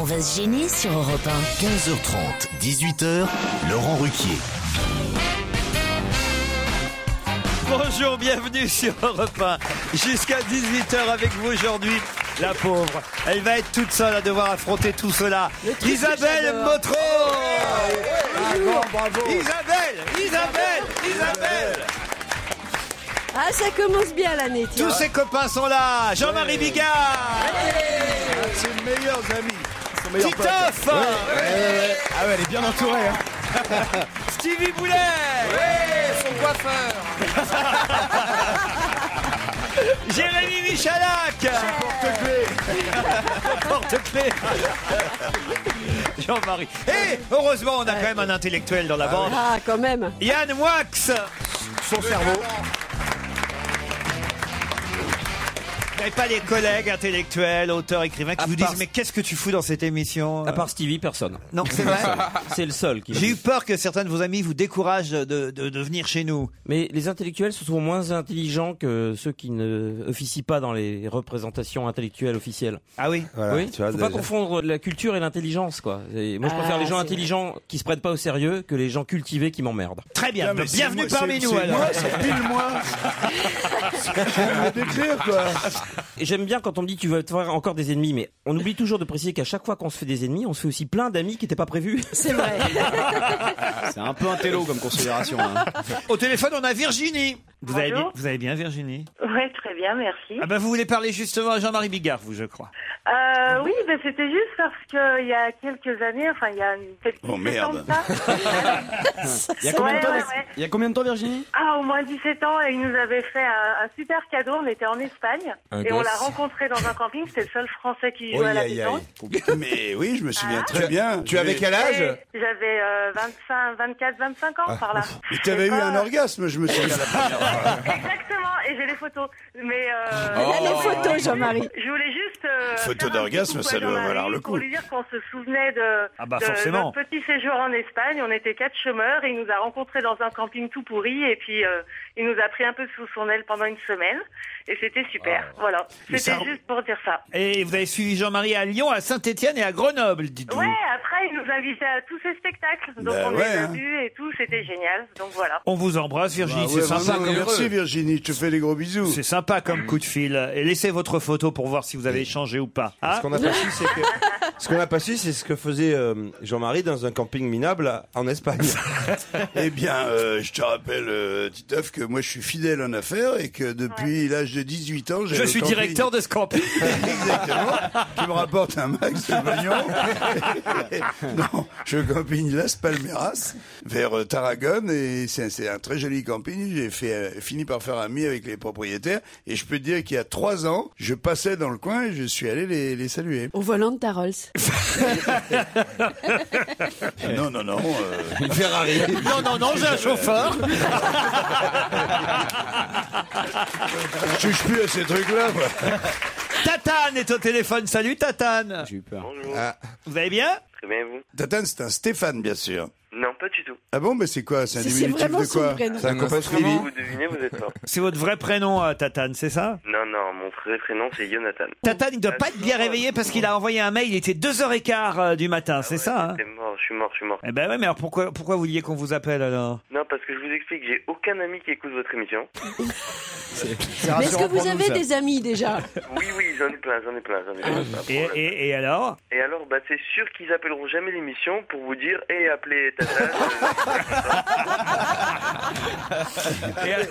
On va se gêner sur Europe 1. 15h30, 18h, Laurent Ruquier. Bonjour, bienvenue sur Europe 1. Jusqu'à 18h avec vous aujourd'hui, la pauvre. Elle va être toute seule à devoir affronter tout cela. truc Isabelle que j'adore. Motro Oh, Ah, Isabelle Isabelle Isabelle Ah, ça commence bien l'année, Tous ses copains sont là Jean-Marie Bigard C'est le meilleur ami. meilleur Titoff pote. Ouais, Ah ouais, elle est bien entourée. hein. Stevie Boulet Ouais, son coiffeur Jérémy Michalak Le Porte-clés Jean-Marie. Et heureusement, on a quand même un intellectuel dans la bande. Ah, quand même. Yann Wax Son cerveau. Et pas les collègues intellectuels, auteurs, écrivains qui vous disent Mais qu'est-ce que tu fous dans cette émission euh À part Stevie, personne. Non, c'est vrai. C'est le seul qui. J'ai eu peur que certains de vos amis vous découragent de, de- de venir chez nous. Mais les intellectuels sont souvent moins intelligents que ceux qui ne officient pas dans les représentations intellectuelles officielles. Ah oui oui, tu vois, faut pas déjà. confondre la culture et l'intelligence, quoi. Et moi, je Ah, préfère les gens c'est intelligents qui se prennent pas au sérieux que les gens cultivés qui m'emmerdent. Très bien, mais c'est bienvenue moi- parmi c'est- nous c'est alors. moi, c'est pile moi. Je vais me décrire quoi. Et j'aime bien quand on me dit tu vas te faire encore des ennemis, mais on oublie toujours de préciser qu'à chaque fois qu'on se fait des ennemis, on se fait aussi plein d'amis qui n'étaient pas prévus. C'est vrai. C'est un peu un télo comme considération. hein. Au téléphone, on a Virginie. Vous allez, bien, Bonjour. vous allez bien, Virginie Oui, très bien, merci. Ah ben vous voulez parler justement à Jean-Marie Bigard, vous, je crois. Euh, oui, ben, c'était juste parce que il y a quelques années, enfin il y a une- peut-être Oh, 17 ans de merde. ça. Il y a Ouais, combien de temps, ouais, ouais. il y a combien de temps, Virginie Ah, au moins 17 ans, et il nous avait fait un, un super cadeau. On était en Espagne Un et on gosse. l'a rencontré dans un camping. C'était le seul Français qui jouait à la Ah. pétanque. Mais oui, je me souviens très Tu- bien. Tu avais quel âge Et J'avais euh, 25, 24, 25 ans Ah. par là. Mais t'avais eu Ah. un orgasme, je me Euh, souviens. Exactement, et j'ai les photos. Mais euh, a les je voulais photos, juste- Jean-Marie. Je voulais juste. euh, Photo faire un d'orgasme, petit ça coucou à doit Jean-Marie valoir le Pour coup. lui dire qu'on se souvenait de, Ah bah, de forcément. notre petit séjour en Espagne. On était quatre chômeurs. Et il nous a rencontrés dans un camping tout pourri et puis euh, il nous a pris un peu sous son aile pendant une semaine. Et c'était super. Voilà. Mais C'était Ah. ça- juste pour dire ça. Et vous avez suivi Jean-Marie à Lyon, à Saint-Étienne et à Grenoble, dites-vous. Ouais, après, il nous invitait à tous ses spectacles. Donc, Bah Ben on ouais, les a hein. vus et tout. C'était génial. Donc, voilà. On vous embrasse, Virginie. Bah c'est ouais, sympa. vraiment, comme- heureux. Merci Virginie, je te fais des gros bisous. C'est sympa comme coup de fil. Et laissez votre photo pour voir si vous avez échangé ou pas. Ah, Ce qu'on n'a pas su, c'est que. Ce qu'on n'a pas su, c'est ce que faisait euh, Jean-Marie dans un camping minable à- en Espagne. Eh bien, euh, je te rappelle, euh, Titeuf, que moi je suis fidèle en affaires et que depuis l'âge de 18 ans, j'ai je le suis camping. directeur de ce camping. Exactement. Tu me rapportes un max de pognon. non, je camping Las Palmeras vers euh, Tarragone et c'est c'est un très joli camping. J'ai fait, euh, fini par faire ami avec les propriétaires et je peux te dire qu'il y a trois ans, je passais dans le coin et je suis allé les, les saluer. Au volant de ta Rolls. Non, non, non. euh, Une Ferrari. non, non, non, j'ai un chauffeur. je touche plus à ces trucs-là. quoi. Tata Tatane est au téléphone. Salut Tatane. J'ai eu peur. Ah. Vous allez bien Très bien, Eh ben, vous Tatane, c'est un Stéphane, bien sûr. Non, pas du tout. Ah bon, mais c'est quoi C'est un diminutif de quoi C'est un copain de Stevie Vous devinez, vous êtes fort. C'est votre vrai prénom, euh, Tatane, c'est ça Non, non, mon vrai prénom, c'est Jonathan. Tatane, il ne doit Ah, pas être bien réveillé parce qu'il a envoyé un mail, il était 2h15 euh, du matin, c'est ça hein T'es mort, je suis mort, je suis mort. Eh ben ouais, mais alors pourquoi, pourquoi vous vouliez qu'on vous appelle alors Non, parce que je vous explique, j'ai aucun ami qui écoute votre émission. Mais est-ce que vous avez des amis déjà Oui, oui, j'en ai plein, j'en ai plein, j'en ai plein. pas de et, problème. et, et alors Et alors, bah, c'est sûr qu'ils appelleront jamais l'émission pour vous dire et appelez Tata. euh,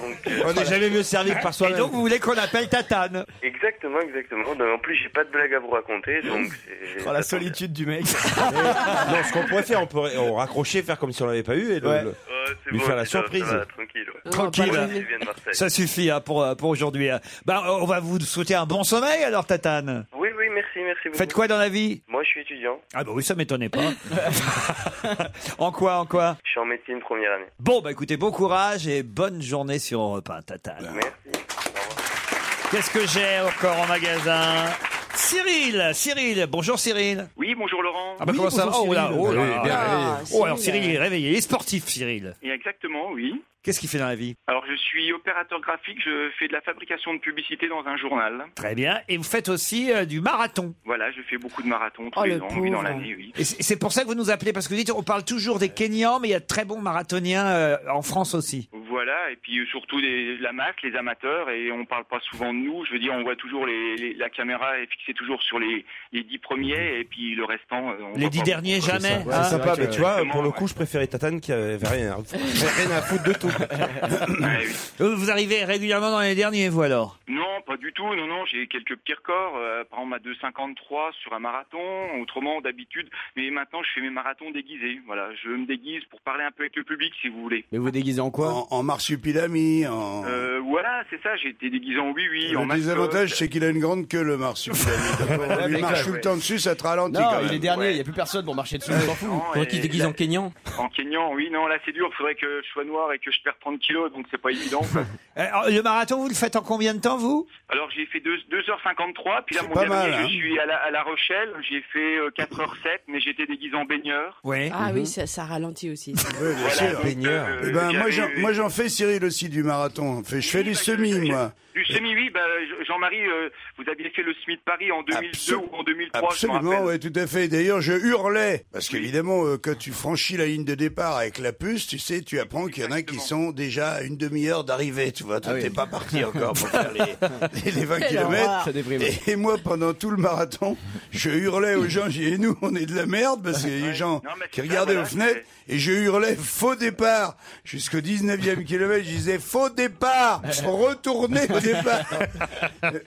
On n'est jamais mieux servi que par soi-même. Et donc vous voulez qu'on appelle Tatane exactement, exactement. Non, mais en plus, j'ai pas de blague à vous raconter, donc c'est. Oh, la solitude du mec. non, ce qu'on pourrait faire, on pourrait on raccrocher, faire comme si on l'avait pas eu et le- Ouais. le- Ouais, c'est lui bon, faire la ça va, ça surprise. va, tranquille. ouais. Tranquille. Moi, Euh, bah, je viens de Marseille. Ça suffit hein, pour, euh, pour aujourd'hui. hein. Bah, on va vous souhaiter un bon sommeil alors, Tatane. Oui, oui, merci, merci beaucoup. Faites quoi dans la vie Moi, je suis étudiant. Ah bah oui, ça m'étonnait pas. en quoi, en quoi Je suis en médecine première année. Bon, bah écoutez, bon courage et bonne journée sur Europe 1, Tatane. Qu'est-ce que j'ai encore en magasin Cyril, Cyril, bonjour Cyril. Oui, bonjour Laurent. Ah bah comment ça va Oh là, oh là. Oui, bien Ah, réveillé. Oh alors Cyril, il est réveillé, il est sportif Cyril. Et Exactement, oui. Qu'est-ce qu'il fait dans la vie Alors, je suis opérateur graphique, je fais de la fabrication de publicité dans un journal. Très bien. Et vous faites aussi euh, du marathon. Voilà, je fais beaucoup de marathons tous Oh, les le ans, oui, dans pauvre. l'année, oui. Et c'est c'est pour ça que vous nous appelez, parce que vous dites, on parle toujours des Kenyans, mais il y a de très bons marathoniens euh, en France aussi. Voilà, et puis euh, surtout les- la masse, les amateurs, et on parle pas souvent de nous. Je veux dire, on voit toujours les, les- la caméra est fixée toujours sur les, les dix premiers, et puis le restant. euh, on Les voit dix pas derniers, beaucoup. jamais. hein. Ah. C'est sympa, mais tu vois, pour le Exactement, coup, je préférais Tatane qui avait rien, à- rien à foutre de tout. Euh, Vous arrivez régulièrement dans les derniers, vous alors Non, pas du tout. Non, non, j'ai quelques petits records. Euh, par exemple, à 2,53 sur un marathon. Autrement, d'habitude. Mais maintenant, je fais mes marathons déguisés. Voilà, je me déguise pour parler un peu avec le public, si vous voulez. Mais vous déguisez en quoi En, marsupilami. En... Euh, voilà, c'est ça. J'ai été déguisé en oui, oui, en le désavantage, c'est qu'il a une grande queue, le marsupilami. Ouais, D'accord, On mais lui marche classe, tout ouais. le temps dessus, ça te ralentit Non, quand il même. est dernier, il y a plus personne pour marcher dessus, on s'en fout. Faudrait qu'il se déguise en Kenyan. En Kenyan, oui. Non, là, c'est dur. Faudrait que je sois noir et que je perde 30 kilos, donc c'est pas évident. quoi. Euh, alors, Le marathon, vous le faites en combien de temps, vous Alors, j'ai fait 2, 2h53. Puis là, mon pas dernier, mal, hein. je suis à la, à la Rochelle. J'ai fait euh, 4h07, mais j'étais déguisé en baigneur. Ouais. Ah oui, ça, ça ralentit aussi. ça. Oui, bien sûr. euh, Eh ben, moi, j'en- moi, j'en fais, Cyril, aussi, du marathon. Fais- Je fais du semi, moi. Du semi, oui, bah, je- Jean-Marie, euh, vous aviez fait le SMI de Paris en 2002 ou en 2003, je me Absolument, rappelle. oui, tout à fait. D'ailleurs, je hurlais. Parce qu'évidemment, euh, quand tu franchis la ligne de départ avec la puce, tu sais, tu apprends qu'il y en a qui sont déjà à une demi-heure d'arrivée, tu vois. Toi, t'es pas parti encore pour faire les, les 20 Ah Quelle horreur. km. Ça déprime. Et, et moi, pendant tout le marathon, je hurlais aux gens, j'ai dit, nous, on est de la merde, parce qu'il y a des gens qui regardaient aux fenêtres, et je hurlais faux départ. Jusqu'au 19e kilomètre, je disais faux départ, retournez au départ.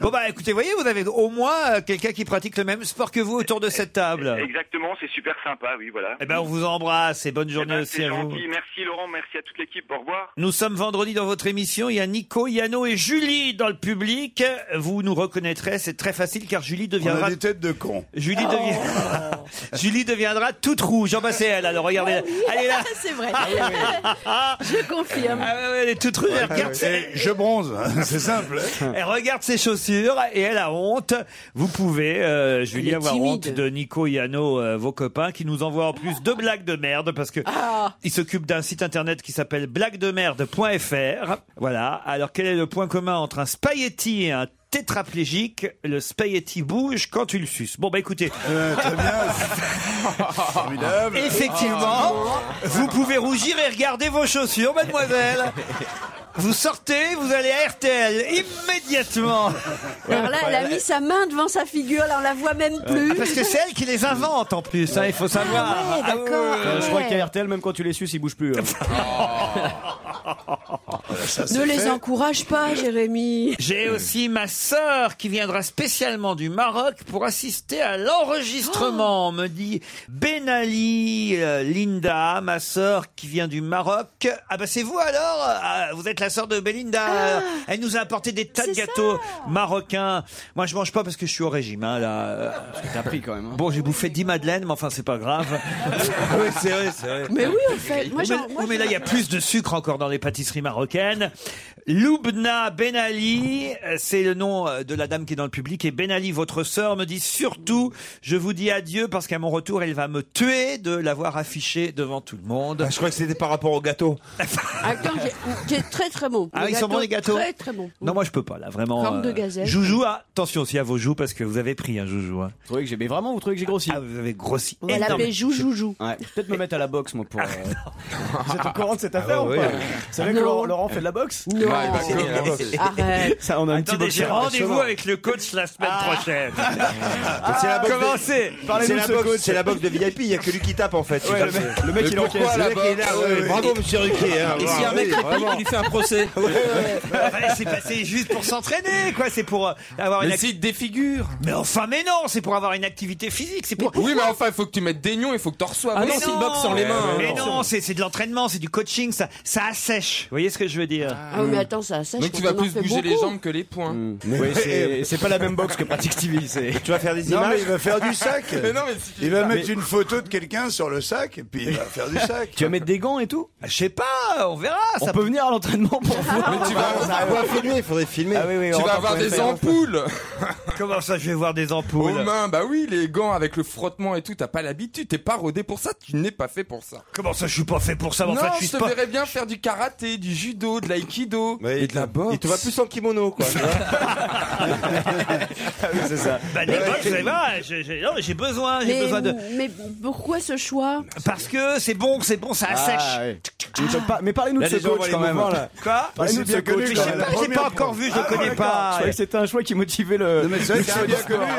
Bon bah écoutez, voyez, vous avez au moins euh, quelqu'un qui pratique le même sport que vous autour de cette table. Exactement, c'est super sympa, oui, voilà. Eh ben on vous embrasse et bonne Eh journée ben, aussi c'est à vous. gentil. Merci Laurent, merci à toute l'équipe, au revoir. Nous sommes vendredi dans votre émission. Il y a Nico, Yano et Julie dans le public. Vous nous reconnaîtrez, c'est très facile car Julie On deviendra. a des têtes de Oh. con. Julie, devient- Julie deviendra toute rouge. En bas, c'est elle. Alors regardez. Allez là. C'est vrai. Ah oui, Ah Je confirme. Ah ouais, ouais, elle est toute rouge. Elle regarde, ses... Je bronze, hein. c'est simple. elle regarde ses chaussures et elle a honte. Vous pouvez, euh, Elle Julie, est avoir timide. honte de Nico, Yano, euh, vos copains, qui nous envoient en plus deux blagues de merde parce que Ah. ils s'occupent d'un site internet qui s'appelle blaguedemerde.fr. Voilà. Alors quel est le point commun entre un spaghetti et un tétraplégique Le spaghetti bouge quand tu le suces. Bon bah écoutez. Euh, très bien. Formidable. Ah, Effectivement, vous pouvez rougir et regarder vos chaussures, mademoiselle. Vous sortez, vous allez à RTL immédiatement. Alors là, elle a mis sa main devant sa figure, là on la voit même plus. Ah, parce que c'est elle qui les invente en plus, hein, il faut savoir. Ah ouais, Ah d'accord, ouais. Euh, Je crois qu'à RTL, même quand tu les suces, ils bougent plus. hein. ne les encourage pas, Jérémy. J'ai aussi ma sœur qui viendra spécialement du Maroc pour assister à Oh. l'enregistrement, me dit Benali euh, Linda, ma sœur qui vient du Maroc. Ah bah c'est vous alors Ah, Vous êtes la sœur de Belinda. Ah. Elle nous a apporté des tas de gâteaux marocains. Moi je mange pas parce que je suis au régime hein, là. Euh, pris, quand même, Bon j'ai bouffé 10 madeleines mais enfin c'est pas grave. hein. oui c'est vrai, c'est vrai. Mais oui, en fait, moi, Oui, j'en- Oh, mais- moi, oui, mais là, j'en- il y a plus de sucre encore dans les pâtisseries marocaines. Loubna Ben Ali, euh, c'est le nom euh, de la dame qui est dans le public. Et Ben Ali, votre sœur, me dit surtout, je vous dis adieu parce qu'à mon retour, elle va me tuer de l'avoir affiché devant tout le monde. Ah, je crois que c'était par rapport au gâteau. Attends, j'ai- j'ai très très bon. Ah, Le ils sont bons, les gâteaux Très très bon. Non, moi je peux pas là, vraiment. Forme de gazelle. Joujou, ah, attention aussi à vos joues parce que vous avez pris un joujou. Hein. Vous trouvez que j'ai mais vraiment vous trouvez que j'ai grossi Ah vous avez grossi. On va l'appeler Joujoujou. Ouais, peut-être me mettre à la boxe moi pour. euh, Vous êtes au courant de cette Ah affaire bah ou oui. pas Vous savez que Non. Laurent, Laurent fait de la boxe Ah, Non. Ah, Ouais, il va courir la boxe. Arrête. Ah. Ça on a un petit Attendez, j'ai boxeur. rendez-vous avec le coach la semaine prochaine. Ah. C'est la boxe de- Commencez. C'est la, boxe, c'est la boxe de VIP, il y a que lui qui tape en fait. Ouais, C'est le comme mec- ça. le mec, Mais il pourquoi encaisse. la Le mec boxe est là, Ouais, ouais. ouais, Bravo monsieur Ruquier. hein. Et si un Ouais, mec oui, réplique, vraiment. il lui fait un procès. Ouais, c'est pas- bah, c'est juste pour s'entraîner, quoi. C'est pour euh, avoir Mais une. si, acti- Mais enfin, mais non, c'est pour avoir une activité physique. C'est pour. Oui, mais enfin, il faut que tu mettes des nions, il faut que tu reçoives. Ah Mais Ah non, c'est non, une boxe sans les mains. Mais hein. non, c'est c'est de l'entraînement, c'est du coaching, ça, ça assèche. Vous voyez ce que je veux dire Ah oui, mais attends, ça sèche. Donc tu vas plus bouger les jambes que les poings. Hmm. Oui, c'est- c'est pas la même boxe que pratique Stevie. c'est- Tu vas faire des images il va faire du sac. Mais non, mais si tu il fais va ça- mettre Mais- une photo de quelqu'un sur le sac et puis il va faire du sac. Ah, Tu vas mettre des gants et tout Je sais pas, on verra. On peut venir à l'entraînement pour voir. Mais tu vas- on va filmer, il Ah, faudrait filmer. tu vas avoir des ampoules Comment ça, je vais voir des aux ampoules mains. Bah oui, les gants avec le frottement et tout, t'as pas l'habitude, t'es pas rodé pour ça, tu n'es pas fait pour ça. Comment ça, je suis pas fait pour ça mais Non, enfin, je je suis te pas. verrais bien faire du karaté, du judo, de l'aïkido et de la boxe. Il te va plus en kimono quoi. tu vois. Ah c'est ça. Bah, des fois, vous allez voir, j'ai- j'ai non, mais j'ai besoin, Ah, j'ai Mais, besoin de. mais pourquoi ce choix Parce que c'est bon, c'est bon, ça assèche. Ah, ouais. Mais t'as pas- Mais parlez-nous de Là, ce les gens voient coach les quand même. mouvements, là. Quoi Parlez-nous de Mais ce coach. je sais pas, j'ai pas encore Ah, vu, je le Ah, connais pas. Je croyais que c'était un choix qui motivait le.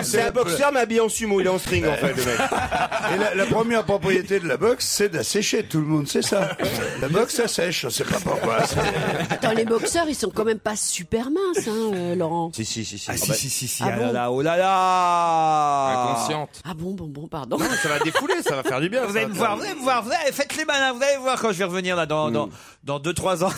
C'est un boxeur mais habillé en sumo, il est en string en fait le mec. Et la, la première propriété de la boxe, c'est d'assécher. Tout le monde sait ça. La boxe, ça sèche. On sait pas pourquoi. c'est- Attends, les boxeurs, ils sont quand même pas super minces, hein, euh, Laurent. Si si si si. Ah, si, si, si, si, Ah ah bon là là, oh là là Inconsciente. Ah bon, bon, bon, pardon. Ça va défouler, ça va faire du bien. Vous allez me voir, vous allez me voir, vous allez, faites les malins, vous allez voir quand je vais revenir là dans, dans, dans 2-3 ans.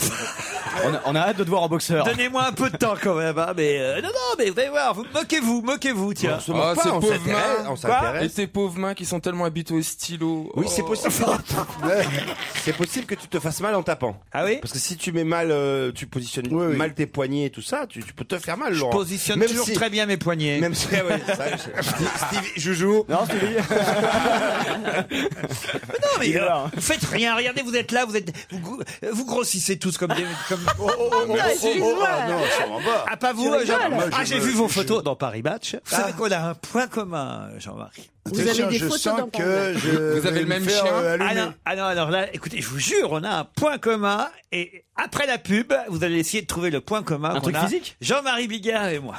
On a, on a hâte de te voir en boxeur. Donnez-moi un peu de temps quand même, hein, mais euh, non, non, mais vous allez voir, vous, moquez-vous, moquez-vous, tiens. se moque Ah, pas, ces on pauvres s'intéresse, mains. on Quoi s'intéresse. Et ces pauvres mains qui sont tellement habituées au stylo. Oui, Oh. c'est possible. c'est possible que tu te fasses mal en tapant. Ah oui Parce que si tu mets mal, euh, tu positionnes oui. mal tes poignets et tout ça, tu, tu peux te faire mal. Je Laurent. positionne toujours si- très bien mes poignets. Même si, ah ouais, ça, je- Stevie, Joujou. Non, Stevie. Mais non, mais euh, hein. vous faites rien, regardez, vous êtes là, vous êtes, vous, gro- euh, vous grossissez tous comme des, comme... Oh, Ah, non, sûrement pas. Ah, pas vous, Ah, Tu rigoles. Jean-Marc Moi, je Ah, j'ai me- Ah, vu vos je- photos dans Paris Match. Vous savez qu'on a un point commun, Jean-Marc. Vous avez Tiens, des je photos sens dans Paris que Match. je Vous avez vais le me même faire, chien euh, Ah allumer. non, ah non, alors là, écoutez, je vous jure, on a un point commun et après la pub, vous allez essayer de trouver le point commun. qu'on truc a. physique Jean-Marie Bigard et moi.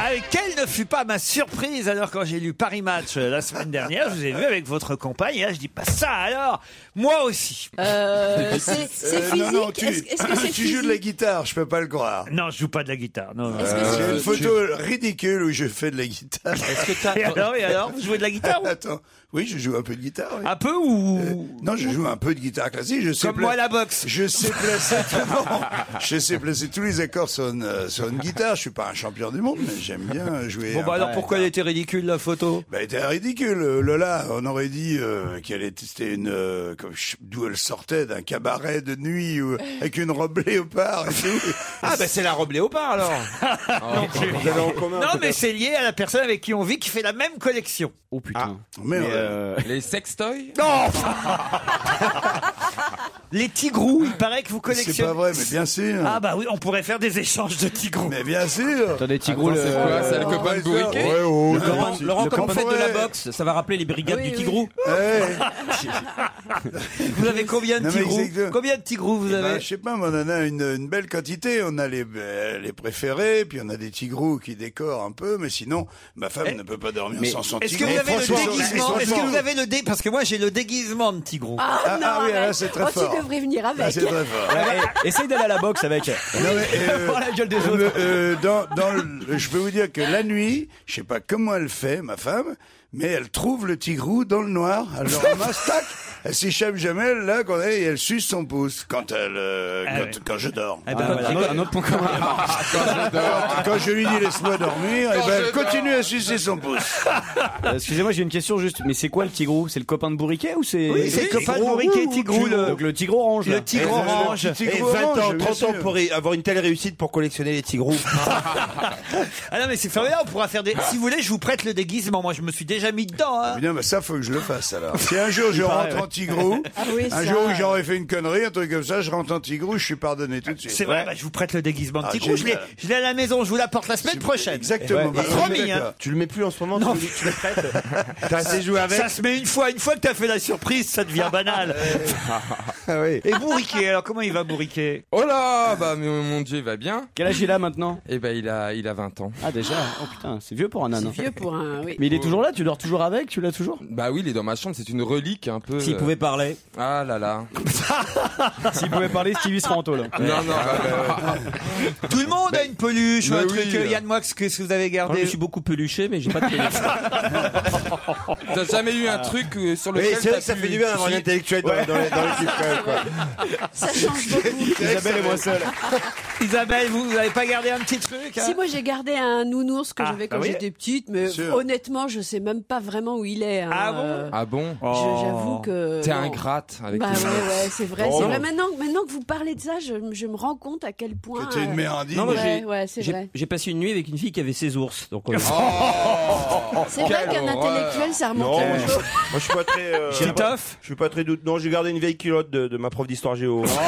Ah, et quelle ne fut pas ma surprise alors quand j'ai lu Paris Match euh, la semaine dernière, je vous ai vu avec votre compagne, et là je dis pas ça alors, moi aussi. Euh, c'est c'est Euh, physique. Non, non, tu, Est-ce est-ce que c'est tu joues de la physique guitare, je peux pas le croire. Non, je joue pas de la guitare, non. non. Est-ce que J'ai c'est une physique photo ridicule où je fais de la guitare. Et alors, et alors, vous jouez de la guitare ou- Attends, oui, je joue un peu de guitare. oui. Euh, Un peu ou Non, je joue un peu de guitare classique. Je sais comme pla- moi à la boxe Je sais placer. non, je sais placer tous les accords sur une, euh, sur une guitare. Je suis pas un champion du monde, mais j'aime bien jouer. Bon un bah alors peu. pourquoi elle était ridicule la photo Bah, elle était ridicule, euh, Lola. On aurait dit euh, qu'elle était c'était une euh, comme je- d'où elle sortait d'un cabaret de nuit ou- avec une robe léopard et tout. Ah bah c'est la robe léopard alors. Vous avez en commun. Non mais c'est lié à la personne avec qui on vit qui fait la même collection. Oh putain. Mais, Mais, euh, euh, Les sextoys Non Les tigrous, il paraît que vous c'est pas collectionnez. vrai, mais bien sûr. Ah bah oui, on pourrait faire des échanges de tigrous. Mais bien sûr. Attendez, Tigrou, C'est le. quoi C'est le copain de bourriquet Ouais, oh, Laurent, le- Laurent le comment copain- faites de la ouais. boxe Ça va rappeler les brigades Oui, du oui. Tigrou Ouais. Eh. Vous avez combien de Non, mais tigrous exactement. Combien de tigrous vous Eh ben, avez je sais pas, mais on en a une, une belle quantité. On a les, euh, les préférés, puis on a des tigrous qui décorent un peu, mais sinon, ma femme ne peut pas dormir sans son Eh, Est-ce tigrou. que vous avez le Franchement, déguisement Est-ce que franchement. vous avez le dé Parce que moi j'ai le déguisement de tigrou. Ah, Ah, non, ah oui, arrête. là, c'est très oh, fort. tu devrais venir Ah, avec. C'est très fort. Ouais, Essaye d'aller à la boxe avec. Non, mais, euh, Oh, Pour la gueule des euh, autres. euh, dans, dans le- je peux vous dire que la nuit, je sais pas comment elle fait, ma femme, mais elle trouve le tigrou dans le noir. Elle le ramasse, tac, elle s'échappe jamais là qu'on est et elle suce son pouce quand elle euh, Ah quand, ouais. quand je dors. Ah, Ah bah voilà, un autre- un autre point commun. quand, je dors, quand je lui dis laisse-moi dormir, eh Quand ben, je elle continue à sucer son pouce. Euh, Excusez-moi, j'ai une question juste. Mais c'est quoi le tigrou C'est le copain de Bourriquet ou c'est Oui, c'est c'est le copain de Bourriquet, Tigrou, le- Donc le tigre orange. là. Et le petit tigre Et 20 ans, 30 ans pour y- avoir une telle réussite pour collectionner les tigrous. Ah non, mais c'est formidable, on pourra faire des. Si vous voulez, je vous prête le déguisement. Moi, je me suis déjà mis dedans. Hein. Non, mais ça, faut que je le fasse alors. Si un jour je rentre en tigrou, Ah un jour où j'aurais fait une connerie, un truc comme ça, je rentre en tigrou, je suis pardonné tout de suite. C'est vrai, bah, je vous prête le déguisement de Ah, Tigrou. Je l'ai- génial. je l'ai à la maison, je vous l'apporte la semaine prochaine. Exactement. Et Bah, promis, d'accord. hein. Tu le mets plus en ce moment, tu, tu le prêtes T'as assez Ça- joué avec Ça se met une fois. Une fois que t'as fait la surprise, ça devient banal. Ah Et Bourriquet, alors comment il va Bourriquet Oh là Bah mais mon dieu, il va bien. Quel âge il a maintenant Eh ben il a, il a 20 ans. Ah déjà Oh putain, c'est vieux pour un âne. Vieux pour un. Oui. Mais il est toujours là Tu dors toujours avec Tu l'as toujours Bah oui, il est dans ma chambre, c'est une relique un peu. S'il pouvait parler. Ah là là. S'il pouvait parler, Stevie serait en tôle. Ah, Non, bah, non, Tout le monde a une peluche, mais un oui, truc. euh. Yann Moix, qu'est-ce que vous avez gardé Moi, je me suis beaucoup peluché, mais j'ai pas de peluche. T'as jamais eu un truc euh, sur Oui, lequel c'est vrai t'as que ça pu- fait du bien d'avoir un Si. intellectuel dans, Ouais. dans les- dans l'équipe, quand même, quoi. Ça change beaucoup. Isabelle et moi seul. Isabelle, vous, vous avez pas gardé un petit truc hein Si moi j'ai gardé un nounours que Ah, j'avais bah quand oui. j'étais petite, mais Sûr. honnêtement je sais même pas vraiment où il est. hein. Ah Euh, bon Ah bon je- J'avoue que. T'es non. ingrate avec Bah les ouais, gens. ouais, c'est vrai. Oh. c'est vrai. Maintenant, maintenant que vous parlez de ça, je, je me rends compte à quel point. Ah, Que t'es une mère indigne. Non, moi, ouais, j'ai- ouais, c'est j'ai- vrai. J'ai passé une nuit avec une fille qui avait ses ours. Donc, euh, C'est vrai qu'un intellectuel, ça remonte Non, à moi, je, moi, je suis pas très. euh, Petit taf Je suis pas très doute. Non, j'ai gardé une vieille culotte de, de ma prof d'histoire géo. Oh.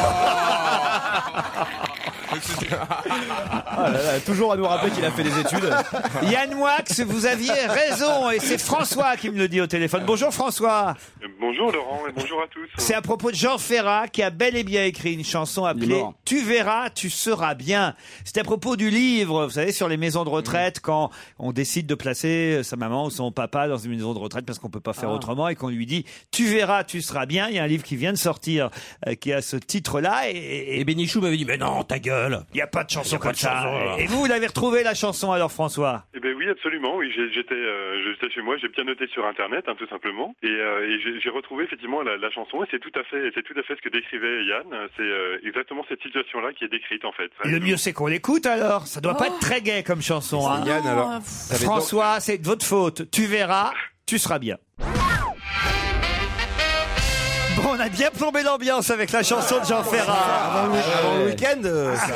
Ah là là, toujours à nous rappeler qu'il a fait des études. Yann Moix, vous aviez raison, et c'est François qui me le dit au téléphone. Bonjour François. Bonjour Laurent et bonjour à tous. C'est à propos de Jean Ferrat qui a bel et bien écrit une chanson appelée mort. Tu verras, tu seras bien. C'est à propos du livre, vous savez, sur les maisons de retraite, quand on décide de placer euh, sa maman ou son papa dans une maison de retraite parce qu'on peut pas faire Ah. autrement et qu'on lui dit Tu verras, tu seras bien. Il y a un livre qui vient de sortir euh, qui a ce titre-là. Et, et Bénichou m'avait dit Mais non, ta gueule. Il n'y a pas de chanson pas comme de ça. chanson, là. et vous, vous avez retrouvé la chanson alors, François Eh ben oui, absolument. Oui, J'ai- j'étais, euh, j'étais chez moi, j'ai bien noté sur internet, hein, tout simplement, et, euh, et j'ai- j'ai retrouvé effectivement la, la chanson. Et c'est tout à fait, c'est tout à fait ce que décrivait Yann. C'est euh, exactement cette situation-là qui est décrite en fait. Le mieux, c'est qu'on l'écoute alors. Ça doit pas être très gai comme chanson. hein. Yann, alors. euh, t'avais donc- François, c'est de votre faute. Tu verras, tu seras bien. Bon, on a bien plombé l'ambiance avec la chanson de Jean Ferrat. Ah, Avant le week- avant le week-end, euh, ça.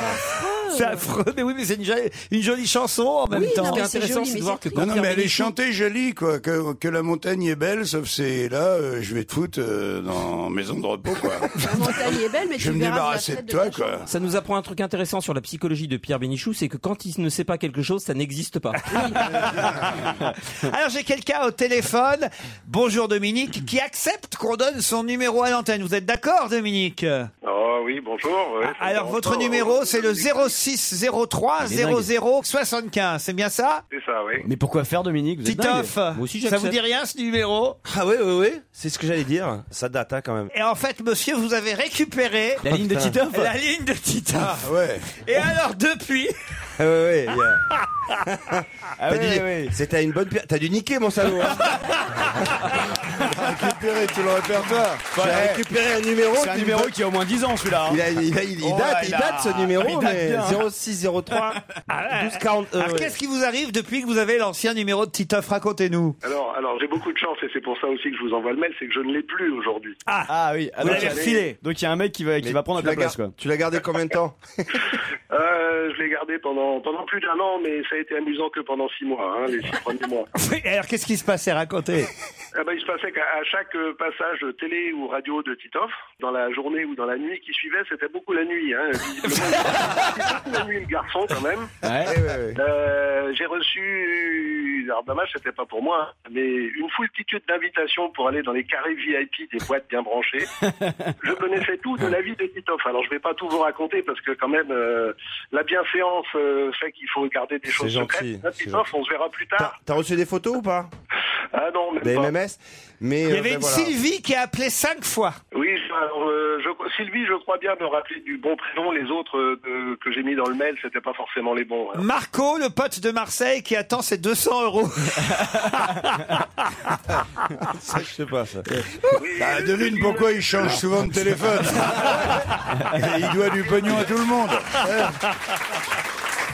C'est affreux, mais oui, mais c'est une, jo- une jolie chanson en même temps. Non, non, mais elle est chantée jolie, quoi. Que, que la montagne est belle, sauf c'est là, euh, je vais te foutre euh, dans maison de repos, quoi. La montagne est belle, mais je vais tu me verras. la débarrasser de fête toi, quoi. Ça nous apprend un truc intéressant sur la psychologie de Pierre Bénichou, c'est que quand il ne sait pas quelque chose, ça n'existe pas. Alors, j'ai quelqu'un au téléphone. Bonjour Dominique, qui accepte qu'on donne son numéro à l'antenne. Vous êtes d'accord, Dominique Ah oui, bonjour. ouais, Ah, ça me Alors, Oh, dérange votre pas, numéro, ouais. c'est le 06 03 Il est dingue. 00 75. C'est bien ça C'est ça, oui. Mais pourquoi faire, Dominique Vous êtes Titoff, dingue. ça vous dit rien ce numéro Ah oui, oui, oui. C'est ce que j'allais dire. Ça date hein, quand même. Et en fait, monsieur, vous avez récupéré La ligne de Titoff La ligne de Titoff. Ah ouais. Et alors, depuis Ah ouais, ouais. il y a- Ah T'as dû- C'était une bonne. pierre- T'as dû niquer mon salaud. hein. Récupérer tout le répertoire. J'ai récupéré un numéro. C'est un qui- numéro qui a au moins 10 ans, celui-là. hein. Il, a- il a- il- il Oh date, là il là. date ce Ah, numéro, il date mais bien. 06 03 12 40. Ah, euh, Alors, ouais. qu'est-ce qui vous arrive depuis que vous avez l'ancien numéro de Titoff Racontez-nous. Alors, alors j'ai beaucoup de chance et c'est pour ça aussi que je vous envoie le mail, c'est que je ne l'ai plus aujourd'hui. Ah, oui, Vous donc, l'avez refilé. Donc il y a un mec qui va, qui va prendre tu la l'as place, gar- quoi. Tu l'as gardé combien de temps Euh, je l'ai gardé pendant pendant plus d'un an, mais ça a été amusant que pendant six mois, hein, les six premiers mois. Et Alors, qu'est-ce qui se passait Racontez. Ah ben, il se passait qu'à à chaque euh, passage télé ou radio de Titoff, dans la journée ou dans la nuit qui suivait, c'était beaucoup la nuit. Hein, visiblement. C'était beaucoup la nuit, le garçon quand même. Eh Euh, j'ai reçu, alors dommage, c'était pas pour moi, hein, mais une foultitude d'invitations pour aller dans les carrés VIP des boîtes bien branchées. je connaissais tout de la vie de Titoff. Alors je vais pas tout vous raconter parce que quand même, euh, la bienséance euh, fait qu'il faut garder des choses gentil, secrètes. Hein, c'est Titoff, on se verra plus tard. T'as reçu des photos ou pas Ah non, même des pas. MMS. Mais, Il y euh, avait ben une voilà. Sylvie qui a appelé cinq fois. Oui, je- alors, euh, je- Sylvie, je crois bien me rappeler du bon prénom. Les autres euh, euh, que j'ai mis dans le mail, c'était pas forcément les bons. hein. Marco, le pote de Marseille qui attend ses 200 euros. Ça, je sais pas ça. Bah, devine pourquoi il change souvent de téléphone. il doit du pognon à tout le monde.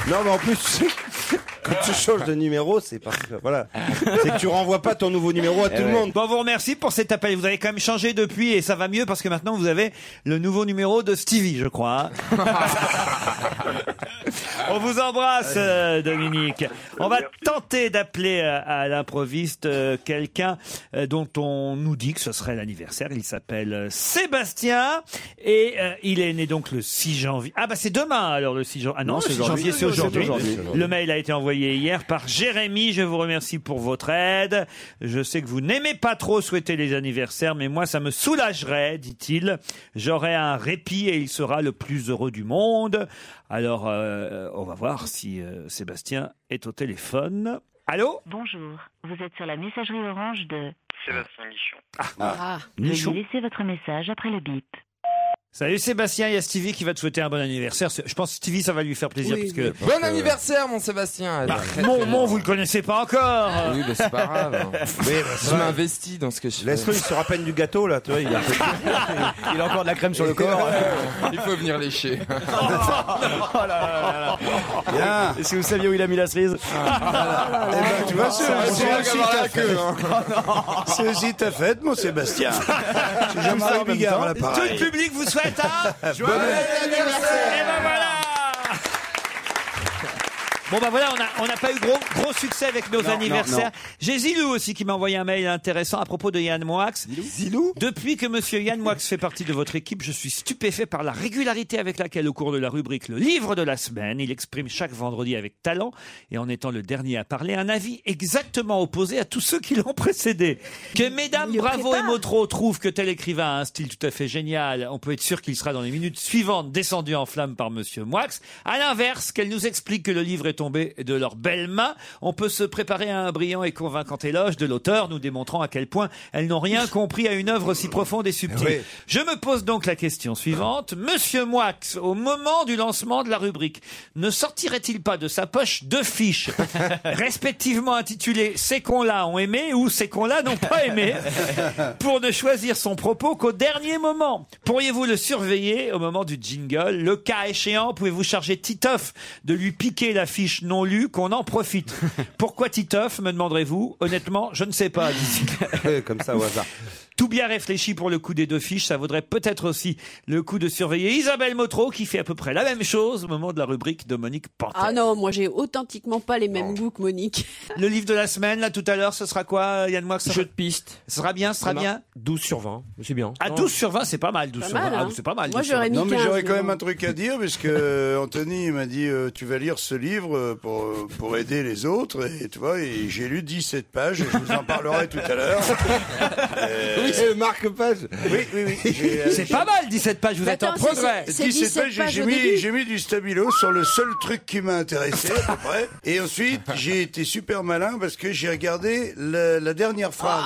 Non, mais en plus, tu sais, quand tu changes de numéro, c'est parce que voilà, c'est que tu renvoies pas ton nouveau numéro à Eh tout le monde. Bon, on vous remercie pour cet appel. Vous avez quand même changé depuis et ça va mieux parce que maintenant vous avez le nouveau numéro de Stevie, je crois. hein. on vous embrasse, euh, Dominique. On va tenter d'appeler euh, à l'improviste euh, quelqu'un euh, dont on nous dit que ce serait l'anniversaire. Il s'appelle euh, Sébastien et euh, il est né donc le 6 janvier. Ah bah c'est demain alors le 6 janvier. Ah non, Non, le c'est 6 janvier aujourd'hui. c'est C'est aujourd'hui. aujourd'hui. Le mail a été envoyé hier par Jérémy. Je vous remercie pour votre aide. Je sais que vous n'aimez pas trop souhaiter les anniversaires, mais moi, ça me soulagerait, dit-il. J'aurai un répit et il sera le plus heureux du monde. Alors, euh, on va voir si euh, Sébastien est au téléphone. Allô Bonjour, vous êtes sur la messagerie orange de... Sébastien Guichon. Ah, Ah, Nichon. Veuillez laisser votre message après le bip. Salut Sébastien, il y a Stevie qui va te souhaiter un bon anniversaire. C'est- Je pense que Stevie, ça va lui faire plaisir. Oui, parce oui. que... Bon anniversaire, mon Sébastien. Bah, mon, mon, vous le connaissez pas encore. Oui, bah, c'est pas grave. hein. je m'investis dans ce que je fais. Laisse-le, il se rappelle du gâteau là, tu vois, il a, Il a encore de la crème sur le corps. Il faut venir lécher. Bien. Si vous saviez où il a mis la cerise. Eh ben, tu vois, c'est Ça c'est va aussi avoir ta la queue, fête. Oh, hein. C'est aussi ta fête, mon Sébastien. C'est Jean-Marie Bigard, là, Tout le pareil. public vous souhaite hein. un Joyeux anniversaire. Et ben voilà Bon bah voilà, on a- on n'a pas eu gros, gros succès avec nos Non, non, anniversaires. non. J'ai Zilou aussi qui m'a envoyé un mail intéressant à propos de Yann Moix. Zilou Depuis que monsieur Yann Moix fait partie de votre équipe, je suis stupéfait par la régularité avec laquelle au cours de la rubrique Le livre de la semaine, il exprime chaque vendredi avec talent et en étant le dernier à parler un avis exactement opposé à tous ceux qui l'ont précédé. Que mesdames Bravo et Motro trouvent que tel écrivain a un style tout à fait génial, on peut être sûr qu'il sera dans les minutes suivantes descendu en flammes par monsieur Moix. À l'inverse, qu'elle nous explique que le livre est tombé de leurs belles mains, on peut se préparer à un brillant et convaincant éloge de l'auteur, nous démontrant à quel point elles n'ont rien compris à une œuvre si profonde et subtile. Je me pose donc la question suivante. Monsieur Moix, au moment du lancement de la rubrique, ne sortirait-il pas de sa poche deux fiches, respectivement intitulées Ces cons-là ont aimé ou Ces cons-là n'ont pas aimé, pour ne choisir son propos qu'au dernier moment Pourriez-vous le surveiller au moment du jingle Le cas échéant, pouvez-vous charger Titoff de lui piquer la fiche non lue qu'on en profite Pourquoi Titoff, me demanderez-vous Honnêtement, je ne sais pas. Ouais, comme ça au hasard. Tout bien réfléchi pour le coup des deux fiches, ça vaudrait peut-être aussi le coup de surveiller Isabelle Motro qui fait à peu près la même chose au moment de la rubrique de Monique Pantin. Ah non, moi j'ai authentiquement pas les mêmes goûts que Monique. Le livre de la semaine, là tout à l'heure, ce sera quoi Yann Moix Jeu de piste. Ce sera bien, ce sera Non, non. bien 12 sur 20, c'est bien. À Non. 12 Ah, sur 20, c'est pas mal, 12 Pas sur 20. mal, Ah, hein. c'est pas mal. Moi, 12 sur j'aurais 20. Non, mais j'aurais quand même un truc à dire, parce que Anthony m'a dit euh, Tu vas lire ce livre euh, pour, euh, pour aider les autres. Et tu vois, et j'ai lu 17 pages, et je vous en parlerai tout à l'heure. Euh, Oui, c'est le marque-page. Oui, oui, oui. j'ai, euh, C'est pas mal, 17 pages, vous Mais êtes en attends, c'est- progrès. c'est- c'est 17 pages, j'ai au mis, début. j'ai mis du stabilo sur le seul truc qui m'a intéressé à peu près. Et ensuite, j'ai été super malin parce que j'ai regardé la, la dernière phrase.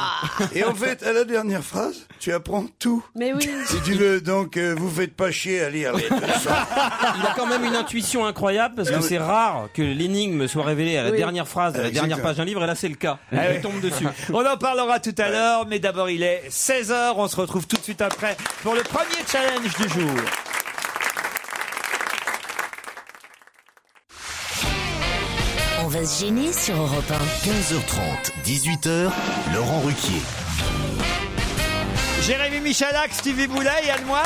Et en fait, à la dernière phrase, tu apprends tout. Mais oui. Si tu veux, donc, euh, vous faites pas chier à lire les deux Ah cents. Il a quand même une intuition incroyable parce que c'est rare que l'énigme soit révélée à la Oui. dernière phrase, à la Exactement. dernière page d'un livre, et là c'est le cas. Ah ouais. Il tombe dessus. On en parlera tout à l'heure, mais d'abord il est 16h, on se retrouve tout de suite après pour le premier challenge du jour. On va se gêner sur Europe 15h30, 18h, Laurent Ruquier. Jérémy Michalak, Stevie Boulay, Yann Moix,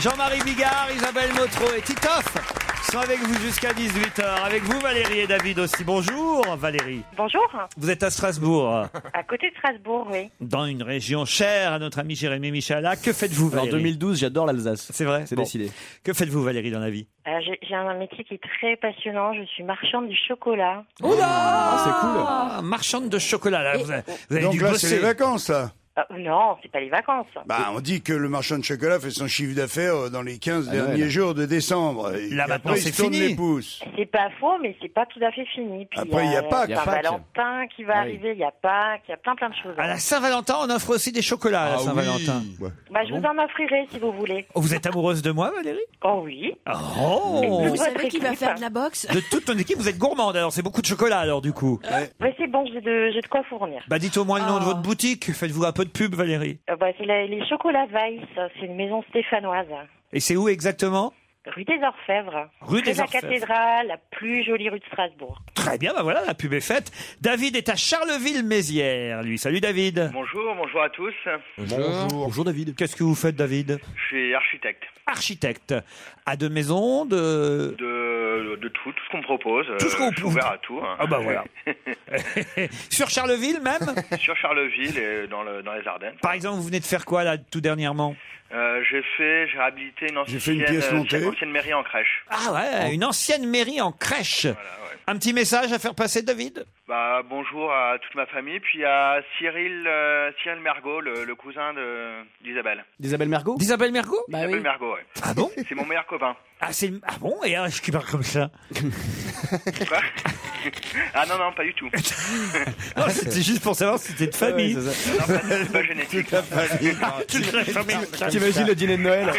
Jean-Marie Bigard, Isabelle Motro et Titoff sont avec vous jusqu'à 18h. Avec vous Valérie et David aussi. Bonjour Valérie. Bonjour, Vous êtes à Strasbourg, hein, à côté de Strasbourg, oui. dans une région chère à notre ami Jérémy Michalak. Que faites-vous Alors, Valérie 2012, j'adore l'Alsace. C'est vrai C'est Bon. décidé. Que faites-vous Valérie dans la vie Alors, Euh, j'ai j'ai un métier qui est très passionnant, je suis marchande du chocolat. Ah, Marchande de chocolat, là. Vous avez, vous avez Donc dû là, c'est bosser. les vacances, là. Ah, non, c'est pas les vacances. Bah, on dit que le marchand de chocolat fait son chiffre d'affaires euh, dans les 15 Ah, derniers ouais. jours de décembre. Et Là, après, maintenant, il se c'est tourne fini. les pouces. C'est pas faux, mais c'est pas tout à fait fini. Puis euh, Après, il y a Pâques. Saint Il y a Pâques. Valentin qui va Ah oui. Ah, arriver, il y a Pâques, il y a plein plein de choses. À la Saint-Valentin, on offre aussi des chocolats à la Ah oui. Saint-Valentin. Bah, je vous en offrirai si vous voulez. Vous êtes amoureuse de moi, Valérie Oh oui. Oh Vous savez qui va faire de la boxe De toute ton équipe, vous êtes gourmande, alors c'est beaucoup de chocolat, alors du coup. Ouais, c'est bon, j'ai de, j'ai de quoi fournir. Bah, dites au moins le Ah. nom de votre boutique, faites-vous un peu de pub, Valérie. Euh, bah, c'est la- les chocolats Weiss, c'est une maison stéphanoise. Et c'est où exactement Rue des Orfèvres. Rue Près des de la Orfèvres. cathédrale, la plus jolie rue de Strasbourg. Très bien, bah voilà, la pub est faite. David est à Charleville-Mézières, lui. Salut David. Bonjour, bonjour à tous. Bonjour David. Qu'est-ce que vous faites, David Je suis architecte. Architecte. À deux maisons, de... De, de tout, tout ce qu'on me propose. Tout ce qu'on Euh, je suis vous- ouvert à tout. hein. Ah bah voilà. Sur Charleville même Sur Charleville et dans, le, dans les Ardennes. Par exemple, vous venez de faire quoi, là, tout dernièrement Euh, j'ai fait, j'ai réhabilité une J'ai ancienne, fait une pièce euh, montée. ancienne mairie en crèche. Ah Oh. ouais, une ancienne mairie en crèche. Un petit message à faire passer, David Bah, bonjour à toute ma famille, puis à Cyril, euh, Cyril Mergot, le, le cousin de- d'Isabelle. D'Isabelle Mergo D'Isabelle Mergo Isabelle Mergot, ouais. Ah bon C'est mon meilleur copain. Ah, c'est... ah bon Et alors, je qui parle comme ça Quoi ah non, non, pas du tout. Non, Ah, C'était juste pour savoir si c'était de famille. Ouais, c'est ça. Non, pas- c'est pas génétique. Toute la famille. Toute la famille. T'imagines le dîner de Noël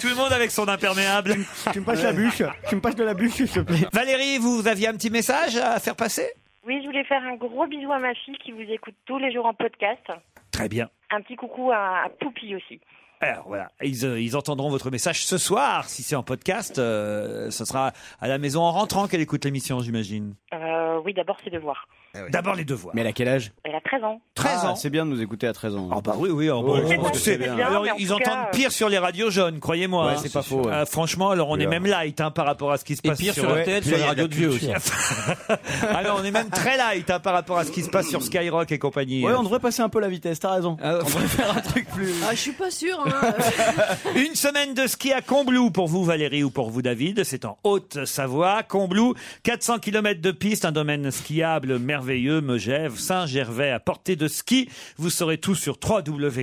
Tout le monde avec son imperméable. Tu me passes la bûche Tu me passes de la bûche, s'il te plaît Valérie, vous, vous aviez un petit message à faire passer Oui, je voulais faire un gros bisou à ma fille qui vous écoute tous les jours en podcast. Très bien. Un petit coucou à, à Poupie aussi. Alors voilà, ils, euh, ils entendront votre message ce soir, si c'est en podcast. euh, ce sera à la maison en rentrant qu'elle écoute l'émission, j'imagine. Euh, oui, d'abord ses devoirs. D'abord les devoirs. Mais elle a quel âge Elle a 13 ans. 13 Ah, ans. C'est bien de nous écouter à 13 ans. Ah bah oui, oui. ah bah, je pense que c'est- Alors, mais en ils tout cas, entendent euh, pire sur les radios jeunes, croyez-moi. Ouais, hein. c'est pas faux, ouais. euh, Ah, franchement, alors on Oui, est là. même light hein, par rapport à ce qui se Et passe pire sur RTL, sur les radios de vieux aussi. alors on est même très light hein, par rapport à ce qui se passe sur Skyrock et compagnie. Ouais, on devrait passer un peu la vitesse, t'as raison. on devrait faire un truc plus. Ah, je suis pas sûr. Hein. Une semaine de ski à Combloux pour vous Valérie ou pour vous David, c'est en Haute-Savoie. Combloux, 400 km de piste, un domaine skiable merveilleux, Megève, Saint-Gervais à portée de ski. Vous saurez tout sur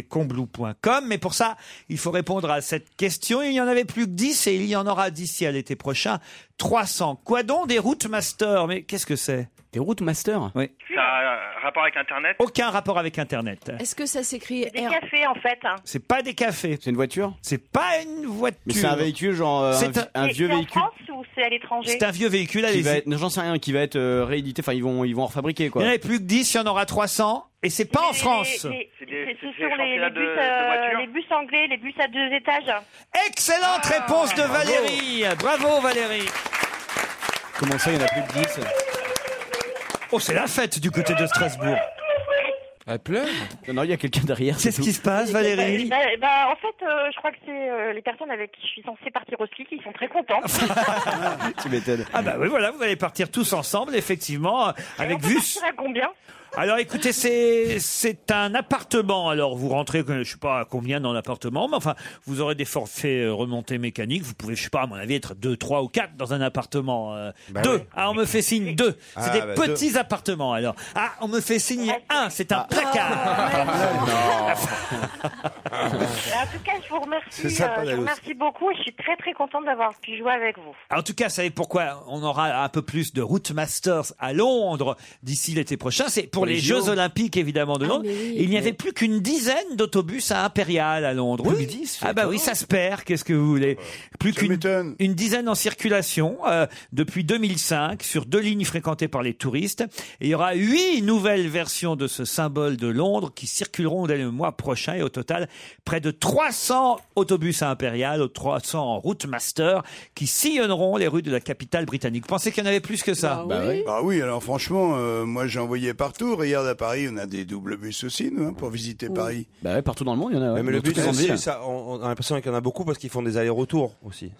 www.combloux.com. Mais pour ça, il faut répondre à cette question. Il n'y en avait plus que 10 et il y en aura d'ici à l'été prochain. 300. Quoi donc des routes master Mais qu'est-ce que c'est Des routes master Oui. Ça a un rapport avec Internet Aucun rapport avec Internet. Est-ce que ça s'écrit Des cafés en fait. hein. C'est pas des cafés. C'est une voiture C'est pas une voiture. Mais c'est un véhicule, genre euh, C'est un, un C'est- vieux c'est en véhicule. France ou c'est à l'étranger C'est un vieux véhicule, qui allez-y. va être- non, J'en sais rien, qui va être euh, réédité. Enfin, ils vont, ils vont en refabriquer quoi. Il n'y en avait plus que 10, il y en aura 300. Et c'est pas en France. Les- les- les- C'est c'est sur les, des les championnats bus, de- de euh, voitures les bus anglais, les bus à deux étages. Ah. Excellente réponse de Valérie. Bravo, Valérie. Comment ça, il n'y en a plus que 10 Oh, c'est la fête du côté de Strasbourg. Elle pleure Non, il y a quelqu'un derrière. Qu'est-ce qui se passe, Ah, Valérie Bah, bah, bah, en fait, euh, je crois que c'est euh, les personnes avec qui je suis censée partir au ski qui sont très contents. Tu m'étonnes. Ah bah oui, voilà, vous allez partir tous ensemble, effectivement, avec vue. Ça à combien Alors écoutez, c'est c'est un appartement. Alors vous rentrez, je sais pas à combien dans l'appartement, mais enfin vous aurez des forfaits euh, remontées mécaniques. Vous pouvez, je sais pas à mon avis, être deux, trois ou quatre dans un appartement. euh, Bah deux. Ah on me fait signe deux. C'est Ah, des bah, deux. petits appartements. Alors ah on me fait signe Ah, un. C'est Ah. un Oh, placard. Euh, En tout cas, je vous remercie. C'est sympa, euh, je la vous loose. remercie beaucoup et je suis très très contente d'avoir pu jouer avec vous. En tout cas, vous savez pourquoi on aura un peu plus de Route Masters à Londres d'ici l'été prochain C'est pour Pour les, les Jeux JO. Olympiques, évidemment, de Ah, Londres. mais oui. Il n'y Mais- avait plus qu'une dizaine d'autobus à Impérial à Londres. Plus Oui. que Euh, 10, ah bah oui, ça se perd, qu'est-ce que vous voulez Plus qu'une une dizaine en circulation euh, depuis 2005 sur deux lignes fréquentées par les touristes. Et il y aura huit nouvelles versions de ce symbole de Londres qui circuleront dès le mois prochain. Et au total, près de 300 autobus à Impérial, 300 en route master qui sillonneront les rues de la capitale britannique. Pensez qu'il y en avait plus que ça Bah oui, alors franchement, euh, moi j'en voyais partout. Regarde à Paris, on a des doubles bus aussi, nous, hein, pour visiter Paris. Bah ouais, partout dans le monde, il y en a. ouais. mais le Dans toutes but, les grandes villes. c'est ça. On, on a l'impression qu'il y en a beaucoup parce qu'ils font des allers-retours aussi.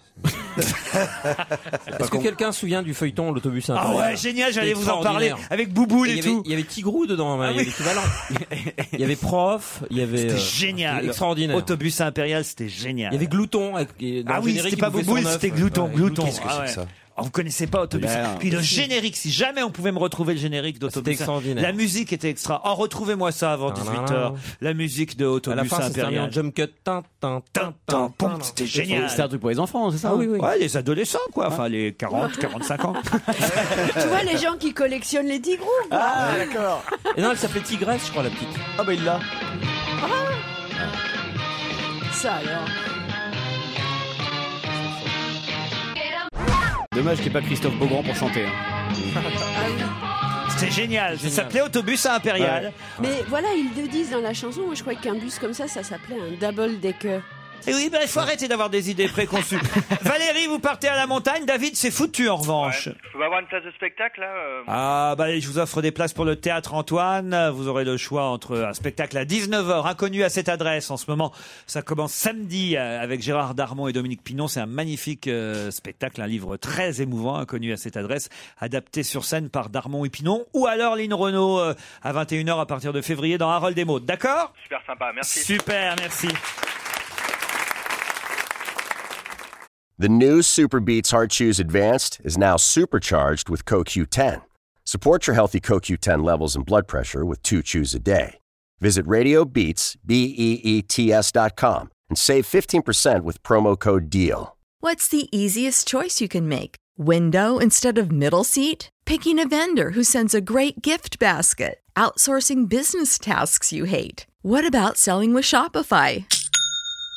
Est-ce que quelqu'un se souvient du feuilleton L'autobus à Ah Impérial ouais, génial, j'allais C'était vous en parler, extraordinaire. avec Bouboule et il y avait- tout. Il y avait Tigrou dedans, hein, il y avait l'équivalent. Il y avait prof, il y avait. Ah C'était euh, génial. Extraordinaire. Autobus à Impérial, c'était génial. Il y avait Glouton. avec- dans Ah le oui, générique, c'était il pas bouffait Bouboule, son œuf. c'était Glouton, Ouais, Glouton. Qu'est-ce que Ah c'est ouais. que ça Ah, vous connaissez pas Autobus. Là, Puis le si. générique, si jamais on pouvait me retrouver le générique d'Autobus. Ah, C'était extraordinaire. La musique était extra. Oh, retrouvez-moi ça avant 18h. La musique de À la Autobus fin, ça se termine en impérial. jump cut. Tin, tin, tin, tin, tin. C'était génial. C'était un truc pour les enfants, c'est ça Ah oui, oui. Ouais, les adolescents, quoi. Enfin, les 40, 45 ans. Tu vois les gens qui collectionnent les tigrous quoi. d'accord. Et non, elle s'appelait Tigresse, je crois, la petite. Ah bah il l'a. Ça alors. Dommage qu'il n'y ait pas Christophe Beaugrand pour chanter. Ah C'était génial. Ça s'appelait Autobus à impérial. Mais voilà, ils le disent dans la chanson. Moi, je croyais qu'un bus comme ça, ça s'appelait un double decker. Et oui, ben, il faut arrêter d'avoir des idées préconçues. Valérie, vous partez à la montagne. David, c'est foutu en revanche. Je peux avoir une place de spectacle là euh, Ah, bah, je vous offre des places pour le théâtre Antoine. Vous aurez le choix entre un spectacle à 19h, inconnu à cette adresse en ce moment. Ça commence samedi euh, avec Gérard Darmon et Dominique Pinon. C'est un magnifique euh, spectacle, un livre très émouvant, inconnu à cette adresse, adapté sur scène par Darmon et Pinon. Ou alors Lynn Renault euh, à 21h à partir de février dans Harold et Maud. D'accord Super sympa, merci. Super, merci. The new Superbeets Heart Chews Advanced is now supercharged with CoQ10. Support your healthy CoQ10 levels and blood pressure with two chews a day. Visit RadioBeats, E B-E-E-T-S dot com and save 15% with promo code DEAL. What's the easiest choice you can make? Window instead of middle seat? Picking a vendor who sends a great gift basket? Outsourcing business tasks you hate? What about selling with Shopify?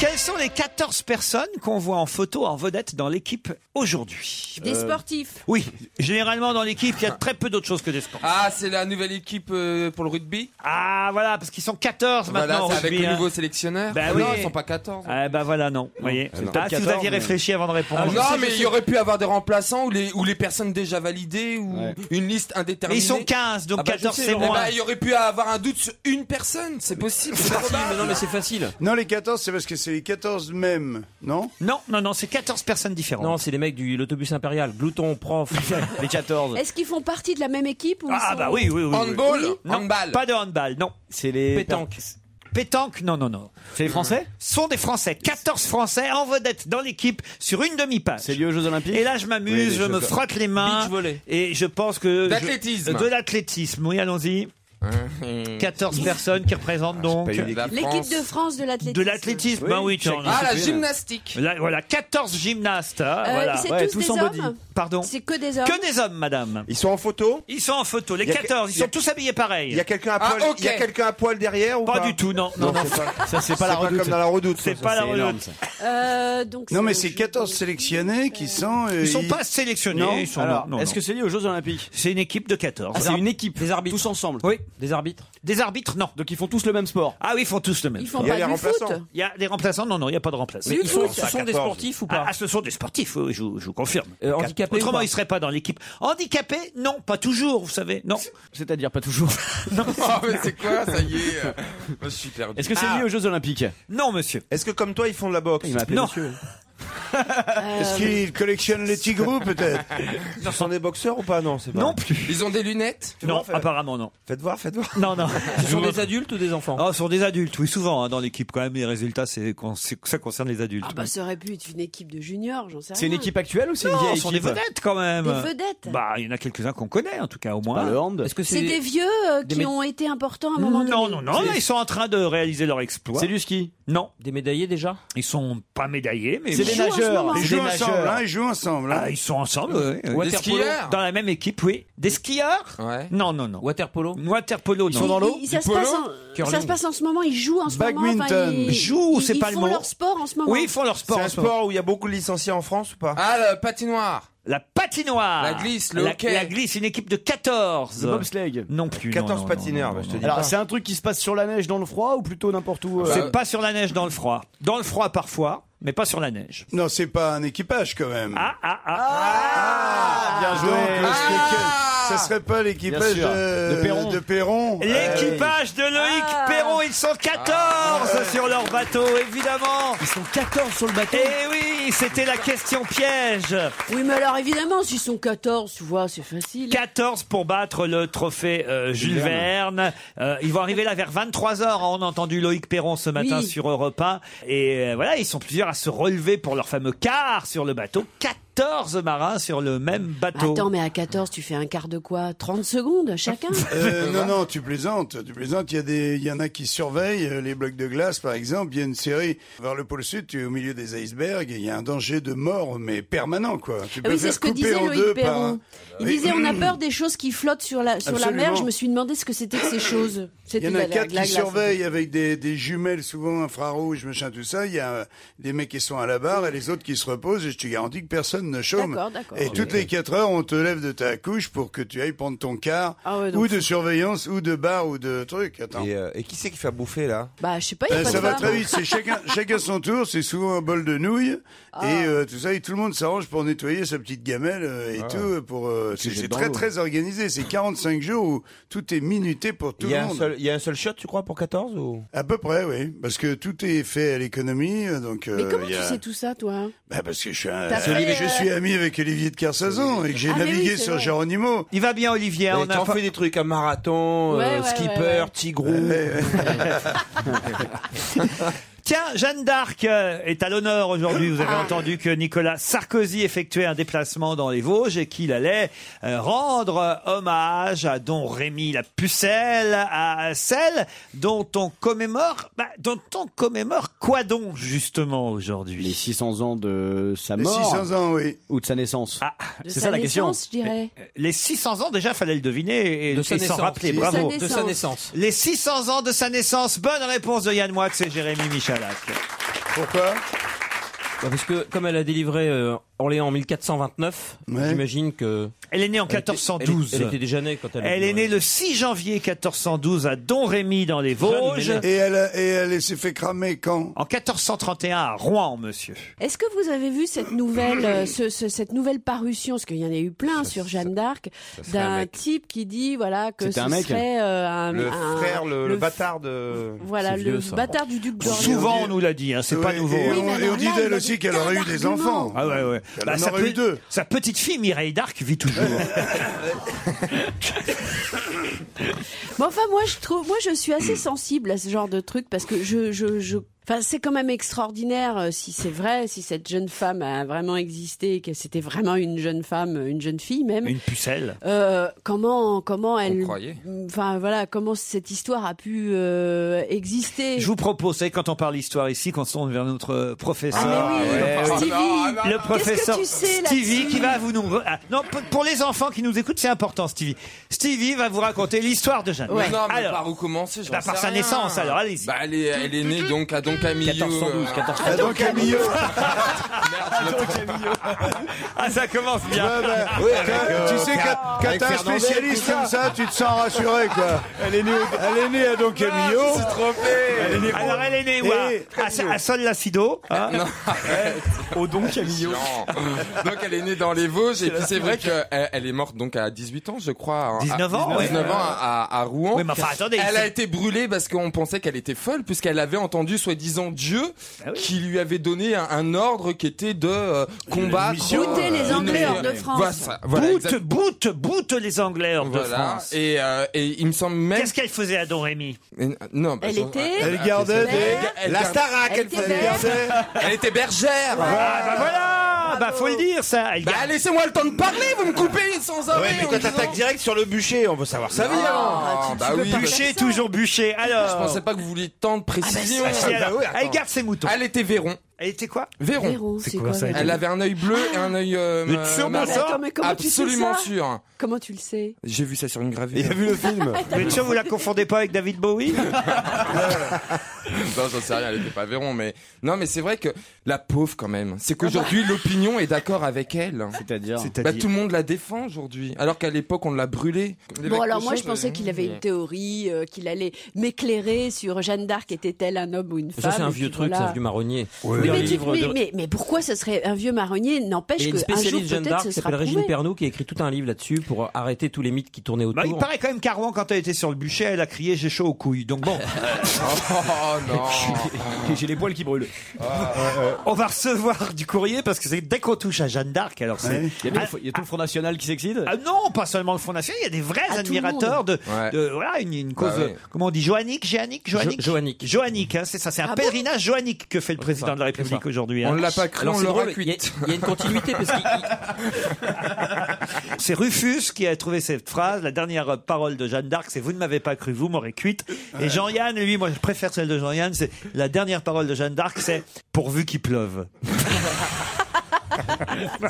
Quelles sont les 14 personnes qu'on voit en photo en vedette dans l'équipe aujourd'hui Euh, Des sportifs. Oui, généralement dans l'équipe, il y a très peu d'autres choses que des sportifs. Ah, c'est la nouvelle équipe euh, pour le rugby Ah, voilà, parce qu'ils sont 14 Voilà, maintenant. c'est avec rugby, le hein. nouveau sélectionneur. Bah Ah oui. Non, ils sont pas 14. Ah, bah voilà, non. voyez. Ah, non. Ah, si vous 14, aviez mais- réfléchi avant de répondre. Ah, non, mais il y aurait pu avoir des remplaçants ou les, ou les personnes déjà validées ou une liste indéterminée. Mais ils sont 15, donc Ah bah, je 14, sais, c'est Eh ben, mais moins. bah, il y aurait pu avoir un doute sur une personne, c'est possible. C'est probable. facile. Non, les 14, c'est parce que c'est les 14 mêmes, non Non, non, non, c'est 14 personnes différentes. Non, c'est les mecs de l'autobus impérial. Glouton, prof, les 14. Est-ce qu'ils font partie de la même équipe ou ils Ah sont- bah oui, oui, oui. Handball oui. Non, Pas de handball, non. C'est les pétanque. Pétanque, non, non, non. C'est les Français Sont des Français. 14 Français en vedette dans l'équipe sur une demi-page. C'est lié aux Jeux Olympiques Et là, je Oui, m'amuse, les je Jeux- me frotte les mains. Beach volley. Et je pense que. Euh, je- D'athlétisme. De l'athlétisme, oui, allons-y. 14 personnes qui représentent donc. L'équipe de France de l'athlétisme. De l'athlétisme, Oui, ben oui, tu en chaque as. Ah, la discipline. gymnastique. Là, voilà, 14 gymnastes. hein, Euh, voilà. c'est tous des hommes Pardon. C'est que des hommes. Que des hommes, madame. Ils sont en photo Ils sont en photo, les Il y a- 14, ils il y a- sont tous habillés pareil. Il y a quelqu'un Ah, à poil, il y a quelqu'un à poil derrière ou Pas pas du tout, non, non, non. c'est pas- Ça, c'est pas la redoute. comme dans la redoute. C'est ça, pas ça, la c'est énorme, redoute. ça. Euh, donc Non, mais c'est 14 sélectionnés qui sont. euh, Ils sont pas sélectionnés. Non. ils sont- Alors, non, non, est-ce non. que c'est lié aux Jeux Olympiques C'est une équipe de 14. Ah, c'est une équipe. Des arbitres. Tous ensemble. Oui. Des arbitres. Des arbitres, non. Donc ils font tous le même sport. Ah oui, ils font tous le même. Ils font Il y a pas les du remplaçants. foot Il y a des remplaçants Non, non, il n'y a pas de remplaçants. Mais ils sont- Ils ce sont des 14. sportifs ou pas Euh, ah, ah, ce sont des sportifs, oui, oui, je, vous- je vous confirme. handicapés ou Autrement, pas ils ne seraient pas dans l'équipe. Handicapés Non, pas toujours, vous savez. Non. C'est-à-dire pas toujours. non, mais c'est quoi, ça y est euh, moi, Je suis perdu. Est-ce que c'est Ah, lié aux Jeux Olympiques Non, monsieur. Est-ce que comme toi, ils font de la boxe Il m'a appelé non. monsieur. Est-ce Euh, qu'ils collectionnent les tigrous peut-être Ils sont des boxeurs ou pas Non, c'est pas. Non plus. Ils ont des lunettes Non, apparemment non. Faites voir, faites voir. Non, non. Ce sont des adultes ou des enfants Ah, ce sont des adultes, oui, souvent hein, dans l'équipe quand même. Les résultats, c'est con- c'est- ça concerne les adultes. Ah bah ça aurait pu être une équipe de juniors, j'en sais rien. C'est une équipe actuelle ou c'est une Non, vieille ce sont équipe quand même. Des vedettes. Bah, il y en a quelques-uns qu'on connaît, en tout cas, au moins. Est-ce que C'est des vieux euh, des qui mé- ont été importants à un moment Non, donné. non, non, là, ils sont en train de réaliser leur exploit. C'est du ski Non. Des médaillés déjà Ils sont pas médaillés, mais C'est bon. des Joueurs. majeurs. Ils c'est des jouent ensemble, majeurs. hein, ils jouent ensemble. hein. Ah, ils sont ensemble, oui. Des Waterpolo skieurs Dans la même équipe, oui. Des skieurs Non, non, non. Waterpolo Waterpolo, non. Ils- ils- Ça, se passe, en, ça se passe en ce moment, ils jouent en ce moment. enfin, ils- Badminton. Jouent, c'est ils- pas le Ils mot. font leur sport en ce moment. C'est un sport où il y a beaucoup de licenciés en France ou pas Ah, la patinoire. La patinoire. La glisse, le la, hockey. La glisse, une équipe de 14. Le bobsleigh. Non plus. 14 patineurs, bah, je te dis Alors, pas. Bah, c'est C'est un truc qui se passe sur la neige dans le froid ou plutôt n'importe où. euh, c'est pas sur la neige dans le froid. Dans le froid parfois, mais pas sur la neige. Non, c'est pas un équipage quand même. Ah, Ah, ah, ah. Ah, bien joué. ce serait pas l'équipage Bien sûr. euh, De Perron. De Perron. L'équipage de Loïc Perron, ils sont 14 sur leur bateau, évidemment. Ah. Ils sont 14 sur le bateau. Eh oui, c'était la question piège. Oui, mais alors évidemment, s'ils sont 14, tu vois, c'est facile. 14 pour battre le trophée euh, Jules Verne. Euh, ils vont arriver là vers 23h. On a entendu Loïc Perron ce matin Oui. sur Europe 1. Et euh, voilà, ils sont plusieurs à se relever pour leur fameux quart sur le bateau. 14 marins sur le même bateau. Attends, mais à 14, tu fais un quart de quoi 30 secondes chacun Euh, non, non, tu plaisantes, tu plaisantes. Il y a des, il y en a qui surveillent euh, les blocs de glace, par exemple. Il y a une série vers le pôle sud, tu es au milieu des icebergs, et il y a un danger de mort, mais permanent, quoi. Tu Ah oui, c'est ce que disait Loïc Perron. Il Oui. disait on a peur des choses qui flottent sur la, sur la mer. Absolument. Je me suis demandé ce que c'était que ces choses. Il y C'était en de a la- de la quatre qui glace. surveillent avec des, des jumelles souvent infrarouges, machin, tout ça. Il y a euh, des mecs qui sont à la barre et les autres qui se reposent et je te garantis que personne ne chôme. D'accord, d'accord. Et Ah toutes oui. les quatre heures, on te lève de ta couche pour que tu ailles prendre ton car Ah ouais, donc ou de surveillance ou de bar ou de truc. Attends. Et, qui c'est qui fait bouffer là Bah, je sais pas, il y a pas Ben, ça de va barre. très vite, c'est chacun, chacun son tour, c'est souvent un bol de nouilles Ah. et euh, tout ça, et tout le monde s'arrange pour nettoyer sa petite gamelle euh, et Ah. tout. euh, Pour euh, c'est Tu jettes c'est dans très l'eau. très organisé, c'est 45 jours où tout est minuté pour tout Il y, le a un monde. seul, il y a un seul shot, tu crois, pour 14 ou À peu près, oui, parce que tout est fait à l'économie, euh, donc. Mais euh, comment il y a- tu sais tout ça, toi hein. Bah, parce que je suis, un- T'as fait, je euh, suis ami avec Olivier de Carsazon et que j'ai Ah, mais oui, navigué c'est sur vrai. Géronimo. Il va bien, Olivier. on a fait des trucs à marathon, Ouais, euh, ouais, skipper, ouais, ouais. tigrou. Tiens, Jeanne d'Arc euh, est à l'honneur aujourd'hui. Vous avez Ah. entendu que Nicolas Sarkozy effectuait un déplacement dans les Vosges et qu'il allait euh, rendre euh, hommage à Don Rémy la Pucelle, à celle dont on commémore, bah, dont on commémore quoi donc justement aujourd'hui Les 600 ans de sa Les mort. 600 ans, oui. Ou de sa naissance. Ah, De C'est sa ça la question. naissance, je dirais. Euh, Les 600 ans déjà, fallait le deviner et, De sa et s'en naissance. rappeler. De Bravo. sa naissance. De sa naissance. Les 600 ans de sa naissance. Bonne réponse de Yann Moix et Jérémy Michalak. Pourquoi Bah, parce que comme elle a délivré euh, Orléans en 1429, j'imagine que. Elle est née en était- 1412. Elle, était déjà née quand elle. a Elle est née le 6 janvier 1412 à Domrémy dans les Vosges. Et elle, a- et elle s'est fait cramer quand En 1431 à Rouen, monsieur. Est-ce que vous avez vu cette nouvelle, euh, ce- ce- cette nouvelle parution, parce qu'il y en a eu plein sur Jeanne d'Arc, serait un d'un mec. type qui dit voilà que ce C'était un mec serait euh, un, le un- frère, le, le le bâtard de. Voilà, C'est le vieux, ça. bâtard du duc d'Orléans. Souvent, on nous l'a dit, hein, c'est pas nouveau. Et hein. on, et on dit d'elle aussi qu'elle aurait eu des enfants. Ah ouais, ouais. Elle Bah, en sa, aurait eu pe- sa petite fille, Mireille d'Arc, vit toujours. Mais enfin, moi, je trouve, moi, je suis assez sensible à ce genre de truc parce que je, je, je. Enfin, c'est quand même extraordinaire euh, si c'est vrai, si cette jeune femme a vraiment existé, et que c'était vraiment une jeune femme, une jeune fille même. Une pucelle. Euh, comment, comment elle. croyait. Enfin, voilà, comment cette histoire a pu euh, exister. Je vous propose, vous savez, quand on parle histoire ici, quand on se tourne vers notre euh, professeur. Ah, mais oui, Ouais. Stevie, Ah, bah, Le qu'est-ce professeur que tu sais Stevie là-dessus qui va vous nous. re- ah, non, pour- pour les enfants qui nous écoutent, c'est important, Stevie. Stevie va vous raconter l'histoire de Jeanne. Mais non, mais Alors, par où commencer j'en Bah, par sais sa rien. naissance, alors, allez-y. Bah, elle, est, elle est née donc à Don Camillo. 1412, euh, 1412. À Don Camillo. Ah, ça commence bien. Oui, avec, euh, tu sais, quand, quand avec t'as un Fernandez, spécialiste tout ça. comme ça, tu te sens rassuré, quoi. Elle est née, elle est née à Don Ah, Camillo. Elle est née où Alors elle est née où Eh, Et- à- à, Sa- à Sol Lacido hein Non. Au Don Camillo. Non. Donc elle est née dans les Vosges et puis c'est vrai qu'elle elle est morte donc à 18 ans je crois. hein, à- 19 ans, ouais. 19 ans à, à Rouen. Oui, mais enfin, attendez, Elle c'est- a été brûlée parce qu'on pensait qu'elle était folle puisqu'elle avait entendu soi-disant Dieu Ah qui lui avait donné un, un ordre qui était de euh, combattre. mission. Bouter les une- Anglais hors de France. Voilà, ça, voilà, boot, exact- boot, boot les Anglais hors de voilà. France. Et, euh, et il me semble même. Qu'est-ce qu'elle faisait à Don Rémy Et- Non, bah, Elle ça- était- ah, Elle gardait elle- des- elle- elle- La Starac, elle, elle était faisait- bergère. Elle était bergère. Ah bah voilà Bah faut le dire ça Elle Bah garde- laissez-moi le temps de parler, vous me coupez sans arrêt. Ouais, mais quand t'attaques direct sur le bûcher, on veut savoir sa vie Ah, avant. tu- tu peux pas Bûcher, faire ça. toujours bûcher. Alors. Je pensais pas que vous vouliez tant de précision. Ah, bah, si, alors, elle garde ses moutons. Elle était Véron. Elle était quoi Véron. Véron, C'est c'est quoi, quoi, Véron Elle avait un œil bleu et un œil. euh, Mais euh, tu es sûr, marron. mais attends, mais comment tu sais Absolument ça sûr. Comment tu le sais J'ai vu ça sur une gravure. Il a vu le film. Vous êtes sûr, vous la confondez pas avec David Bowie Non, j'en sais rien, elle était pas Véron, mais non, mais c'est vrai que la pauvre quand même. C'est qu'aujourd'hui l'opinion est d'accord avec elle. C'est-à-dire bah, tout le monde la défend aujourd'hui, alors qu'à l'époque on l'a brûlée. Bon, alors moi, je euh, pensais qu'il avait une théorie, euh, qu'il allait m'éclairer sur Jeanne d'Arc était-elle un homme ou une femme. Ça, c'est un et puis vieux truc, voilà. c'est un vieux marronnier. Oui, Il y a un mais, tu- livre mais- de- mais- mais pourquoi ce serait un vieux marronnier N'empêche Et une que un jour spécialiste Jeanne peut-être d'Arc ce qui sera s'appelle prouvé. Régine Pernoud qui a écrit tout un livre là-dessus pour euh, arrêter tous les mythes qui tournaient Bah, il autour. paraît quand même qu'Arwan, quand elle était sur le bûcher, elle a crié J'ai chaud aux couilles. Donc bon. oh non J'ai les poils qui brûlent. Euh, On va recevoir du courrier parce que c'est dès qu'on touche à Jeanne d'Arc, alors c'est. Il y a tout le- il y a tout le Front National qui s'excite Ah non, pas seulement le Front National, il y a des vrais Ah, tout le admirateurs de, monde. Ouais. de- voilà une, une Bah cause. oui. Comment on dit Joannique, Joannique, Joannique, Jo- Joannique, hein, c'est ça, c'est un Ah bon pèlerinage Joannique que fait le président ça, de la c'est ça. République aujourd'hui. On hein. l'a pas cru, on l'aura cuite. Il y a une continuité parce qu'il C'est Rufus qui a trouvé cette phrase. La dernière euh, parole de Jeanne d'Arc, c'est Vous ne m'avez pas cru, vous m'aurez cuite. Et Jean-Yann, lui, moi je préfère celle de Jean-Yann, c'est la dernière parole de Jeanne d'Arc, c'est Pourvu qu'il pleuve.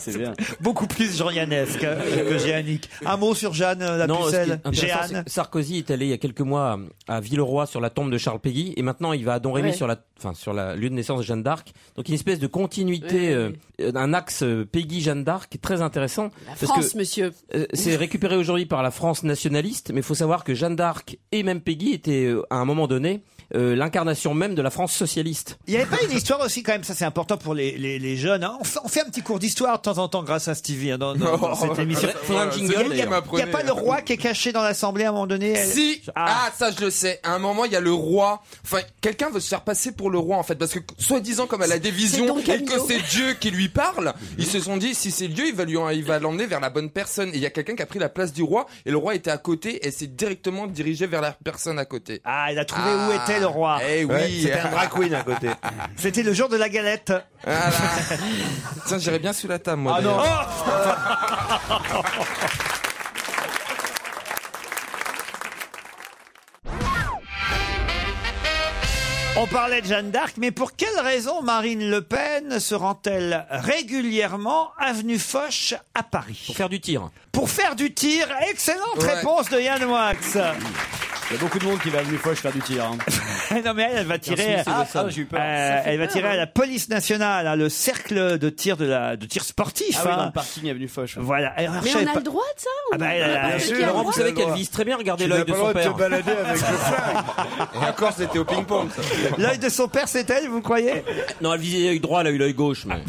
C'est bien. Beaucoup plus Jean-Yannesque hein, que Jeannique. Un mot sur Jeanne, euh, la ce qui est pucelle. intéressant, Jeanne. c'est que Sarkozy est allé il y a quelques mois à Villeroy sur la tombe de Charles Péguy et maintenant il va à Domrémy Ouais. sur la, enfin sur la lieu de naissance de Jeanne d'Arc. Donc une espèce de continuité, euh, euh, un axe euh, Péguy-Jeanne d'Arc qui est très intéressant. La parce France, que, monsieur. euh, c'est récupéré aujourd'hui par la France nationaliste, mais il faut savoir que Jeanne d'Arc et même Péguy étaient euh, à un moment donné euh, l'incarnation même de la France socialiste. Il n'y avait pas une histoire aussi quand même, ça c'est important pour les, les, les jeunes. hein. On, fait, on fait un petit cours d'histoire de temps en temps grâce à Stevie hein, dans, dans- dans Oh, cette émission. faudrait- faudrait un Il jingle, n'y a, il y a- d'ailleurs. il y a pas le roi qui est caché dans l'Assemblée à un moment donné elle- Si ah. ça je le sais. À un moment il y a le roi. Enfin quelqu'un veut se faire passer pour le roi en fait parce que soi-disant comme elle a des visions donc et que Camilo. c'est Dieu qui lui parle, Mhm. ils se sont dit si c'est Dieu il va lui il va l'emmener vers la bonne personne. Et il y a quelqu'un qui a pris la place du roi et le roi était à côté et s'est directement dirigé vers la personne à côté. Ah elle a trouvé où était le roi. Eh oui. c'était un drag queen à côté. C'était le jour de la galette. Tiens j'irais bien sous la table moi. Ah non. d'ailleurs. On parlait de Jeanne d'Arc, mais pour quelle raison Marine Le Pen se rend-elle régulièrement avenue Foch à Paris Pour faire du tir. Pour faire du tir, excellente Ouais. réponse de Yann Wax. Il y a beaucoup de monde qui va à Avenue Foch faire du tir. hein. Eh non mais elle, elle va tirer. Merci, c'est Ah, le seul. ah, j'ai eu peur. Ça Euh, fait elle va peur, tirer à hein. la police nationale, hein, le cercle de tir de la de tir sportif. Ah oui, dans hein. le parking Avenue Foch. ouais. Voilà. Elle Mais cherchait on a pas- le droit de ça Ah bah, elle, elle, elle, Bien sûr, elle- Laurent, vous savez qu'elle vise très bien regarder l'œil de son père. avec le flingue. Et encore c'était au ping-pong. ça. L'œil de son père, c'est elle, vous croyez Non, elle visait l'œil droit, elle a eu l'œil gauche. Mais...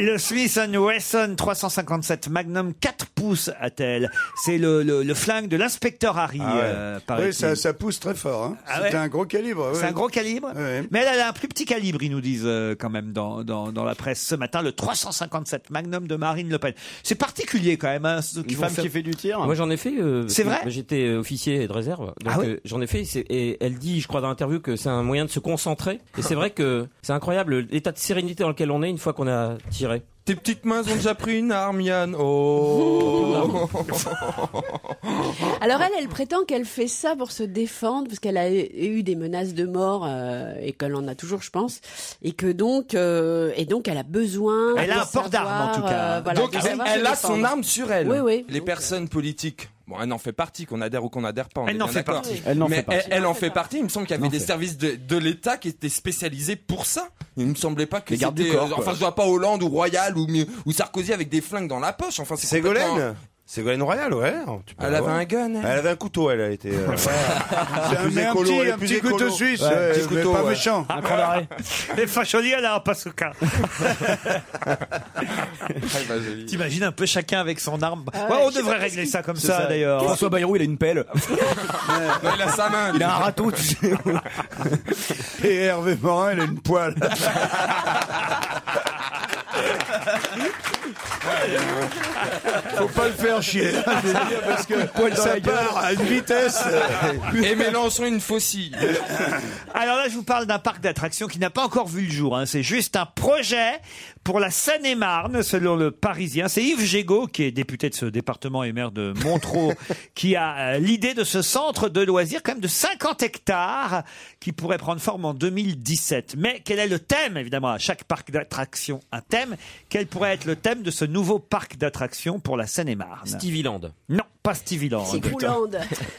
Le Smith Wesson 357 Magnum 4 pouces a-t-elle C'est le, le, le flingue de l'inspecteur Harry. Ah ouais. euh, oui, paraît-il. ça, ça pousse très fort. Hein. Ah C'était ouais un gros calibre. C'est ouais. un gros calibre. Ouais. Mais elle, elle a un plus petit calibre, ils nous disent euh, quand même dans, dans, dans la presse ce matin, le 357 Magnum de Marine Le Pen. C'est particulier quand même. Hein, ceux qui Une vont femme faire- qui fait du tir. Moi j'en ai fait. euh, C'est vrai parce que J'étais euh, officier de réserve. Donc Ah ouais euh, j'en ai fait. c'est- Et elle dit, je crois dans l'interview, que c'est un moyen de se concentrer. Et c'est vrai que c'est incroyable l'état de sérénité dans lequel on est une fois qu'on a tiré. Tes petites mains ont déjà pris une arme Yann. Oh. Alors elle, elle prétend qu'elle fait ça pour se défendre parce qu'elle a eu- eu des menaces de mort euh, et qu'elle en a toujours, je pense, et que donc euh, et donc elle a besoin. Elle de a un port d'arme, en savoir, tout cas. euh, voilà, Donc de elle, savoir se elle a défendre. son arme sur elle. Oui, oui. Les personnes politiques. Bon, elle en fait partie, qu'on adhère ou qu'on adhère pas. on Elle est n'en bien fait d'accord. partie. Elle n'en Mais fait partie. Elle, elle en fait partie. Il me semble qu'il y avait N'en des fait. services de, de l'État qui étaient spécialisés pour ça. Il me semblait pas que Les gardes du c'était. euh, corps, quoi. enfin, je vois pas Hollande ou Royal ou, ou Sarkozy avec des flingues dans la poche. Enfin, c'est complètement- Ségolène Ségolène Royal, ouais. Tu peux Elle l'avoir. avait un gun, elle. Elle avait un couteau, elle a été. euh, ouais. C'est un, Plus mais un écolo, elle petit, est un plus petit écolo. couteau suisse, Ouais, ouais, petit mais couteau, pas ouais. méchant. Ah, Les Facholi, elle a un bazooka. T'imagines un peu chacun avec son arme. Ah ouais, Ouais, on je sais devrait pas régler ce ça comme C'est ça, ça. d'ailleurs. Qu'est-ce François Bayrou, il a une pelle. Non, il a sa main. Il a un râteau, Et Hervé Morin, il a une poêle. Faut pas le faire chier. là, je veux dire, parce que ça part à une vitesse. Et Mélenchon, une faucille. Alors là, je vous parle d'un parc d'attractions qui n'a pas encore vu le jour. hein. C'est juste un projet pour la Seine-et-Marne, selon le Parisien. C'est Yves Gégaud, qui est député de ce département et maire de Montreux, qui a euh, l'idée de ce centre de loisirs, quand même de 50 hectares, qui pourrait prendre forme en 2017. Mais quel est le thème, évidemment, à chaque parc d'attractions, un thème Quel pourrait être le thème de ce nouveau parc d'attractions pour la Seine-et-Marne Stevie Land. Non, pas Stevie Land. Tigrouland.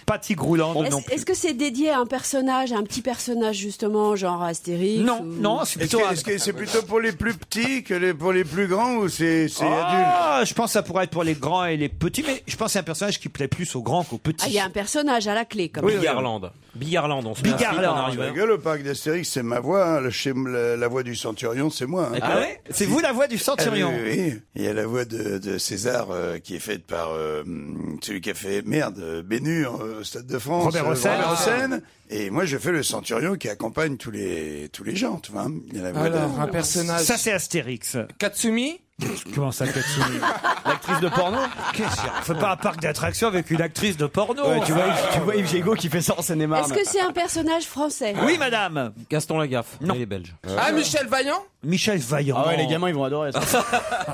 Pas Tigrouland, non Est-ce plus. est-ce que c'est dédié à un personnage, à un petit personnage justement, genre Astérix Non, ou- non, c'est Est-ce plutôt que- un- est-ce que c'est plutôt pour les plus petits que les- pour les plus grands ou c'est c'est adulte Ah, je pense que ça pourrait être pour les grands et les petits, mais je pense que c'est un personnage qui plaît plus aux grands qu'aux Ah, il petits. y a un personnage à la clé, comme Bigarland. Bigarland, on se met ensuite, on Bigarland, arrive. je rigole, au parc d'Astérix, c'est ma voix. hein. Le schéma- la, la voix du centurion, c'est moi. hein. Ah ouais C'est vous la voix du centurion Ah oui, oui, oui. Il y a la voix de, de César euh, qui est faite par euh, hum, celui qui a fait merde, euh, Bénur, euh, au Stade de France. Robert euh, Hossein. Robert Ah. Hossein. Et moi, je fais le centurion qui accompagne tous les tous les gens, tu vois. hein. Il y a la voix Alors, de- un personnage. Ça, c'est Astérix. Katsumi Comment ça, Katsumi L'actrice de porno Qu'est-ce qu'il y a On fait pas un parc d'attractions avec une actrice de porno. hein Ouais, tu vois Yves- tu vois Yves Gégaud qui fait ça en Seine-et-Marne. Est-ce que c'est un personnage français Oui, madame. Euh, Gaston Lagaffe. Non. Il est belge. Ah, Michel Vaillant Michel Vaillant. Ah ouais, les gamins, ils vont adorer ça.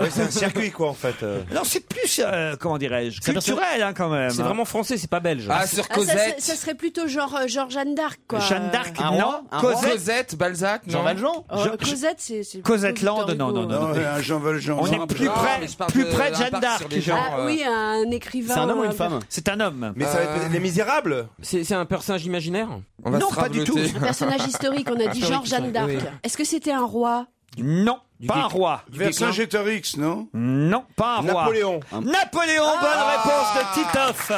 c'est un circuit, quoi, en fait. Non, c'est plus, euh, comment dirais-je, C'est culturel, hein, quand même. C'est vraiment français, c'est pas belge. Ah, sur Ah, ça, Cosette. ça- ça serait plutôt genre, euh, genre Jeanne d'Arc, quoi. Jeanne d'Arc, Un non. roi Un roi Cosette, Cosette, Balzac, non Jean Valjean Euh, Jean- Cosette, c'est. c'est Cosette plutôt Land, Victor non, Hugo. non, non. Non, Ah un Jean Valjean. On est plus Non, près, mais je parle plus de- près de un Jeanne parc d'Arc. sur les gens. Ah oui, un écrivain. euh, C'est un homme. Mais ça va être les misérables. C'est c'est un personnage imaginaire On va Non, se pas du rabloter. tout. Un personnage historique, on a dit Historique, genre Jeanne d'Arc. oui. Est-ce que c'était un roi Non, pas un déclin. roi. Vercingétorix, non Ah. Non, pas un roi. Napoléon. Napoléon, bonne réponse de Titoff.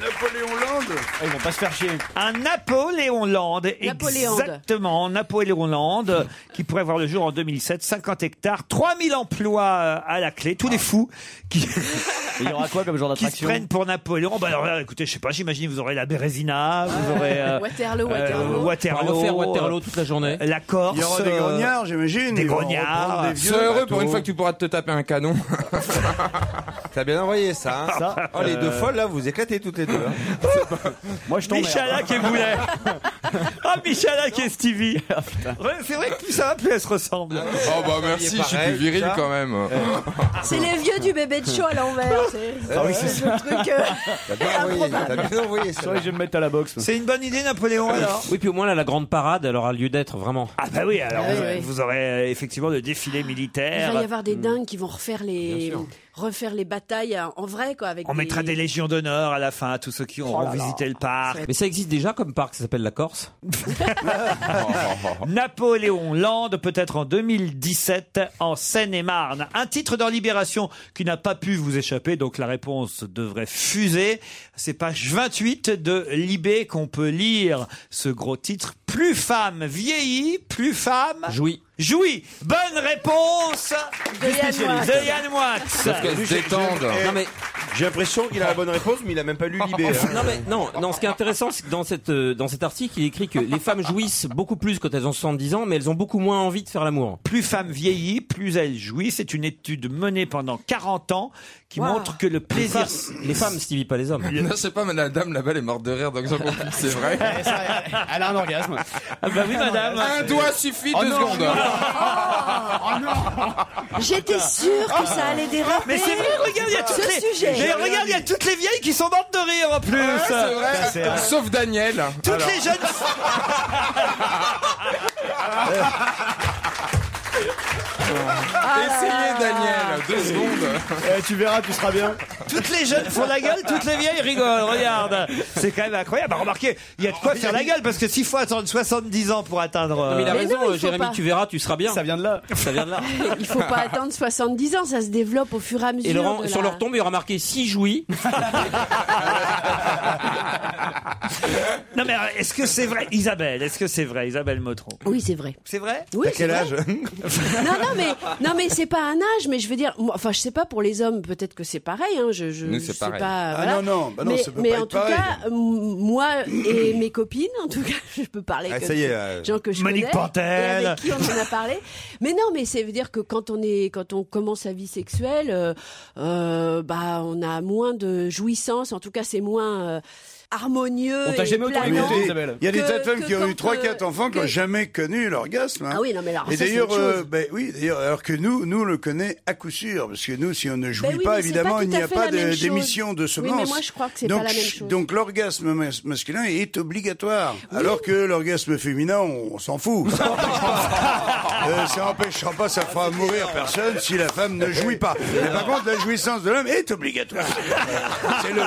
Napoléon Land Ah, Ils vont pas se faire chier. Un Napoléon Land, Napoléon. exactement, Napoléon Land, qui pourrait voir le jour en 2007, 50 hectares, 3000 emplois euh, à la clé, tous les fous qui, Et Il y aura quoi comme genre qui se d'attraction prennent pour Napoléon. Bah alors là, écoutez, je sais pas, j'imagine vous aurez la Bérésina, vous aurez euh, Waterloo, euh, Waterloo. On Waterloo, va refaire Waterloo toute la journée. euh, la Corse, Il y aura des euh, grognards, j'imagine. des Ils vont grognards. reprendre des vieux Sois heureux pour bateaux. une fois que tu pourras te taper un canon. T'as bien envoyé ça, hein Ça, Oh, les deux euh, folles, là, vous éclatez toutes les deux. hein. Moi je tombe. Michalak et Boulet. Ah, Michalak et Stevie. Ouais, c'est vrai que plus ça va, plus elles se ressemblent. Oh bah merci, je suis plus Pareil, viril ça. quand même. C'est les vieux du bébé de show à l'envers. C'est Ah c'est le truc. euh, T'as bien envoyé, t'as bien envoyé ça. Sur les, je vais me mettre à la boxe. C'est une bonne idée, Napoléon, alors. Euh, Oui, puis au moins là, la grande parade, elle aura lieu d'être vraiment. Ah bah oui, alors Ah oui, vous, oui. vous aurez euh, effectivement le défilé Il militaire. va y avoir des Mm. dingues qui vont refaire les, refaire les batailles euh, en vrai, quoi. Avec Oh On mettra des légions d'honneur à la fin à tous ceux qui auront visité le parc. Mais ça existe déjà comme parc, ça s'appelle la Corse. Napoléon Land, peut-être en 2017, en Seine-et-Marne. Un titre dans Libération qui n'a pas pu vous échapper, donc la réponse devrait fuser. C'est page 28 de Libé qu'on peut lire ce gros titre. Plus femme vieillit, plus femme Jouy. jouit. Bonne réponse De Yann Moix. de Yann Moix. Parce qu'elles se détendent. Eh, Non mais, J'ai l'impression qu'il a la bonne réponse, mais il a même pas lu Oh, l'IB. hein. non mais, non, non, ce qui est intéressant, c'est que dans cette, euh, dans cet article, il écrit que les femmes jouissent beaucoup plus quand elles ont 70 ans, mais elles ont beaucoup moins envie de faire l'amour. Plus femme vieillit, plus elle jouit. C'est une étude menée pendant 40 ans qui Wow. montre que le Les plaisir... femmes, les femmes, Stevie, pas les hommes. Non, je sais pas, mais la dame là-bas, elle est morte de rire, donc j'en conclus que c'est vrai. Elle a un orgasme. Ah bah oui, madame. Un doigt suffit, Oh deux non, secondes. non. J'étais sûre que ça allait déraper. Mais c'est vrai, regarde, il y a toutes Ce les... sujet. Mais regarde, il y a toutes les vieilles qui sont mortes de rire en plus. Ouais, c'est vrai. c'est vrai. Sauf Daniel. toutes les jeunes... Ah Essayez, Daniel. Deux secondes. Eh, tu verras, tu seras bien. Toutes les jeunes font la gueule, toutes les vieilles rigolent, regarde. C'est quand même incroyable. Bah, remarquez, il y a de quoi faire la gueule parce que s'il faut attendre 70 ans pour atteindre... euh, Non, mais il a Mais raison, non, il euh, faut Jérémy, pas. tu verras, tu seras bien. Ça vient de là. Ça vient de là. Il faut pas attendre 70 ans, ça se développe au fur et à mesure. Et Laurent, de sur la- leur tombe, il y aura marqué si jouit. Non mais alors, est-ce que c'est vrai, Isabelle Est-ce que c'est vrai, Isabelle Motron Oui, c'est vrai. C'est vrai Oui, T'as c'est quel vrai. âge Non, non, mais, non, mais c'est pas un âge, mais je veux dire, moi, enfin, je sais pas pour les hommes, peut-être que c'est pareil, hein, je, je, Nous, je c'est sais pareil. pas. Ah voilà. non, non, bah non, mais, ça peut mais pas être en tout pareil. cas, euh, moi et mes copines, en tout cas, je peux parler Ah, que ça y de est, euh, gens que je Monique connais Pantel. et avec qui on en a parlé. Mais non, mais ça veut dire que quand on est, quand on commence sa vie sexuelle, euh, euh, bah, on a moins de jouissance, en tout cas, c'est moins euh, harmonieux. Il et Il y planant a des- il y a des que- tas de femmes que qui ont eu quand, 3-4 enfants qui n'ont jamais connu l'orgasme. hein. Ah oui, non, mais alors, Et ça, c'est d'ailleurs, autre chose. euh, ben oui, d'ailleurs, alors que nous, nous on le connaît à coup sûr, parce que nous, si on ne jouit Ben oui, pas, mais c'est évidemment, pas tout il n'y à a fait pas la de- même chose. d'émission de Oui, mais semences. moi, je crois que c'est donc, pas la même ch- chose. Donc l'orgasme mas- masculin est obligatoire, alors que l'orgasme féminin, on, on s'en fout. Ça n'empêchera pas- Euh, ça n'empêchera pas, ça fera mourir personne si la femme ne jouit pas. Mais par contre, la jouissance de l'homme est obligatoire. C'est le,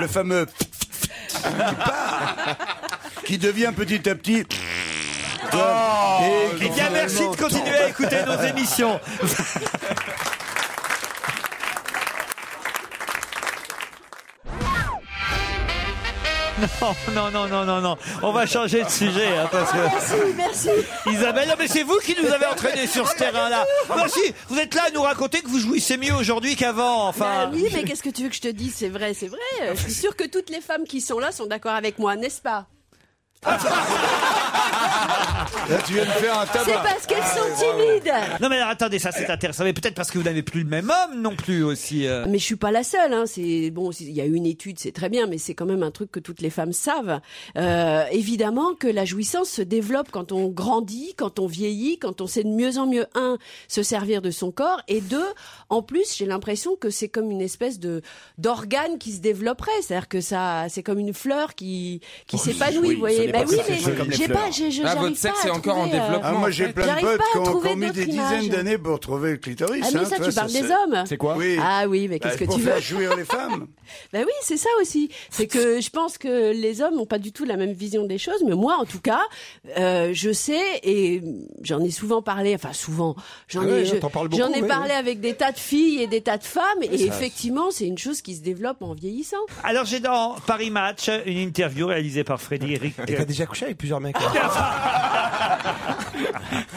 le fameux qui part, qui devient petit à petit. Oh, Eh bien, merci de continuer à écouter nos émissions. Non, non, non, non, non, non. On va changer de sujet. hein, parce que... Merci. Isabelle, non, mais c'est vous qui nous avez entraînés sur ce terrain-là. Moi aussi, vous êtes là à nous raconter que vous jouissez mieux aujourd'hui qu'avant. Enfin. Bah oui, mais qu'est-ce que tu veux que je te dise C'est vrai, c'est vrai. Je suis sûre que toutes les femmes qui sont là sont d'accord avec moi, n'est-ce pas Là, tu viens de faire un tabac. C'est parce qu'elles sont timides. Non, mais alors, attendez, ça c'est intéressant. Mais peut-être parce que vous n'avez plus le même homme non plus aussi. euh. Mais je suis pas la seule. Hein. C'est bon, c'est- il y a eu une étude, c'est très bien, mais c'est quand même un truc que toutes les femmes savent. Euh, évidemment que la jouissance se développe quand on grandit, quand on vieillit, quand on sait de mieux en mieux un se servir de son corps et deux, en plus, j'ai l'impression que c'est comme une espèce de d'organe qui se développerait, c'est-à-dire que ça, c'est comme une fleur qui qui s'épanouit. Oh, oui, vous ce voyez, n'est bah pas oui, ça, mais c'est comme les j'ai fleurs. pas, j'ai, je- Ah, j'arrive votre sexe pas à est encore en trouver, euh, développement, Ah, moi, j'ai plein de j'arrive potes pas à qui ont, trouver qui ont mis des d'autres images. dizaines d'années pour trouver le clitoris. Ah, mais hein, ça, vois, tu parles des c'est- hommes. C'est quoi Oui. Ah oui, mais qu'est-ce Bah, que pour tu faire veux jouir les femmes. Ben oui, c'est ça aussi. C'est que je pense que les hommes n'ont pas du tout la même vision des choses, mais moi, en tout cas, euh, je sais et j'en ai souvent parlé. Enfin, souvent, j'en Ah ai, oui, je- t'en parles beaucoup, j'en ai oui, parlé oui. avec des tas de filles et des tas de femmes, Oui, et ça- effectivement, c'est une chose qui se développe en vieillissant. Alors j'ai dans Paris Match une interview réalisée par Frédéric. Et t'as déjà couché avec plusieurs mecs.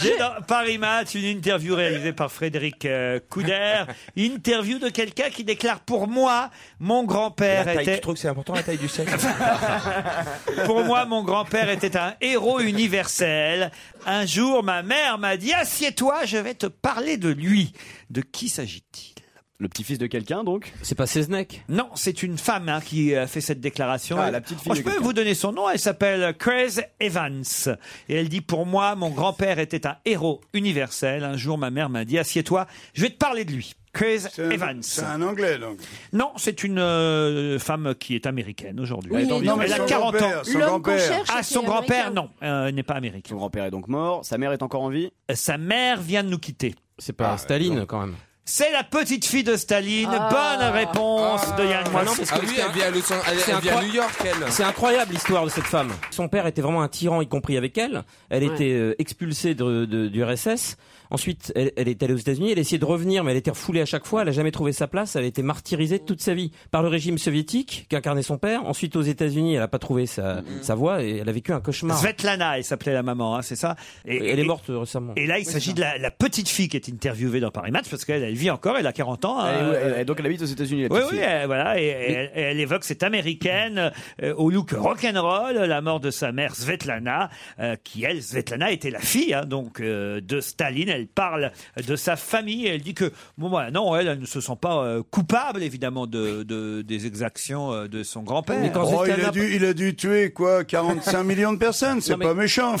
J'ai dans Paris Match une interview réalisée par Frédéric euh, Couder. Interview de quelqu'un qui déclare pour moi, mon grand-père La taille, était. tu trouves que c'est important la taille du sexe Pour moi, mon grand-père était un héros universel. Un jour, ma mère m'a dit Assieds-toi, je vais te parler de lui. De qui s'agit-il Le petit-fils de quelqu'un, donc C'est pas Seznec Non, c'est une femme hein, qui a fait cette déclaration. Ah, Elle- la petite fille Oh, de je peux quelqu'un. vous donner son nom, elle s'appelle Craze Evans. Et elle dit Pour moi, mon grand-père était un héros universel. Un jour, ma mère m'a dit Assieds-toi, je vais te parler de lui. Craze Evans. C'est un anglais, donc. Non, c'est une euh, femme qui est américaine aujourd'hui. Oui, mais elle, non, mais a son 40 ans. grand-père, son L'homme qu'on grand-père. cherche, Ah, c'est son grand-père, américain. non, euh, il n'est pas américain. Son grand-père est donc mort, sa mère est encore en vie Ah, Euh, Sa mère vient de nous quitter. C'est pas Staline quand même. C'est la petite fille de Staline. Bonne réponse de Yann Ah Moix. non, parce que c'est hein. un- vit à Los Angeles- elle- c'est elle vit à incroy- New York, elle. C'est incroyable l'histoire de cette femme. Son père était vraiment un tyran, y compris avec elle. Elle Ouais. était euh, expulsée de, de- du RSS. Ensuite, elle, elle est allée aux États-Unis. Elle essayait de revenir, mais elle était refoulée à chaque fois. Elle a jamais trouvé sa place. Elle a été martyrisée toute sa vie par le régime soviétique qu'incarnait son père. Ensuite, aux États-Unis, elle a pas trouvé sa, sa voie et elle a vécu un cauchemar. Svetlana, elle s'appelait la maman, hein, c'est ça et, elle est morte euh, récemment. Et là, il s'agit de la, la petite fille qui est interviewée dans Paris Match parce qu'elle elle vit encore, elle a 40 ans. Elle est hein. où Elle- elle- Donc elle habite aux États-Unis, la Oui, petite oui, fille. elle- voilà, et, et elle, elle évoque cette américaine euh, au look rock'n'roll, la mort de sa mère Svetlana, euh, qui elle, Svetlana, était la fille hein, donc euh, de Staline. Elle parle de sa famille, elle dit que, bon, voilà, non, elle, elle ne se sent pas euh, coupable, évidemment, de, de- des exactions euh, de son grand-père. Oh, il, a dû, il a dû tuer quoi 45 millions de personnes, c'est pas méchant.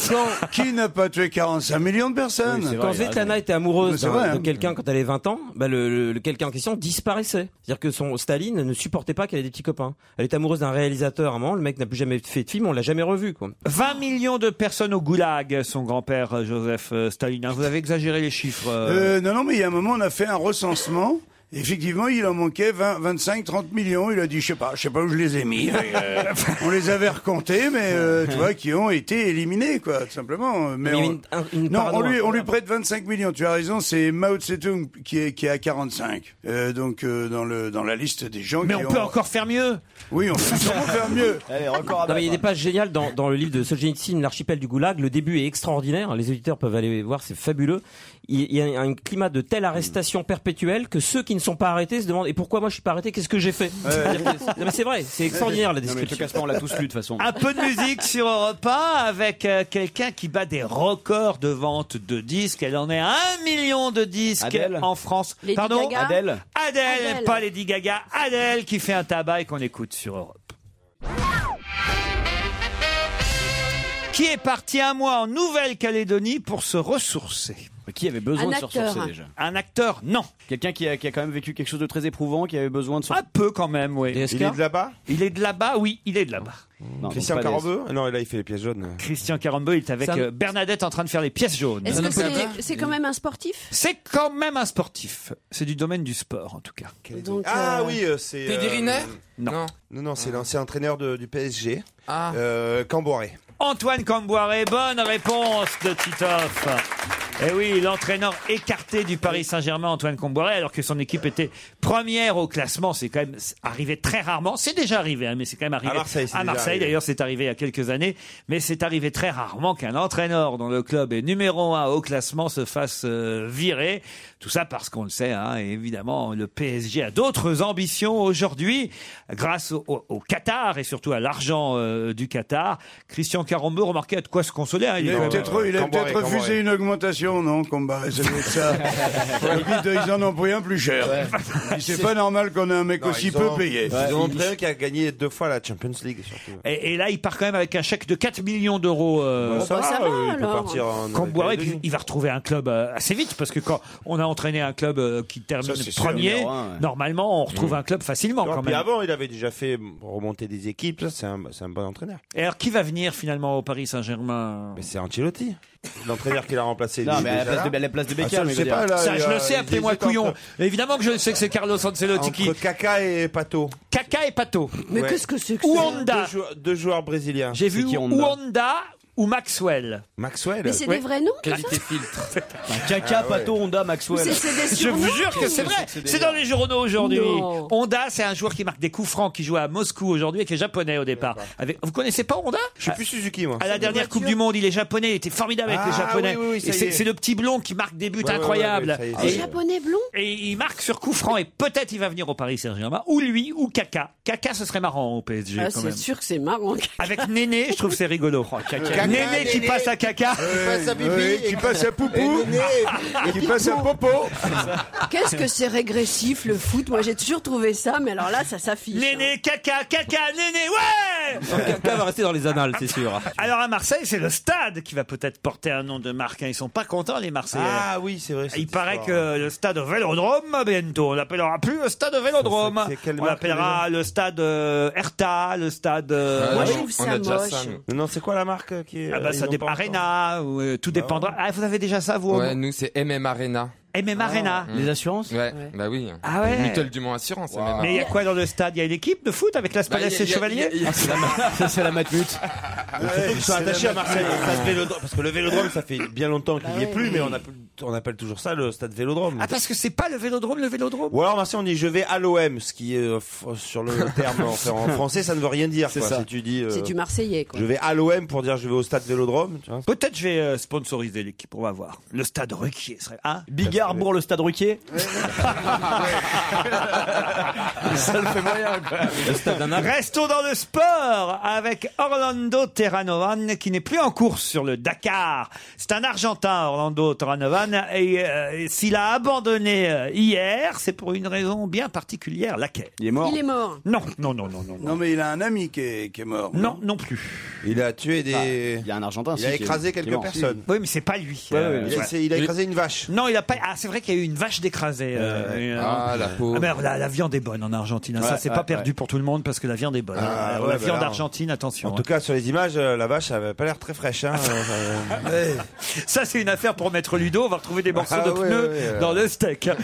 Qui n'a pas tué 45 millions de personnes Quand Svetlana était Mais amoureuse c'est d'un- vrai, de hein. quelqu'un quand elle avait 20 ans, bah le, le- le quelqu'un en question disparaissait. C'est-à-dire que son Staline ne supportait pas qu'elle ait des petits copains. Elle était amoureuse d'un réalisateur à un moment, le mec n'a plus jamais fait de film, on l'a jamais revu. Quoi. 20 millions de personnes au goulag, son grand-père euh, Joseph euh, Staline. Hein, Vous avez exagéré les chiffres. euh. Euh, non, non, mais il y a un moment, on a fait un recensement. Effectivement, il en manquait 20, 25, 30 millions. Il a dit, je sais pas, je sais pas où je les ai mis. On les avait recomptés, mais euh, tu vois, qui ont été éliminés, quoi, tout simplement. Mais Il y avait on- une- un- une non, part on noire. lui, on lui prête 25 millions. Tu as raison, c'est Mao Tse-tung qui est, qui est à 45. Euh, donc, euh, dans, le, dans la liste des gens Mais qui on ont- peut encore faire mieux. Oui, on peut sûrement faire mieux. Non, mais il y a des pages géniales dans, dans le livre de Solzhenitsyn, l'archipel du goulag. Le début est extraordinaire. Les auditeurs peuvent aller voir, c'est fabuleux. Il il y a un un climat de telle arrestation perpétuelle que ceux qui ne sont pas arrêtés se demandent et pourquoi moi je suis pas arrêté Qu'est-ce que j'ai fait C'est-à-dire que- Non, mais c'est vrai, c'est extraordinaire la Non, mais te description. casse pas, on l'a tous lu, de toute façon. Un peu de musique sur Europa avec euh, quelqu'un qui bat des records de vente de disques. Elle en est à un million de disques Adèle en France. Lady Pardon Gaga Adèle Adèle, Adèle. pas Lady Gaga. Adèle qui fait un tabac et qu'on écoute sur Europe. Qui est parti un mois en Nouvelle-Calédonie pour se ressourcer Qui avait besoin de se ressourcer déjà Un acteur, non. Quelqu'un qui a, qui a quand même vécu quelque chose de très éprouvant, qui avait besoin de se Un peu quand même, oui. Il est de là-bas Il est de là-bas, oui, il est de là-bas. Christian Carambeu Non, là, il fait les pièces jaunes. Christian Carambeu, il est avec Ça- euh, Bernadette en train de faire les pièces jaunes. Est-ce que c'est- c'est euh, quand même un sportif C'est quand même un sportif. C'est du domaine du sport, en tout cas. Donc, ah euh, oui, euh, c'est. Teddy Riner Non. Non, non, c'est l'ancien entraîneur de- du PSG. Ah. Camboré. Antoine Camboiré, bonne réponse de Titoff. Eh oui, l'entraîneur écarté du Paris Saint-Germain, Antoine Camboiré, alors que son équipe était première au classement, c'est quand même arrivé très rarement. C'est déjà arrivé, hein, mais c'est quand même arrivé. À Marseille, c'est À déjà Marseille, arrivé. d'ailleurs, c'est arrivé il y a quelques années, mais c'est arrivé très rarement qu'un entraîneur dont le club est numéro un au classement se fasse euh, virer. Tout ça parce qu'on le sait, hein, et évidemment, le PSG a d'autres ambitions aujourd'hui, grâce au, au- au Qatar et surtout à l'argent euh, du Qatar. Christian Carambeu remarquait de quoi se consoler. hein, Il est a quand peut-être même- il a peut-être refusé une augmentation, non, Combaré Ça doit être ça. Donc, ils- Ils en ont pris un plus cher. Et C'est pas normal qu'on ait un mec Non, aussi ils peu ont- payé. Ils ont pris un qui a gagné deux fois la Champions League, surtout. Et, et là, il part quand même avec un chèque de 4 millions d'euros. euh, Bon, ça Bah, va, ça va, euh, il peut alors. partir Camboire, et en puis Nouvelle-Calédonie. il va retrouver un club euh, assez vite parce que quand on a entraîné un club euh, qui termine Ça, c'est sûr, premier, numéro un, ouais. normalement, on retrouve Mm. un club facilement Non, quand puis même. avant, il avait déjà fait remonter des équipes. Ça, C'est un, c'est un bon entraîneur. Et alors, qui va venir finalement au Paris Saint-Germain Mais c'est Ancelotti, l'entraîneur qui l'a remplacé. Non, il est mais à la déjà place de- là. à la place de Ah, ça, Beckham, je je sais veux pas, dire. là, Ça, il je y a- le sais, il appelez-moi hésite entre- couillon. Évidemment que je sais que c'est Carlos Ancelotti qui. Entre Kaka et Pato. Kaka et Pato. Ouais. Ou Honda. Deux joueurs, deux joueurs brésiliens. J'ai vu C'est qui, ou Honda ou Maxwell. Maxwell Mais c'est des vrais noms, Bah, tout Qualité ça filtre. Kaka, Ah ouais. Pato, Honda, Maxwell. Mais c'est- c'est des Je vous surnoms jure que c'est vrai. C'est des C'est dans les journaux aujourd'hui. Non. Honda, c'est un joueur qui marque des coups francs, qui joue à Moscou aujourd'hui et qui est japonais au départ. Avec... Vous connaissez pas Honda Ah, Je suis plus Suzuki, moi. À la C'est dernière des Coupe du Monde, il est japonais. Il était formidable avec les Ah, japonais. oui, oui, oui, ça Et y c'est est. c'est le petit blond qui marque des buts Ouais, ouais, ouais, incroyables. ouais, ça Un y est. Et- japonais blond et il marque sur coup franc et peut-être il va venir au Paris Saint-Germain ou lui ou Kaka. Kaka ce serait marrant au PSG Ah, quand C'est même. sûr que c'est marrant. Avec Néné, je trouve que c'est rigolo. Kaka. Néné qui Néné. passe à Kaka. Euh, passe à Bibi Oui, et- qui passe à Poupou, et Néné, et- et qui passe à Pipou. Popo. Qu'est-ce que c'est régressif le foot Moi j'ai toujours trouvé ça, mais alors là ça s'affiche. hein. Néné, caca, caca, néné, ouais Quelqu'un va rester dans les annales, c'est sûr. Alors à Marseille, c'est le stade qui va peut-être porter un nom de marque. hein. Ils sont pas contents les Marseillais. Ah oui, c'est vrai. Il cette paraît histoire. que le stade Vélodrome, bientôt, on l'appellera plus le stade Vélodrome. C'est- c'est quelle On marque, l'appellera le stade euh, Hertha, le stade. euh, Ah, non, on a déjà ça, nous. Non, c'est quoi la marque qui est. euh, Ah bah ils ça n'ont dépend. pas encore. Arena, ou, euh, tout dépendra. Ah, vous avez déjà ça, vous au Ouais, moins nous, c'est MM Arena. MM Arena. Les assurances Ouais, bah oui. Ah ouais. Mutuelle du Mont Assurance, MM Arena. Mais il y a quoi dans le stade Il y a une équipe de foot avec la Bah, il y a- Spalès et il y a- Chevalier il y a- Ah, c'est la ma- Ah, Ça, c'est la matmute. Surtout qu'ils sont c'est attachés la à Marseille. marque. au stade Vélodrome, parce que le vélodrome, ça fait bien longtemps qu'il n'y est plus, mais on appelle, on appelle toujours ça le stade vélodrome. Ah, parce que c'est pas le vélodrome, le vélodrome Ou alors, Marseille, on dit je vais à l'OM, ce qui est euh, f- sur le terme en, en français, ça ne veut rien dire. C'est quoi. ça. Si tu dis. euh, C'est du Marseillais quoi. Je vais à l'OM pour dire je vais au stade vélodrome. tu vois. Peut-être je vais euh, sponsoriser l'équipe, on va voir. Le stade Ruquier serait. Hein Bigard pour le stade Ruquier Ça le fait moyen, Restons dans le sport avec Orlando Terranovan qui n'est plus en course sur le Dakar. C'est un Argentin, Orlando Terranovan, et euh, s'il a abandonné euh, hier, c'est pour une raison bien particulière. Laquelle Il est Il est mort. Non, non, non, non, non. Non, mais il a un ami qui est, qui est mort. Non, non plus. Il a tué des. Bah, Il y a un Argentin. Il a écrasé quelques personnes. Oui, mais c'est pas lui. Ouais, ouais, ouais. Euh, Il a- c'est- il a écrasé une vache. Non, il a pas. Ah, c'est vrai qu'il y a eu une vache d'écrasée. euh, Ouais. et, euh, Ah, la pauvre. mais alors, la, la viande est bonne en Argentine. hein. ça, Ouais, c'est ouais, pas perdu ouais. pour tout le monde parce que la viande est bonne. Ah, la ouais, la bah viande alors. argentine, attention. hein. En tout cas, sur les images, euh, la vache, elle avait pas l'air très fraîche. Hein, Ouais. Ça, c'est une affaire pour Maître Ludo. On va retrouver des morceaux Ah, de ouais, pneus ouais, ouais. dans le steak.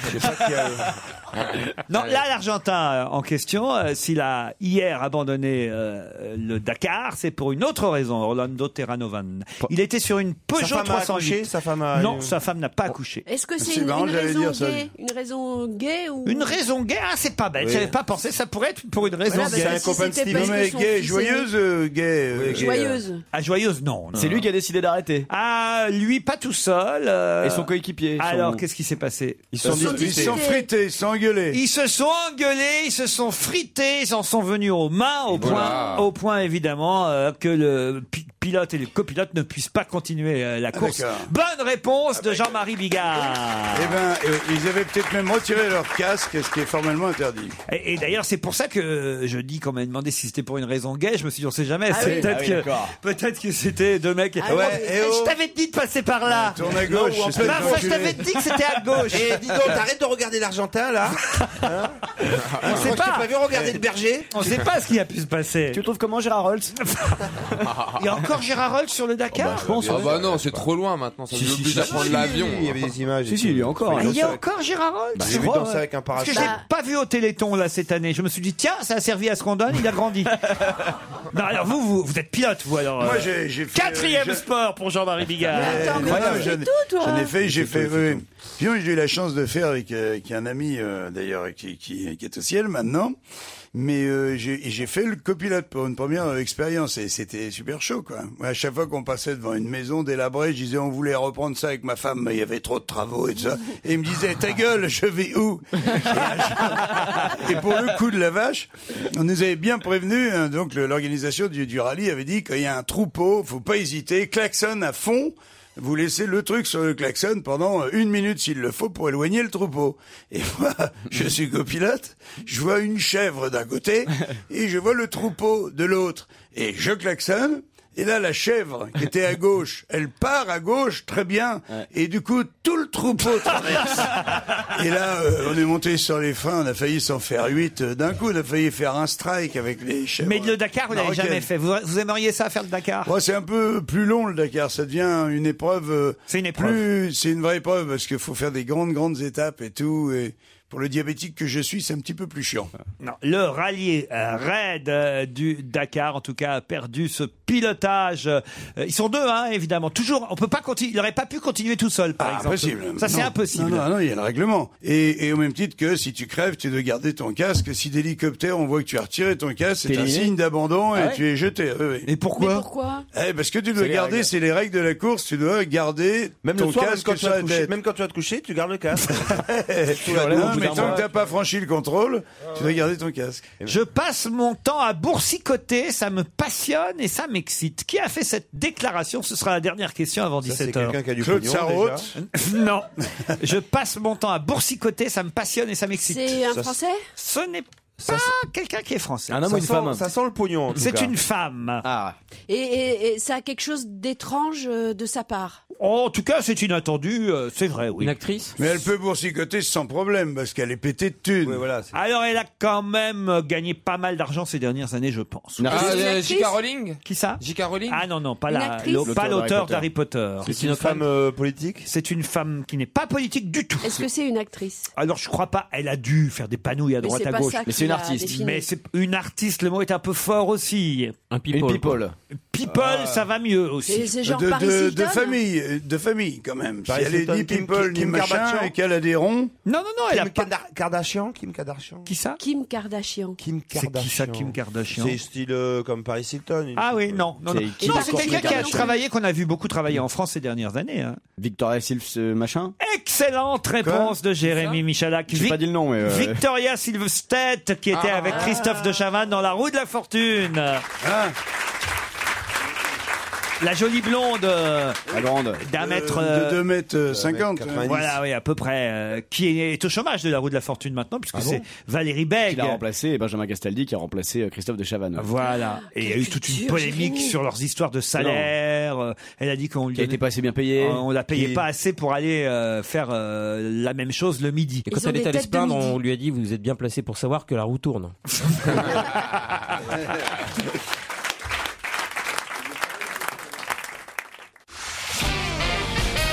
Non, Ouais. là, l'Argentin euh, en question, euh, s'il a hier abandonné euh, le Dakar, c'est pour une autre raison, Orlando Terranovan. Il était sur une Peugeot femme a 308. accouché, sa femme a- Non, sa femme n'a pas accouché. Est-ce que c'est une, une raison gay Une raison gay ou Une raison gay, ah, c'est pas bête. Oui. J'avais pas pensé, ça pourrait être pour une raison Voilà, gay. parce que C'est un bah, si copain de c'était Steven. parce que Mais euh, son gay, fils est joyeuse, gay, Oui, gay, Joyeuse. euh. Ah, joyeuse, non. non. C'est lui qui a décidé d'arrêter. Ah, lui, pas tout seul. Et son coéquipier. son- Euh, Alors, qu'est-ce qui s'est passé Ils se sont Ils sont disputés. Ils sont frités, ils sont engueulés. Ils se sont engueulés, ils se sont frités, ils en sont venus aux mains, au point, voilà. au point évidemment euh, que le pi- pilote et le copilote ne puissent pas continuer euh, la course. Ah, d'accord. Ah, bah, Bonne réponse de Jean-Marie Bigard. Eh ben, euh, ils avaient peut-être même retiré leur casque, ce qui est formellement interdit. Et, et d'ailleurs, c'est pour ça que euh, je dis quand on m'a demandé si c'était pour une raison gay, je me suis dit on sait jamais. Ah c'est oui. peut-être Ah oui, que d'accord. peut-être que c'était deux mecs. Ah Ouais, oui. eh oh. Je t'avais dit de passer par là. Ouais, tourne à gauche, Non, ou en espèce plein- d'enculé. Enfin, je t'avais dit que c'était à gauche. Et Eh, dis donc, t'arrêtes de regarder l'Argentin, là Ah, Ah, On sait Je t'ai pas. pas vu regarder le berger. On sait pas ce qui a pu se passer. Tu trouves comment Gérard Holtz Il y a encore hein. Gérard Rolls sur le Dakar. ah bah non, c'est trop loin maintenant. Ça Si, nous si, oblige si, à prendre si, l'avion. il y avait des images et Si, si, tout. il y a Oh, encore, bah, Ah, Il y a encore Gérard Rolls Bah, j'ai vu danser avec un Parce que Ah, parachute. je l'ai pas vu au Téléthon là cette année. Je me suis dit tiens, ça a servi à ce qu'on donne, il a grandi. non, alors vous, vous, vous êtes pilote, vous alors. Moi, euh, j'ai- j'ai fait, quatrième euh, j'ai- sport pour Jean-Marie Bigard. Incroyable. J'en ai- j'en ai fait, j'ai fait. oui. Puis moi, j'ai eu la chance de faire avec, euh, avec un ami euh, d'ailleurs qui, qui, qui est au ciel maintenant. Mais euh, j'ai j'ai fait le copilote pour une première euh, expérience et c'était super chaud quoi. Moi, À chaque fois qu'on passait devant une maison délabrée, je disais on voulait reprendre ça avec ma femme, mais il y avait trop de travaux et tout ça. Et il me disait ta gueule, je vais où Et pour le coup de la vache, on nous avait bien prévenu. hein, donc le- l'organisation du, du rallye avait dit qu'il y a un troupeau, faut pas hésiter, klaxonne à fond. Vous laissez le truc sur le klaxon pendant euh, une minute s'il le faut pour éloigner le troupeau. Et moi, je suis copilote, je vois une chèvre d'un côté et je vois le troupeau de l'autre. Et je klaxonne. Et là, la chèvre qui était à gauche, elle part à gauche, très bien. Et du coup, tout le troupeau traverse. Et là, euh, on est monté sur les freins, on a failli s'en faire huit. euh, D'un coup, on a failli faire un strike avec les chèvres. Mais le Dakar, vous l'avez Marocaines. jamais fait. Vous, vous aimeriez ça faire le Dakar Ouais, c'est un peu plus long le Dakar, ça devient une épreuve. euh, C'est une épreuve. plus- c'est une vraie épreuve parce qu'il faut faire des grandes, grandes étapes et tout. Et pour le diabétique que je suis, c'est un petit peu plus chiant. Non, le rallye euh, raid euh, du Dakar, en tout cas, a perdu ce pilotage. Euh, ils sont deux, hein, évidemment. Toujours, on peut pas continuer. Il n'aurait pas pu continuer tout seul, par exemple. Ah, Impossible. Ça, c'est Non. impossible. Non, non, non, il y a le règlement. Et, et au même titre que si tu crèves, tu dois garder ton casque. Si d'hélicoptère, on voit que tu as retiré ton casque, c'est T'es un éliminé. signe d'abandon et Ah ouais tu es jeté. Et pourquoi Pourquoi Eh, parce que tu C'est dois les garder, règles. c'est les règles de la course, tu dois garder Même ton le soir, même casque quand, tu sur vas la te coucher, tête. même quand tu vas te coucher, tu gardes le casque. Tu Non, l'enlèves au bout mais d'un tant mois. que t'as pas franchi le contrôle, tu dois garder ton casque. Eh ben. Je passe mon temps à boursicoter, ça me passionne et ça m'excite. Qui a fait cette déclaration Ce sera la dernière question avant Ça, c'est 17h. quelqu'un qui a du Claude pognon, Sarraute Non. Je passe mon temps à boursicoter, ça me passionne et ça m'excite. C'est un Ça, Français Ce n'est pas quelqu'un qui est français. Ça sent- Ça sent le pognon. en tout C'est cas. Ah. une femme. et, et- et ça a quelque chose d'étrange euh, de sa part. En tout cas, c'est inattendu, euh, c'est vrai, oui. Une actrice Mais elle peut boursicoter sans problème parce qu'elle est pétée de thunes. Alors, elle a quand même gagné pas mal d'argent ces dernières années, je pense. Ah, euh, J.K. Rowling Qui ça J.K. Rowling Ah non, non, pas, Une la, actrice l'au- pas L'auteur l'auteur d'Harry d'Harry Potter. C'est une femme, politique C'est une femme qui n'est pas politique du tout. Est-ce que c'est une actrice Alors je crois pas, elle a dû faire des panouilles à Mais droite c'est à pas gauche. ça Mais c'est qui une l'a artiste. définie. Mais c'est une artiste, le mot est un peu fort aussi. Un people. people. ça va mieux aussi. Euh, de, de, de famille, euh, de famille quand même. Paris si elle est Hilton, ni Kim- people Kim- ni Kim machin Kardashian. et qu'elle a des ronds. Non, non, non, Kim Kada- Kardashian, Kim Kardashian. Qui ça Kim Kardashian. Kim C'est qui ça, Kim Kardashian C'est style euh, comme Paris Hilton. une- Ah oui, non, non, non. C'est Kim Non, c'est quelqu'un qui a Kardashian. travaillé, qu'on a vu beaucoup travailler en France ces dernières années. hein. Victoria Silf, ce euh, machin. Excellente réponse de Jérémy Michalak. J'ai Vic- pas dit le nom, mais. euh, Victoria Silvstedt, qui était Ah. avec Ah. Christophe de Chavannes dans La Roue de la Fortune. La jolie blonde. euh, D'un mètre. euh, de 2 mètres euh, 50. Voilà, oui, à peu près. euh, qui est au chômage de la roue de la fortune maintenant, puisque Ah bon c'est Valérie Beg. Qui l'a remplacé et Benjamin Castaldi qui a remplacé euh, Christophe de Chavannes. Voilà. Et il y a eu toute une polémique sur leurs histoires de salaire. Euh, Elle a dit qu'on lui Qui a été donnait- pas assez bien payé. Euh, On la payait Qui- pas assez pour aller euh, faire euh, la même chose le midi. Et quand elle est allée se plaindre, on lui a dit Vous êtes bien placé pour savoir que la roue tourne.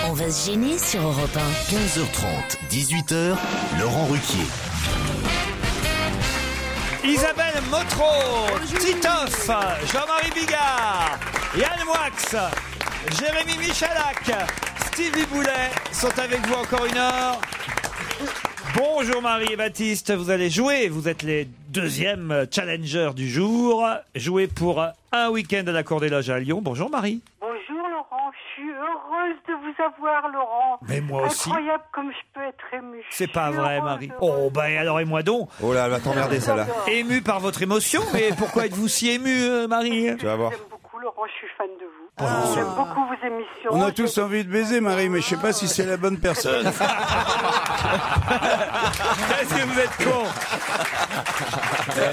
On va se gêner sur Europe 1. 15h30, 18h, Laurent Ruquier. Isabelle Motro, Titoff, Jean-Marie Bigard, Yann Wax, Jérémy Michalak, Stevie Boulet sont avec vous encore une heure. Bonjour Marie et Baptiste, vous allez jouer, vous êtes les deuxièmes challengers du jour. Jouez pour un week-end à la Cour des Loges à Lyon. Bonjour Marie. Bonjour Laurent, je suis heureuse de vous avoir Laurent. Mais moi aussi. Incroyable comme je peux être émue. C'est pas vrai Marie. Oh ben alors et moi donc. Oh là, elle va t'emmerder celle-là. Ému par votre émotion, mais pourquoi êtes-vous si ému euh, Marie Tu vas voir. Beaucoup Laurent, je suis fan de vous. J'aime beaucoup vos émissions. On a tous envie de baiser, Marie, mais je sais pas si c'est la bonne personne. Est-ce que vous êtes con Euh,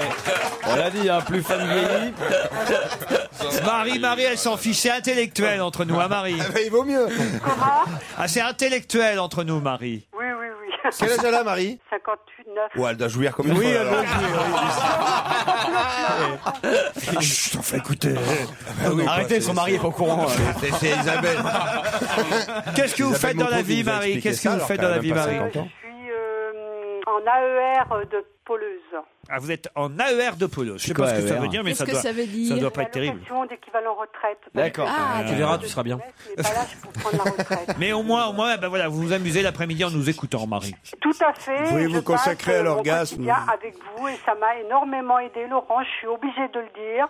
On l'a dit, hein, plus fan vieilli. Marie, Marie, elle s'en fiche. C'est intellectuel entre nous, hein, Marie. il vaut mieux. Ah, c'est intellectuel entre nous, Marie. Oui, oui, oui. Quel âge elle a, Marie 58, 9. Ouais, elle doit jouir comme Oui, une elle folle, doit alors. Chut, enfin, Ah, écoutez. bah Ah, Arrêtez, son mari est pas au courant. bah C'est- c'est Isabelle. hein. Qu'est-ce que vous Isabelle faites dans la Montreux qui vie, nous a Marie expliqué Qu'est-ce que ça, vous alors faites qu'elle dans la a même vie, pas Marie 50 ans. En AER de Poleuse. Ah, vous êtes en AER de polo. Je sais quoi, pas ce que ça AER? veut dire, mais Qu'est-ce ça que doit, ça veut dire ça doit pas être terrible. Question d'équivalent retraite. D'accord. Ah, tu verras, tu seras bien. Mais au moins, au moins, ben voilà, vous vous amusez l'après-midi en nous écoutant, Marie. Tout à fait. Vous pouvez Je vous passe, consacrer à euh, mon l'orgasme. quotidien Avec vous et ça m'a énormément aidé, Laurent. Je suis obligée de le dire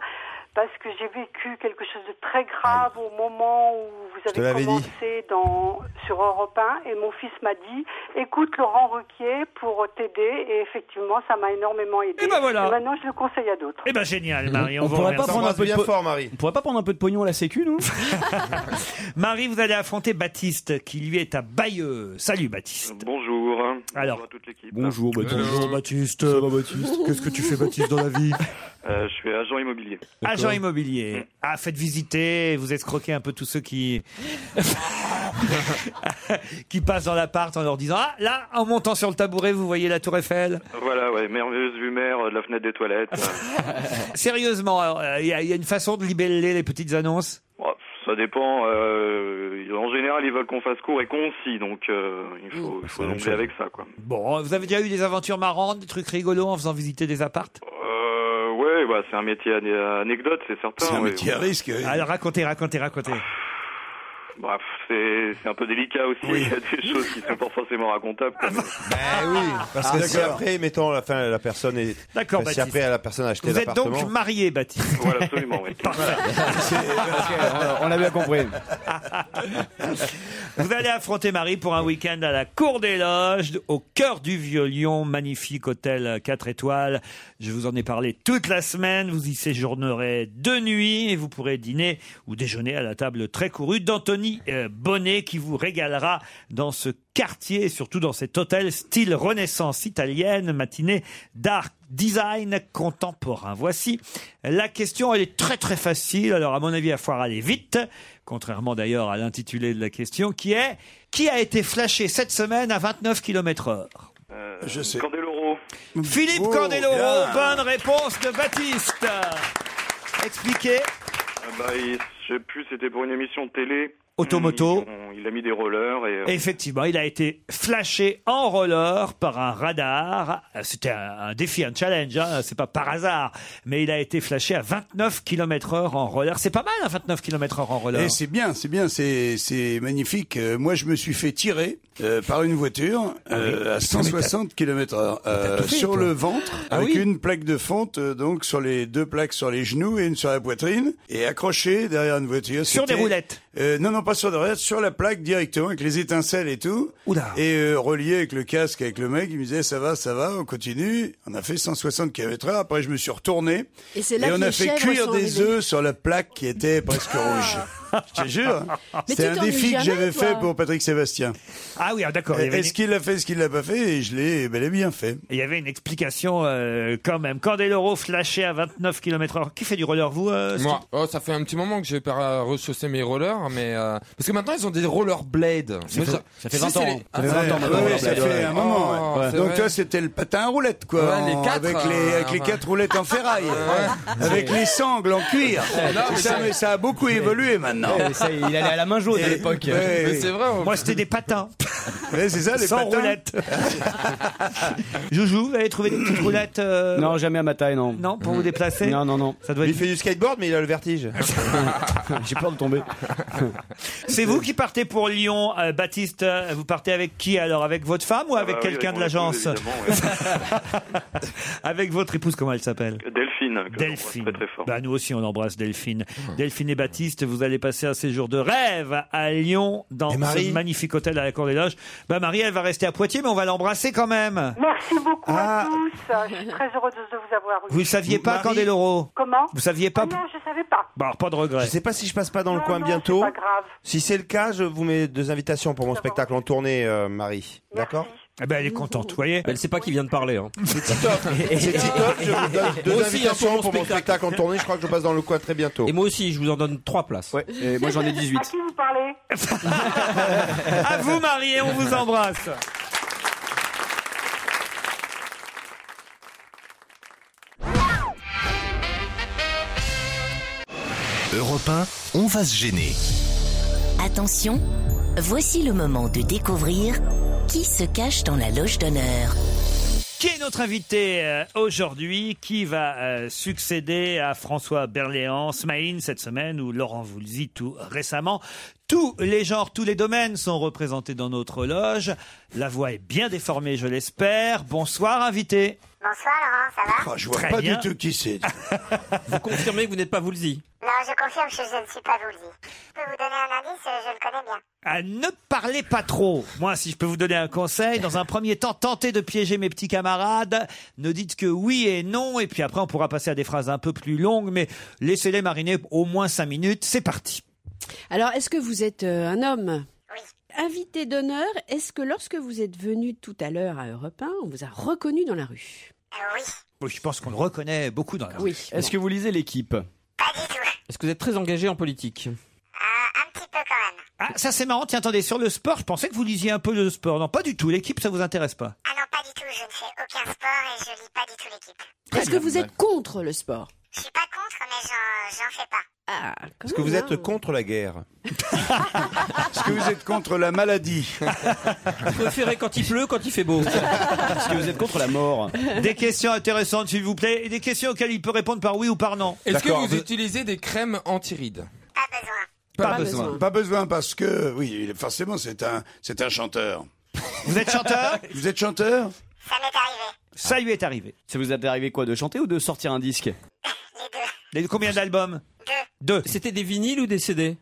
parce que j'ai vécu quelque chose de très grave au moment où vous te l'avais avez commencé dans, sur Europe 1 et mon fils m'a dit écoute Laurent Ruquier pour t'aider et effectivement ça m'a énormément aidé. Et ben voilà. maintenant je le conseille à d'autres. Eh ben génial, Marie. On, On vous pourrait remercie. pas prendre un peu de po- On pourrait pas prendre un peu de pognon à la sécu, nous Marie, vous allez affronter Baptiste, qui lui est à Bayeux. Salut, Baptiste. Euh, Bonjour. Alors. Bonjour à toute l'équipe. Baptiste. Baptiste. Qu'est-ce que tu fais, Baptiste, dans la vie Euh, je suis agent immobilier. Agent Mm. immobilier. Ah, faites visiter, vous escroquez un peu tous ceux qui qui passent dans l'appart en leur disant ah là en montant sur le tabouret vous voyez la tour Eiffel. Voilà, ouais, merveilleuse vue mer, euh, de la fenêtre des toilettes. Euh, Sérieusement, euh, il y, a- y a une façon de libeller les petites annonces. bon, ça dépend. euh, en général, ils veulent qu'on fasse court et concis, donc euh, il faut, il faut la même jongler chose. avec ça, quoi. Bon, vous avez déjà eu des aventures marrantes, des trucs rigolos en faisant visiter des appartes Euh, ouais, bah, c'est un métier an- euh, anecdote, c'est certain. ouais. Alors racontez, racontez, racontez. Bah, pff, c'est c'est un peu délicat aussi. Il y a des choses qui sont pas forcément racontables. quoi. Eh oui, parce Ah, que si d'accord. après, mettons, la, fin, la personne est. D'accord, Si Baptiste. après, la personne a acheté Vous êtes l'appartement. donc marié, Baptiste. Voilà, absolument, oui. On l'a bien compris. Vous allez affronter Marie pour un week-end à la Cour des Loges, au cœur du Vieux Lyon, magnifique hôtel 4 étoiles. Je vous en ai parlé toute la semaine. Vous y séjournerez deux nuits et vous pourrez dîner ou déjeuner à la table très courue d'Anthony euh, Bonnet qui vous régalera dans ce quartier et surtout dans cet hôtel style Renaissance italienne, matinée d'art design contemporain. Voici la question, elle est très très facile. Alors à mon avis, il va falloir aller vite, contrairement d'ailleurs à l'intitulé de la question, qui est qui a été flashé cette semaine à 29 km heure Euh, Candeloro. Philippe Oh, Candeloro, bien. bonne réponse de Baptiste. Expliquez. Ah Bah, il- je sais plus, c'était pour une émission de télé. Automoto. Ils ont- Il, a mis des rollers et. euh, Effectivement, il a été flashé en roller par un radar. Euh, C'était un, un défi, un challenge, hein, c'est pas par hasard. Mais il a été flashé à 29 km heure en roller. C'est pas mal, hein, 29 km heure en roller. Eh, c'est bien, c'est bien, c'est c'est magnifique. Euh, moi, je me suis fait tirer euh, par une voiture Ah euh, à 160 km/h tout fait, euh, sur toi. le ventre, Ah avec oui. une plaque de fonte, euh, donc sur les deux plaques sur les genoux et une sur la poitrine, et accroché derrière une voiture. Sur C'était- des roulettes. Euh, Non, non, pas sur des roulettes, sur la plaque directement avec les étincelles et tout. Et euh, relié avec le casque, avec le mec, il me disait ça va, ça va, on continue. On a fait 160 km/h. Après, je me suis retourné Et c'est là que on a les fait chèvres cuire sont Ah. des arrivées. œufs sur la plaque qui était presque rouge. Je te jure. Mais C'est tu un défi t'ennuies que jamais, j'avais toi fait pour Patrick Sébastien. Ah oui, d'accord. il y avait Est-ce qu'il a fait, ce qu'il l'a pas fait Et je l'ai bel et bien fait. Il y avait une explication euh, quand même. Candeloro flashé à 29 km/h. Qui fait du roller, vous euh, Moi, oh, ça fait un petit moment que j'ai pas rechaussé mes rollers, mais euh, parce que maintenant ils ont des rollerblades. Ça Moi, fait- ça fait 20 c'est ans. hein. les- Ça fait 20 ans maintenant, ouais, les rollerblades. Ouais. Oh, c'est vrai. c'était le patin à roulettes, quoi. Ouais, les En- quatre, avec les, euh, avec les ouais. quatre roulettes en ferraille. Ouais. Avec les sangles en cuir. Non, mais ça, ça- mais ça a beaucoup évolué maintenant. Ouais, mais ça, il allait à la main jaune à Et- l'époque. ouais. Mais c'est vrai, on- Moi, c'était des patins. Ouais, c'est ça, les Sans patins. roulettes. Joujou, vous avez trouvé des petites roulettes euh, Non, jamais à ma taille, non. Non, pour vous déplacer Non, non, non. Ça doit Il fait du skateboard, mais il a le vertige. J'ai peur de tomber. C'est vous qui partez pour Lyon, euh, Baptiste. euh, Vous partez avec qui alors Avec votre femme ou avec bah oui, quelqu'un avec de mon épouse, l'agence évidemment, Avec votre épouse, comment elle s'appelle Delphine. que Delphine. j'embrasse Très, très fort. Bah, nous aussi, on embrasse Delphine. Delphine et Baptiste, vous allez passer un séjour de rêve à Lyon, dans Marie ce magnifique hôtel à la Cour des Loges. Bah, Marie, elle va rester à Poitiers, mais on va l'embrasser quand même. Merci beaucoup à tous. Je suis très heureuse de vous avoir eu. Vous ne saviez pas, Marie- Candeloro Comment Vous saviez Ah pas Non, je savais pas. Bon, alors, pas de regret. Je sais pas si je passe pas dans le Non, coin non, bientôt. c'est pas grave. Si c'est le cas, je vous mets deux invitations pour mon spectacle en tournée, euh, Marie. D'accord Eh ben, elle est contente, vous voyez. Elle sait pas qui vient de parler. Hein. C'est Titoff. C'est Titoff, je vous donne deux Moi aussi, hein, sur invitations mon pour mon spectacle en tournée. Je crois que je passe dans le coin très bientôt. Et moi aussi, je vous en donne 3 places. Ouais. et moi, j'en ai 18. À qui vous parlez à vous, Marie, et on vous embrasse. Europe 1, on va se gêner. Attention, voici le moment de découvrir qui se cache dans la loge d'honneur. Qui est notre invité euh, aujourd'hui Qui va euh, succéder à François Berléand, Smaïn cette semaine ou Laurent Voulzy tout récemment Tous les genres, tous les domaines sont représentés dans notre loge. La voix est bien déformée, je l'espère. Bonsoir invité. Bonsoir Laurent, ça va Ah, je vois Très pas bien. du tout qui c'est. Vous confirmez que vous n'êtes pas Woolsey Non, je confirme que je ne suis pas Woolsey. Je peux vous donner un indice, euh, je le connais bien. À ne parlez pas trop. Moi, si je peux vous donner un conseil, dans un premier temps, tentez de piéger mes petits camarades. Ne dites que oui et non, et puis après, on pourra passer à des phrases un peu plus longues, mais laissez-les mariner au moins cinq minutes. C'est parti. Alors, est-ce que vous êtes euh, un homme Invité d'honneur, est-ce que lorsque vous êtes venu tout à l'heure à Europe 1, on vous a reconnu dans la rue Oui, je pense qu'on le reconnaît beaucoup dans la Oui. rue. Est-ce que vous lisez l'équipe Est-ce que vous êtes très engagé en politique Ah, ça c'est marrant. Tiens, attendez, sur le sport, je pensais que vous lisiez un peu le sport. Non, pas du tout. L'équipe, ça vous intéresse pas. Ah non, pas du tout, je ne fais aucun sport et je lis pas du tout l'équipe. Est-ce que vous êtes contre le sport Je suis pas contre, mais euh, j'en, j'en fais pas. Ah, Est-ce que vous êtes contre la guerre Est-ce que vous êtes contre la maladie Vous préférez quand il pleut, quand il fait beau Est-ce que vous êtes contre la mort Des questions intéressantes, s'il vous plaît, et des questions auxquelles il peut répondre par oui ou par non. Est-ce que euh, vous utilisez des crèmes anti-rides Pas, besoin. Pas besoin parce que oui, il est- forcément c'est un c'est un chanteur. Vous êtes chanteur Vous êtes chanteur Ça lui est arrivé. Ça vous est arrivé quoi De chanter ou de sortir un disque Les- Combien d'albums Deux. C'était des vinyles ou des CD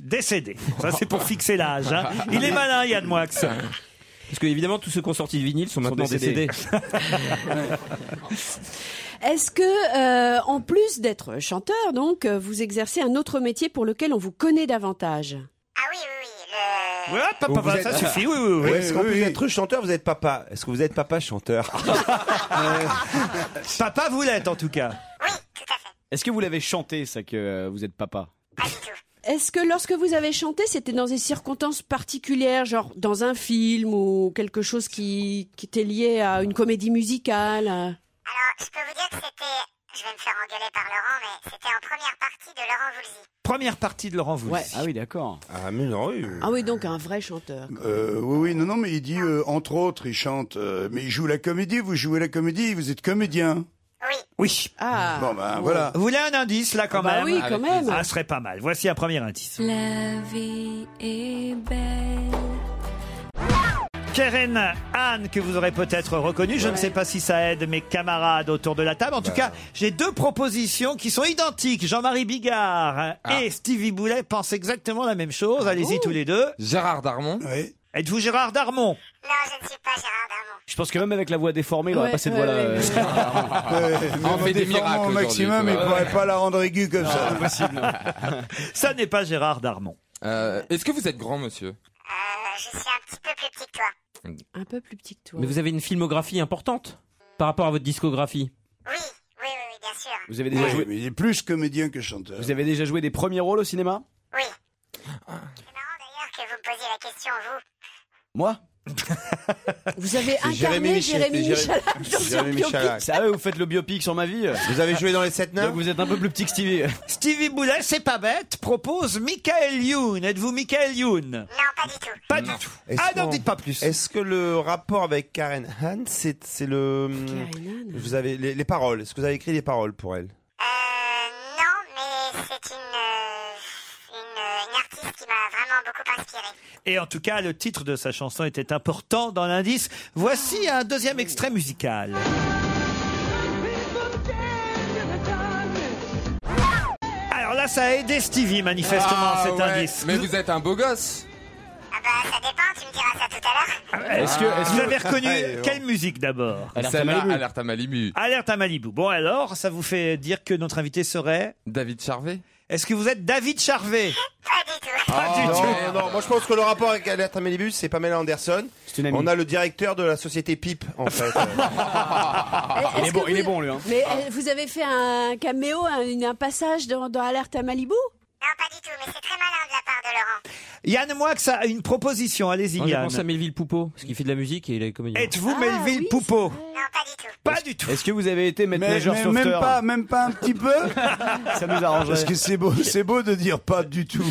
Décédé. Ça c'est pour fixer l'âge. hein. Il est malin, Yann Moix. Parce que évidemment, tous ceux qui ont sorti de vinyle sont maintenant décédés. décédés. Est-ce que, euh, en plus d'être chanteur, donc, euh, vous exercez un autre métier pour lequel on vous connaît davantage Ouais, papa, Vous papa, êtes- ça suffit. Oui, oui, oui. Est-ce qu'en plus d'être chanteur, vous êtes papa Est-ce que vous êtes papa chanteur Euh, Papa, vous l'êtes en tout cas. Est-ce que vous l'avez chanté, ça, que euh, vous êtes papa Est-ce que lorsque vous avez chanté, c'était dans des circonstances particulières, genre dans un film ou quelque chose qui, qui était lié à une comédie musicale euh Alors, je peux vous dire que c'était, je vais me faire engueuler par Laurent, mais c'était en première partie de Laurent Voulzy. Première partie de Laurent Voulzy. Ah oui, d'accord. Ah mais non, oui. Ah oui, donc un vrai chanteur. Euh, oui, oui, non, non, mais il dit, euh, entre autres, il chante, euh, mais il joue la comédie, vous jouez la comédie, vous êtes comédien. Oui. Ah. Bon, ben, voilà. Vous voulez un indice là quand Ah bah même oui, quand Avec même. plaisir. Ah, ce serait pas mal. Voici un premier indice. La vie est belle. Keren Anne, que vous aurez peut-être reconnu. Je ne sais pas si ça aide mes camarades autour de la table. En tout Bah. cas, j'ai deux propositions qui sont identiques. Jean-Marie Bigard hein, Ah. et Stevie Boulet pensent exactement la même chose. Allez-y tous les deux. Gérard Darmon. Oui. Êtes-vous Gérard Darmon Non, je ne suis pas Gérard Darmon. Je pense que même avec la voix déformée, il aurait Ouais, pas cette ouais, voix-là. ouais, euh, ouais. en fait des miracles au maximum, il ne pourrait pas la rendre aiguë comme ça. Ça n'est pas Gérard Darmon. Euh, Est-ce que vous êtes grand, monsieur Un peu plus petit que toi. Mais vous avez une filmographie importante par rapport à votre discographie. Vous avez déjà Ouais, joué. mais il est plus comédien que chanteur. Vous avez déjà joué des premiers rôles au cinéma D'ailleurs, que vous me posiez la question, vous. Moi Vous avez C'est incarné Jérémy Jérémy, Michel- c'est Jéré- Michalak dans son Jérémy biopic. Chalac. C'est à eux, vous faites le biopic sur ma vie. Vous avez joué dans les 7 nains Donc vous êtes un peu plus petit que Stevie. Stevie Boulet, c'est pas bête, propose Michael Youn. Êtes-vous Michael Youn Non, pas du tout. Pas du tout. Ah non, dites pas plus. Est-ce que le rapport avec Karen Hahn, c'est c'est le. hmm, Vous avez les, les paroles. Est-ce que vous avez écrit des paroles pour elle Non, mais c'est une, euh, une, euh, une artiste qui m'a vraiment beaucoup inspirée. Et en tout cas, le titre de sa chanson était important dans l'indice. Voici un deuxième extrait musical. Alors là, ça a aidé Stevie, manifestement, Ah, cet ouais. indice. Mais vous êtes un beau gosse. Ah, Est-ce que, est-ce vous que- avez reconnu Allez, bon. quelle musique d'abord Ah. Celle-là, Alerte à Malibu. Alerte à Malibu. Bon, alors, ça vous fait dire que notre invité serait David Charvet. Est-ce que vous êtes David Charvet Pas du Ah, non, tout. non, moi je pense que le rapport avec Alerte à Malibu, c'est Pamela Anderson. On a le directeur de la société PIP, en fait. Il est Est-ce bon- que il est vous- bon, hein. lui. Mais euh, vous avez fait un caméo, un, un passage dans, dans Alerte à Malibu Yann Moix a une proposition. Allez-y, Moi, je Yann. pense à Melville Poupeau, parce qu'il fait de la musique et il est comédien. Êtes-vous Ah Melville Poupeau Pas du tout. Est-ce que vous avez été maître Mais, nageur mais même sauveteur pas, même pas un petit peu. Ça nous arrangerait. Parce que c'est beau, c'est beau de dire pas du tout.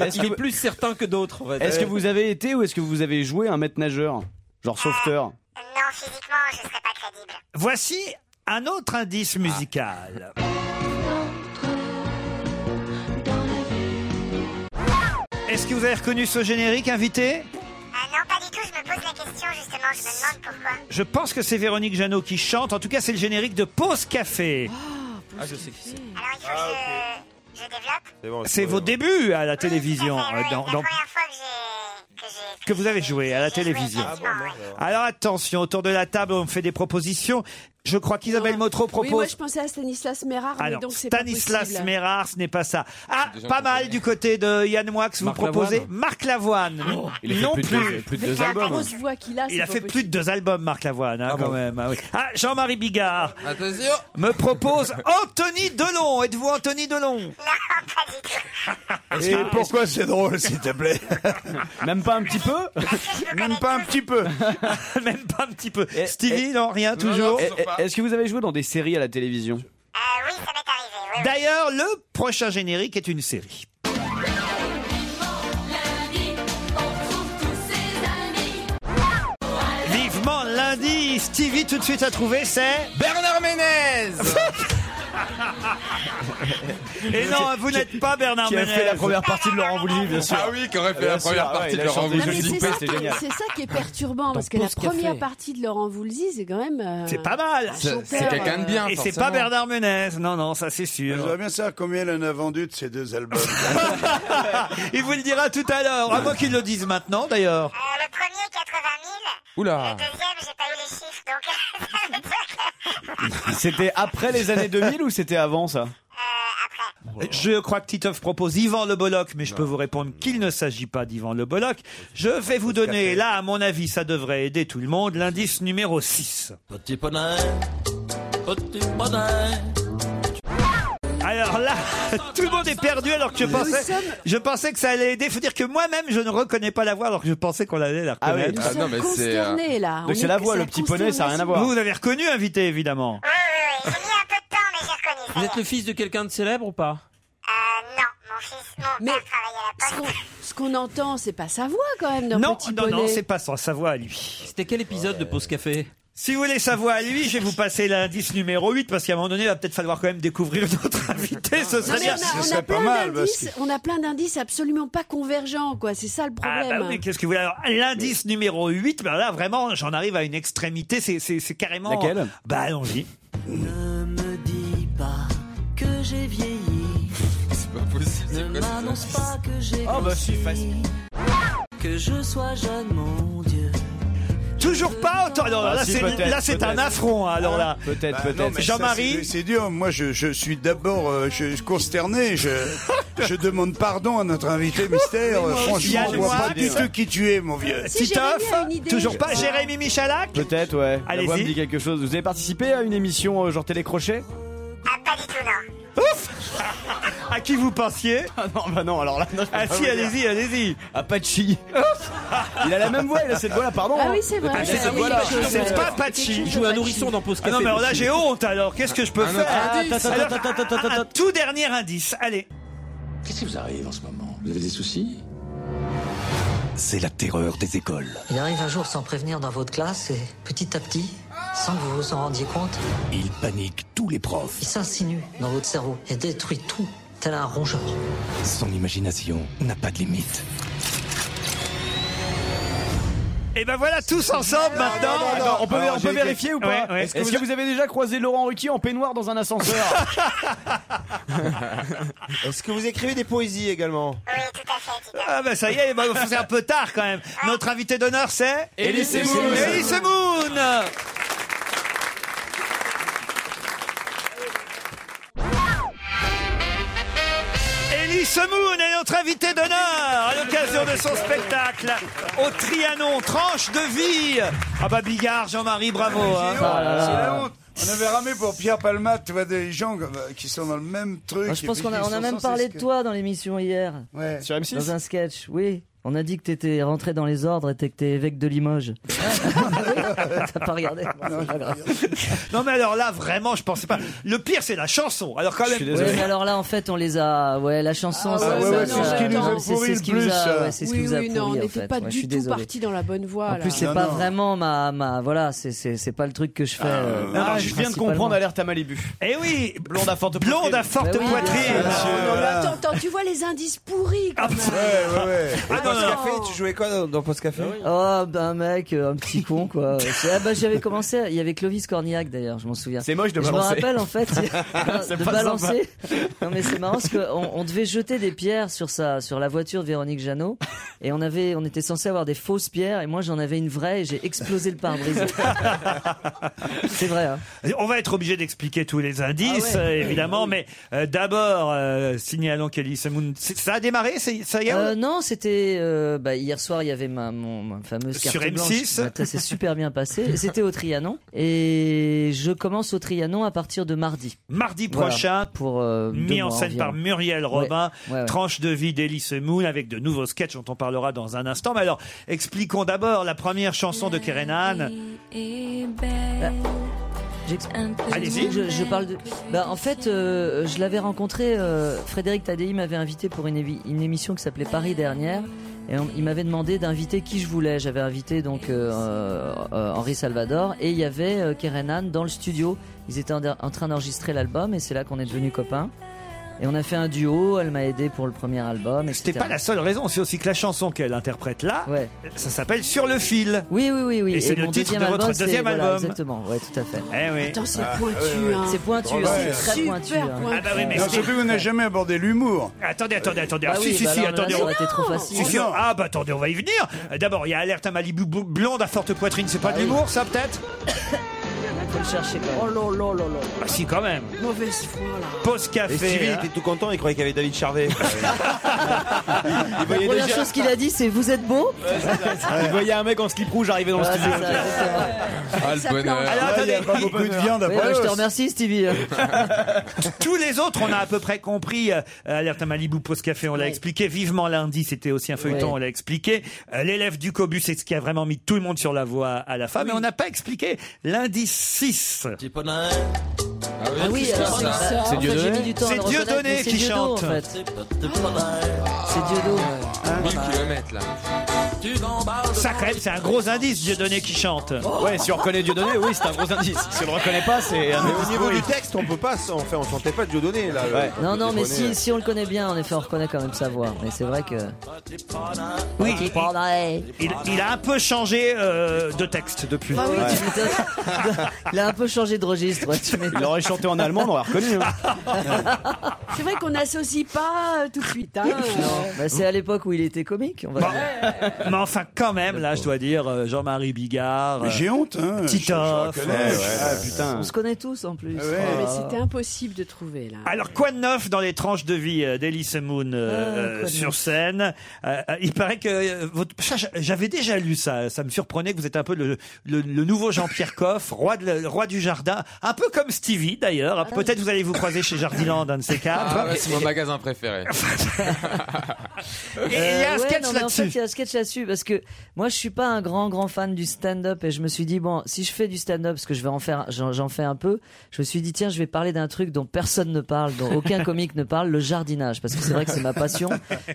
Est-ce qu'il est plus certain que d'autres en fait Est-ce que vous avez été ou est-ce que vous avez joué un maître nageur Genre sauveteur Voici un autre indice musical. Euh. Est-ce que vous avez reconnu ce générique, invité Ah Justement, je me demande pourquoi. Je pense que c'est Véronique Jeannot qui chante. En tout cas, c'est le générique de Pause Café. Ah, je sais qui c'est. Alors, il faut que je, je développe. Oh, C'est vos débuts à la télévision. euh, dans- dans- que vous avez joué à la télévision. Alors attention, autour de la table, on me fait des propositions. Je crois qu'Isabelle Motro Oui, moi propose. je pensais à Stanislas Mérard, Ah, mais Alors, donc c'est pas Stanislas possible. Mérard, ce n'est pas ça. Ah, déjà pas mal du côté de Yann Moix, vous Marc proposez Lavoine. Oh, Marc Lavoine. Non, il a fait plus de- plus de deux La grosse voix qu'il a, Il a fait plus de deux albums, Marc Lavoine, hein, quand même. Ah, oui. Ah, Jean-Marie Bigard Attention me propose Anthony Delon. Êtes-vous Anthony Delon Ah Et pourquoi c'est drôle, s'il te plaît Même pas un petit peu Même pas un petit peu. Même pas un petit peu. Stevie, non, rien, toujours. Et- et- Est-ce que vous avez joué dans des séries à la télévision Ah D'ailleurs, le prochain générique est une série. Vivement lundi, Stevie tout de suite a trouvé, c'est Bernard Ménez Et non, vous n'êtes pas Bernard Qui a Ménez. fait la première partie de Laurent Voulzy, bien sûr. Ah oui, qui aurait fait la Bien sûr, première ah ouais, partie il de a Laurent chanté Non, mais Voulzy. c'est ça, qui- c'est génial. c'est ça qui est perturbant, parce que la Pause Café. première partie de Laurent Voulzy, c'est quand même. euh, C'est pas mal. un chanteur, euh, Et c'est pas Bernard Menez. Non, non, ça c'est Je sûr. voudrais bien savoir combien elle en a vendu de ces deux albums. Il vous le dira tout à l'heure. À moins qu'ils le disent maintenant, d'ailleurs. Ah, Oula Deuxième, j'ai pas eu les chiffres, donc ça veut dire que- C'était après les années 2000 ou c'était avant ça Euh, Je crois que Titoff propose Yvan Le Bolloc, mais je peux vous répondre qu'il ne s'agit pas d'Yvan Le Bolloc. Je vais vous donner, là, à mon avis, ça devrait aider tout le monde, l'indice numéro 6. Petit bonheur, petit bonheur. Alors là, tout le monde est perdu alors que je Nous pensais, sommes- je pensais que ça allait aider. Faut dire que moi-même, je ne reconnais pas la voix alors que je pensais qu'on allait la Ah oui, reconnaître. nous Ah non, sommes mais c'est, euh, consternés, là. Donc On c'est est- la voix, c'est le la petit poney, ça a rien à voir. Vous, vous avez reconnu, invité, évidemment. Vous êtes le fils de quelqu'un de célèbre ou pas Mais ce qu'on- ce qu'on entend, c'est pas sa voix quand même dans Non, Petit non, non, Bonnet. c'est pas sans sa voix à lui. C'était quel épisode de Pause Café Si vous voulez savoir à lui, je vais vous passer l'indice numéro 8 parce qu'à un moment donné, il va peut-être falloir quand même découvrir notre invité. Ce Non, serait mais bien. on a, on a plein d'indices, on a plein d'indices absolument pas convergents, quoi. C'est ça le Ah problème. bah oui, qu'est-ce que vous voulez Alors, l'indice numéro 8, ben là vraiment, j'en arrive à une extrémité, c'est, c'est, c'est carrément... Laquelle Bah allons-y. Que j'ai vieilli. C'est pas possible. Ne m'annonce pas Ah que j'ai Oh bah si, facile. Ah, Que je sois jeune, mon Dieu. Toujours pas autant. Alors Ah, Oh, là, si, c'est- peut-être, là, c'est un peut-être. affront. hein, Alors Bah, là, non, peut-être. mais ça, Jean-Marie, c'est- C'est dur. Moi, je, je suis d'abord euh, je- je consterné. Je, je demande pardon à notre invité mystère. Mais moi aussi, Franchement, je vois Yann pas du Moix. tout qui tu es, mon vieux. Si, Titoff, Jérémy a une idée, toujours je pas. crois. Jérémy Michalak Peut-être, ouais. La Allez-y. voix me dit quelque chose. Vous avez participé à une émission euh, genre télécrochet ouf À qui vous pensiez Ah non, bah non, alors là. Non, je peux Ah pas si, vous allez-y, dire. allez-y. Apache. il a la même voix, il a cette voix-là, pardon. Ah oui, hein. c'est vrai. Ah, Il a cette dit voix-là. quelque chose, C'est euh, pas Apache. quelque chose joue un d'Apache. nourrisson dans Pause Ah non, mais alors là, j'ai honte, alors. Qu'est-ce que je peux Un faire autre indice. Alors, un- un- un tout dernier indice. Allez. Qu'est-ce qui vous arrive en ce moment Vous avez des soucis C'est la terreur des écoles. Il arrive un jour sans prévenir dans votre classe et petit à petit, sans que vous vous en rendiez compte, Il panique tous les profs. il s'insinue dans votre cerveau et détruit tout, tel un rongeur. Son imagination n'a pas de limite. Et ben voilà, tous ensemble maintenant. Ah, Attends, on peut, on peut vérifier ou pas Ouais, ouais. Est-ce que, vous avez déjà croisé Laurent Ruquier en peignoir dans un ascenseur Est-ce que vous écrivez des poésies également Ah ben ça y est, bah, c'est un peu tard quand même. Notre invité d'honneur c'est Elie Semoun. Elie Semoun. Elie Semoun est notre invité d'honneur à l'occasion de son spectacle au Trianon Tranche de vie. Ah bah Bigard, Jean-Marie, bravo. hein. C'est Ah la honte. On avait ramé pour Pierre Palmate, tu vois, des gens comme, euh, qui sont dans le même truc. Ah, je pense qu'on a, on a même parlé de toi dans l'émission hier. Sur M6? Dans un sketch, oui. On a dit que t'étais rentré dans les ordres et que t'es évêque de Limoges. T'as pas regardé Bon, c'est pas grave. Non mais alors là vraiment je pensais pas. Le pire c'est la chanson. Alors quand même. Ouais, mais alors là, en fait, on les a. Ouais, la chanson, Ah ça, ouais, ça- ouais, ça- c'est ce qui nous a c'est- c'est pourri ce qui le nous plus, a- euh. ouais, c'est ce qui Oui, nous a oui, non, on pourri, en n'était fait. pas Ouais, je du suis tout désolé. parti dans la bonne voie. En plus, c'est pas vraiment ma, ma. Voilà, c'est- c'est c'est pas le truc que je fais. Ah, euh, Non, Ah, non, Ah, je viens de principalement. comprendre alerte à Malibu. Eh oui Blonde à forte Blonde à forte Bah oui, poitrine. bien sûr. Ah, Non, mais attends, attends, tu vois les indices pourris quand même. Ah, Et non, Post non. Café, tu jouais quoi dans, dans Post Café Ah Oh, bah, un mec, euh, un petit con, quoi. C'est- Ah, bah, j'avais commencé, il y avait Clovis Cornillac, d'ailleurs, je m'en souviens. C'est moche de Et balancer. Je me rappelle, en fait, C'est de pas balancer. Non, mais c'est marrant parce qu'on on devait jeter des pierres sur sa, sur la voiture de Véronique Jeannot. Et on avait, on était censé avoir des fausses pierres. Et moi, j'en avais une vraie et j'ai explosé le pare-brise. Ah, C'est vrai, hein. On va être obligé d'expliquer tous les indices, Ah ouais. euh, évidemment, mais euh, d'abord, euh, signalons qu'Elie Semoun... c'est- Ça a démarré, c'est- ça y est Euh, non, c'était euh, bah, hier soir. Il y avait ma, mon, ma fameuse carte Sur M6. blanche. Bah, Ça s'est super bien passé. C'était au Trianon et je commence au Trianon à partir de mardi. Mardi Voilà. prochain, pour, euh, mis deux en mois scène environ. par Muriel Robin, tranche de vie d'Elie Semoun avec de nouveaux sketchs dont on parlera dans un instant. Mais alors, expliquons d'abord la première chanson de Kerenan. Eh est belle. ben, Ah. Un peu Allez-y. Je, je parle de. Bah, en fait, euh, je l'avais rencontré. euh, Frédéric Tadei m'avait invité pour une, évi- une émission qui s'appelait Paris dernière. Et on- il m'avait demandé d'inviter qui je voulais. J'avais invité donc euh, euh, Henri Salvador et il y avait euh, Kerenan dans le studio. Ils étaient en, en train d'enregistrer l'album et c'est là qu'on est devenus copains. Et on a fait un duo. Elle m'a aidé pour le premier album. C'était pas la seule raison, c'est aussi que la chanson qu'elle interprète là, ça s'appelle Sur le fil. Oui, oui, oui, oui. Et c'est le mon titre de deuxième votre album, c'est- deuxième voilà, album. exactement, ouais, tout à fait. Eh oui. Attends, c'est Ah, pointu, oui, oui. hein. C'est pointu, Ouais. c'est très Super pointu, hein. pointu. Ah bah oui, mais Non, c'était- surtout on n'a jamais abordé l'humour. Attendez, attendez, attendez. Bah Ah, oui, si, si, bah si, alors là, attendez. ça aurait été trop facile. Si, si, Non. ah, bah attendez, on va y venir. Euh, D'abord, il y a alerte à Malibu bou- blonde à forte poitrine. C'est pas de l'humour, ça, peut-être Ah Faut le chercher quand même. Oh là là là là. Ah, si, quand même. Mauvaise foi là. Pause Et café. Stevie, hein. il était tout content, il croyait qu'il y avait David Charvet. La première chose qu'il a dit, c'est Vous êtes beau Il voyait un mec en slip rouge arriver dans le studio. Ah, le bonheur. Alors, attendez, il- Ah, Oui, bah, je te remercie, Stevie. Tous les autres, on a à peu près compris. Euh, Alerte à Malibu, pause café, on l'a expliqué. Vivement lundi, c'était aussi un feuilleton, Oui. on l'a expliqué. Euh, L'élève du Cobus, c'est ce qui a vraiment mis tout le monde sur la voie à la fin. Mais on n'a pas expliqué lundi 6. Ah oui, alors, bah, en fait, j'ai mis du temps à le C'est reconnaître, mais Dieudonné c'est qui Dieudonné, chante. en fait. C'est Dieudonné. 1000 km là. Ça, quand même, c'est un gros indice, Dieudonné qui chante. Ouais, si on reconnaît Dieudonné, oui, c'est un gros indice. Si on le reconnaît pas, c'est un Mais au indice niveau pourri. du texte, on peut pas, on fait, on chantait pas Dieu donné là. Non, non, mais si, si si on le connaît bien, en effet, on reconnaît quand même sa voix. Mais c'est vrai que. Oui, il, il- il a un peu changé euh, de texte depuis. Ah oui, tu m'étonnes. Il a un peu changé de registre. ouais, tu m'étonnes. Il aurait chanté en allemand, on l'aurait reconnu. hein. C'est vrai qu'on n'associe pas euh, tout de suite. Hein. Bah, c'est à l'époque où il était comique. On va dire. Mais mais enfin, quand même, là, je dois dire, euh, Jean-Marie Bigard. Euh, Mais j'ai honte, hein, je- je Titoff. reconnais, ouais. Ah, putain. On se connaît tous en Ah plus. Ouais, Ah, mais c'était impossible de trouver là. Alors, quoi de neuf dans les tranches de vie euh, d'Elise Moon euh, Ah, quoi de sur neuf. scène Euh, euh, Il paraît que euh, votre... ça, j'a- j'avais déjà lu ça. Ça me surprenait que vous êtes un peu le, le- le nouveau Jean-Pierre Coff, roi, de la- le roi du jardin, un peu comme Stevie d'ailleurs. hein. Ah. Peut-être vous allez vous croiser chez Jardiland, un de ces quatre. Ah ouais, c'est mon magasin préféré. Et il y a un Euh, ouais, sketch non, mais en là-dessus. fait, il y a un sketch là-dessus parce que moi, je suis pas un grand grand fan du stand-up et je me suis dit bon, si je fais du stand-up, parce que je vais en faire, j'en j'en fais un peu, je me suis dit tiens, je vais parler d'un truc dont personne ne parle, dont aucun comique ne parle, le jardinage, parce que c'est vrai que c'est ma passion.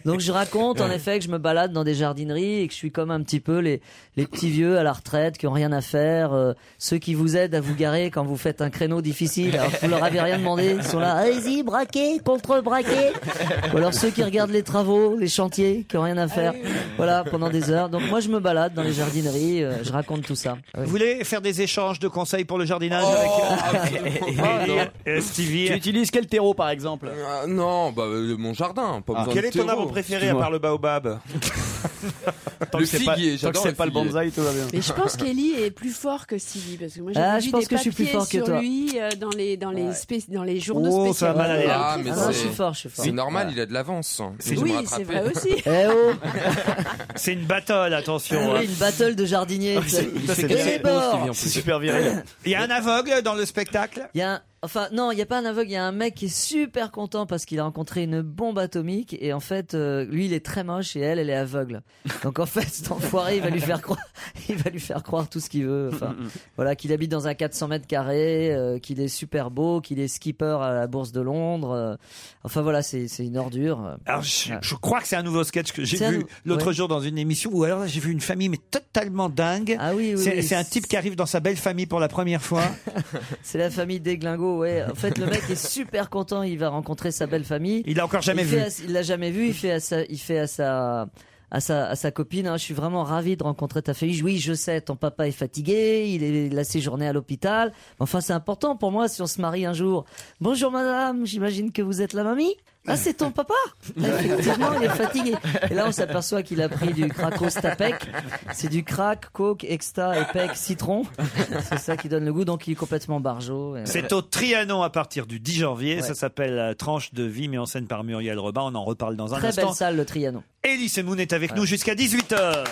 Donc je raconte en effet que je me balade dans des jardineries et que je suis comme un petit peu les les petits vieux à la retraite qui ont rien à faire, euh, ceux qui vous aident à vous garer quand vous faites un créneau difficile, alors que hein. vous leur avez rien demandé, ils sont là, allez-y, braquez, contre braquez. Ou alors ceux qui regardent les travaux, les chantiers, qui ont rien à faire, voilà, pendant des heures. Donc moi, je me balade dans les jardineries, euh, je raconte tout ça. Vous voulez faire des échanges de conseils pour le jardinage Oh, avec euh, euh, Stevie Ah, Tu utilises quel terreau par exemple Non, bah, euh, mon jardin. Pas Ah. besoin Quel de est ton terreau. arbre préféré, à part le baobab Le que c'est pas- tant figuier, que j'adore. c'est pas le figuier. bonsaï, tout va bien. Mais je pense qu'Ellie est plus fort que Sylvie parce que moi j'ai Ah, vu je pense des que je suis plus papiers fort que sur toi. lui euh, dans les dans les spé- dans les journaux Oh, ça spéciaux. va mal aller. Ah, mais Ah, c'est- je suis fort, je suis fort. C'est normal, il a de l'avance. C'est- Je me Oui, rattrape. c'est vrai aussi. Eh oh C'est une battle, attention. Ah hein. Oui, Une battle de jardiniers. Ah tu sais. Et les bords super viril. Il y a un aveugle dans le spectacle Il y a un- enfin non, il y a pas un aveugle, il y a un mec qui est super content parce qu'il a rencontré une bombe atomique et en fait euh, lui il est très moche et elle elle est aveugle. Donc en fait cet enfoiré il va lui faire croire il va lui faire croire tout ce qu'il veut enfin voilà qu'il habite dans un 400 mètres carrés, euh, qu'il est super beau, qu'il est skipper à la bourse de Londres. euh, enfin voilà, c'est c'est une ordure. Alors, je, je crois que c'est un nouveau sketch que j'ai C'est un vu nou- l'autre ouais. jour dans une émission, ou alors là, j'ai vu une famille mais totalement dingue. Ah oui, c'est oui. c'est un type qui arrive dans sa belle famille pour la première fois. C'est la famille des glingos, ouais. En fait, le mec est super content, il va rencontrer sa belle famille. Il l'a encore jamais Il fait vu. à- il l'a jamais vu, il fait à sa, il fait à sa, à sa, à sa copine, hein, je suis vraiment ravi de rencontrer ta famille. Oui, je sais, ton papa est fatigué, il, est, il a séjourné à l'hôpital. Enfin, c'est important pour moi si on se marie un jour. Bonjour madame, j'imagine que vous êtes la mamie Ah, c'est ton papa Effectivement, il est fatigué. Et là, on s'aperçoit qu'il a pris du cracostapec. C'est du crack, coke, exta, épec, citron. C'est ça qui donne le goût, donc il est complètement barjot. Et- C'est au Trianon à partir du 10 janvier. Ça s'appelle euh, Tranche de vie, mais en scène par Muriel Robin. On en reparle dans un Très instant. belle salle, le Trianon. Elie Semoun est Ah avec nous jusqu'à 18h.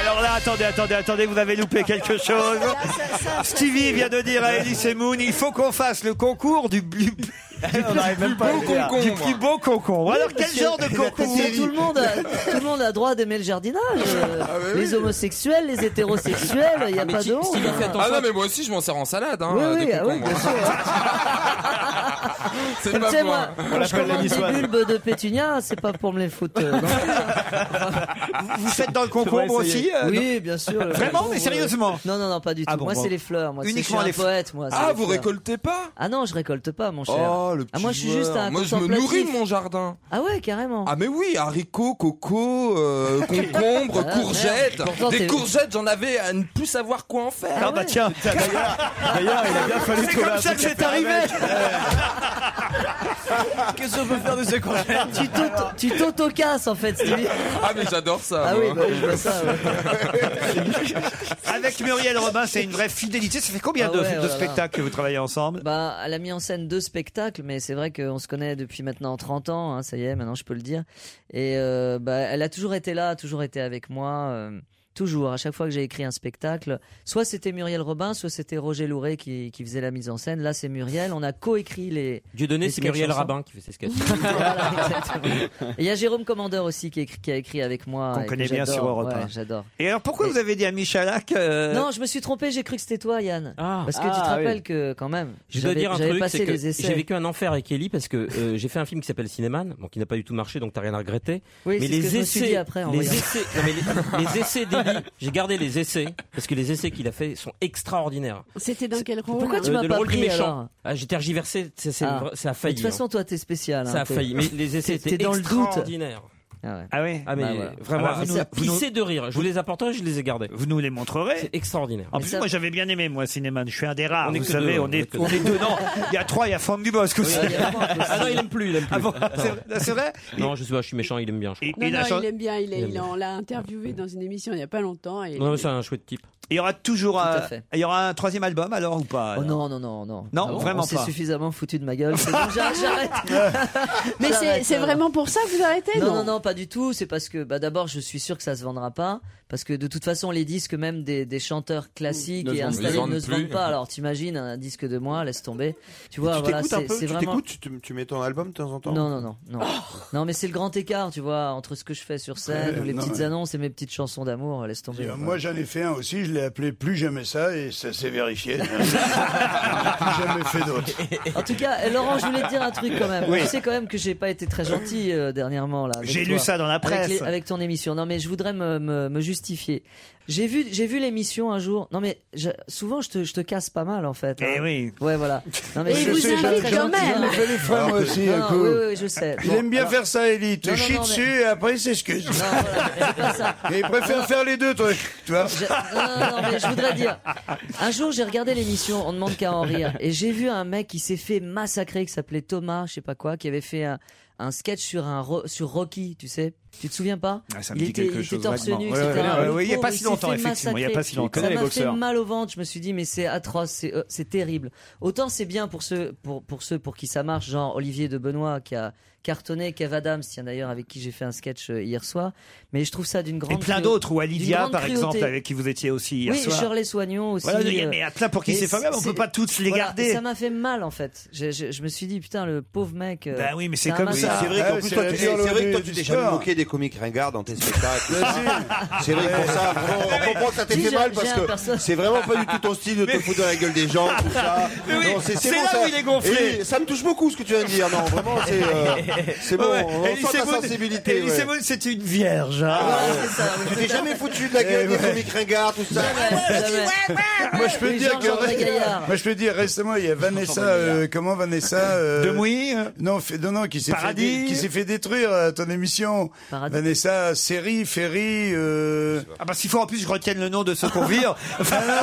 Alors là, attendez, attendez, attendez, vous avez loupé quelque chose. Stevie vient de dire à Elie Semoun, il faut qu'on fasse le concours du, bu- du plus même pas beau à le dire. concombre. Du plus beau concombre. Alors Oui, quel monsieur. genre de concours Monsieur, tout, le monde a, tout le monde a droit d'aimer le jardinage. Ah, Euh, bah les homosexuels, les hétérosexuels, Ah. il n'y a pas de honte. Ah non, mais moi aussi, je m'en sers en salade. Hein, Oui, oui, des ah oui, concombres. bien sûr. c'est Tu pas sais, moi. moi, quand je commande des bulbes de pétunia, c'est pas pour me les foutre. euh, non plus, hein. Vous faites dans le concombre aussi euh, Oui, non bien sûr. le Vraiment, concombre, mais ouais. sérieusement Non, non, non, pas du tout. Ah bon, moi, bon. c'est les fleurs. Moi, Uniquement Uniquement les les fleurs. poètes, moi. c'est Ah, les vous fleurs. récoltez pas Ah non, je récolte pas, mon cher. Oh, le petit ah, moi, je suis joueur. juste un Moi, je me contemplatif. nourris de mon jardin. Ah ouais, carrément. Ah mais oui, haricots, coco, euh, concombres, Ah, courgettes. merde. Pourtant, des t'es- courgettes, j'en avais à ne plus savoir quoi en faire. bah tiens, D'ailleurs, il a bien fallu C'est trouver comme un ça truc que à c'est faire arrivé. avec. Ouais. Qu'est-ce qu'on peut faire de ce courgette Tu t'auto- Tu t'auto-casses, en fait, Stevie. Ah mais j'adore ça. Ah moi. oui, bah oui, je vois ça. ouais. Avec Muriel Robin, c'est une vraie fidélité. Ça fait combien Ah de, ouais, de oh là là. spectacles que vous travaillez ensemble Bah, elle a mis en scène deux spectacles, mais c'est vrai qu'on se connaît depuis maintenant 30 ans, hein, ça y est, maintenant je peux le dire. Et euh, bah, elle a toujours été là, toujours été avec moi, euh, toujours. À chaque fois que j'ai écrit un spectacle, soit c'était Muriel Robin, soit c'était Roger Louret qui, qui faisait la mise en scène. Là, c'est Muriel. On a coécrit les. Dieu donné, les c'est sketchs Muriel ensemble. Rabin qui fait ses sketchs. Voilà, exactement. Et Il y a Jérôme Commandeur aussi qui, écrit- qui a écrit avec moi. et Qu'on que connaît bien j'adore. sur Europe Ouais, 1. j'adore. Et alors pourquoi vous avez dit à Michalak euh, Non, je me suis trompé, j'ai cru que c'était toi, Yann. Parce que Ah, tu te rappelles oui. que, quand même, Je dois j'avais- dire un j'avais truc, passé c'est que les essais. j'ai vécu un enfer avec Ellie parce que euh, j'ai fait un film qui s'appelle Cinéman, bon, qui n'a pas du tout marché, donc t'as rien à regretter. Oui, mais c'est ce les que je essais, me suis dit après en les voyant. essais, non, mais les, les essais d'Ellie, j'ai gardé les essais parce que les essais qu'il a fait sont extraordinaires. C'était dans quel rôle Pourquoi tu Euh, m'as de pas le rôle pris, du méchant. alors Ah, j'ai tergiversé, c'est- c'est Ah. vrai- ça a Mais failli. De toute façon, hein. toi, t'es spécial. hein. ça a T'es- failli. Mais les essais t'es- étaient t'es dans le doute. extraordinaires. Ah, oui Ah, mais Bah, voilà. vraiment, Ah bah, vous ça nous- vous pissait de rire. Je vous les apporterai, je les ai gardés. Vous nous les montrerez C'est extraordinaire. En plus, moi, j'avais bien aimé, moi, Cinéman. Je suis un des rares. On est vous que savez, deux, hein, on, on est est, que on deux. est deux. Non, il y a trois, il y a Franck Dubosc aussi. ah non, il aime plus, il aime plus. Ah bon, c'est vrai- c'est vrai Non, je sais pas, je suis méchant, il aime bien. je crois. Non, non, il aime bien. Il, est- Il aime il bien. en- on l'a interviewé dans une émission il n'y a pas longtemps. Et Non, mais c'est un chouette type. Il y aura toujours à un, il y aura un troisième album alors ou pas Oh non, non, non, non. Non, Ah bon vraiment On s'est pas. suffisamment foutu de ma gueule. c'est bon, j'arrête. Ah, Mais c'est J'arrête, c'est non, vraiment pour ça que vous arrêtez non, non, non, pas du tout. C'est parce que, bah, d'abord, je suis sûr que ça se vendra pas, parce que de toute façon, les disques même des, des chanteurs classiques Ne se et vendent- installés ils vendent ne se plus. vendent pas. Alors, t'imagines un disque de moi, laisse tomber. Tu vois, tu voilà, t'écoutes un c'est peu, c'est tu vraiment. t'écoutes, Oh tu, te- tu mets ton album de temps en temps. Non, non, non, non. Ah, non, mais c'est le grand écart, tu vois, entre ce que je fais sur scène, Ouais, ou les non, petites ouais. annonces et mes petites chansons d'amour, laisse tomber. Euh, Moi, j'en ai fait un aussi, je l'ai appelé Plus jamais ça et ça s'est vérifié. Plus jamais fait d'autre. En tout cas, euh, Laurent, je voulais te dire un truc quand même. Oui. Tu sais quand même que j'ai pas été très gentil euh, dernièrement là. avec J'ai toi. lu ça dans la Avec presse. les- Avec, ton émission. Non, mais je voudrais me, me- me justifier. J'ai vu, j'ai vu l'émission un jour. Non, mais je- souvent je te, je te casse pas mal en fait. hein. Eh oui. Ouais, voilà. Non, mais Et il vous je- invite je- quand même. Il me fait les freins, moi aussi, Non, un non, coup. hein. Ah, oui, oui, oui, je sais. Il Bon, aime bien alors- faire ça, Ellie. Il te Non, non, chie non, mais- dessus et après il s'excuse. Et il préfère faire les deux trucs. Tu vois Non, mais je voudrais dire, un jour j'ai regardé l'émission On demande qu'à en rire et j'ai vu un mec qui s'est fait massacrer qui s'appelait Thomas, je sais pas quoi, qui avait fait un, un sketch sur un ro- sur Rocky, tu sais. Tu te souviens pas Ah, ça me Il dit était, quelque il chose était torse vaguement. nu, Ouais, etc. ouais, ouais, Le ouais, il y a pauvre, pas si s'est longtemps, fait effectivement, il y a massacrer. pas si longtemps. Ça Il connaît les m'a fait boxeurs. mal au ventre. Je me suis dit mais c'est atroce, c'est euh, c'est terrible. Autant c'est bien pour ceux pour pour ceux pour qui ça marche, genre Olivier de Benoît qui a cartonné, Kev Adams, tiens d'ailleurs avec qui j'ai fait un sketch euh, hier soir. Mais je trouve ça d'une grande Et plein crue- d'autres, ou d'une Alidia grande par exemple, cruauté. avec qui vous étiez aussi hier Oui, soir. Shirley Soignon aussi. Voilà, il y a- euh, mais il y a plein pour qui et c'est pas mal, on peut pas tous les voilà, garder. Ça m'a fait mal en fait. Je, je- je me suis dit, putain, le pauvre mec. euh, Bah oui, mais un Oui, massacre. C'est vrai qu'en plus, toi, tu t'es- c'est vrai que toi, tu t'es jamais moqué des comiques ringards dans tes spectacles. c'est vrai que pour ça, vraiment, on comprend que ça t'ait Si, fait j'ai- mal j'ai parce un perso- que c'est vraiment pas du tout ton style de te foutre dans la gueule des gens, tout ça. Mais oui, Non, c'est là ça. où il est gonflé. Et ça me touche beaucoup ce que tu viens de dire. Non, vraiment, c'est euh, c'est bon. Ouais, On Elie sent ta Semoun- sensibilité. Elie ouais. Ah, Semoun, c'est une vierge. Ah, hein. Tu t'es jamais foutu de la Eh gueule des comiques ringards, tout ça. Moi je peux Les dire gens, que Jean-Jacques Gaillard. moi je peux dire récemment il y a Vanessa euh, comment Vanessa euh, Demouy non fait- non non qui s'est fait, hein. Paradis dé- qui s'est fait détruire à ton émission Vanessa Série Ferry euh... ah bah s'il faut en plus je retienne le nom de ce qu'on vire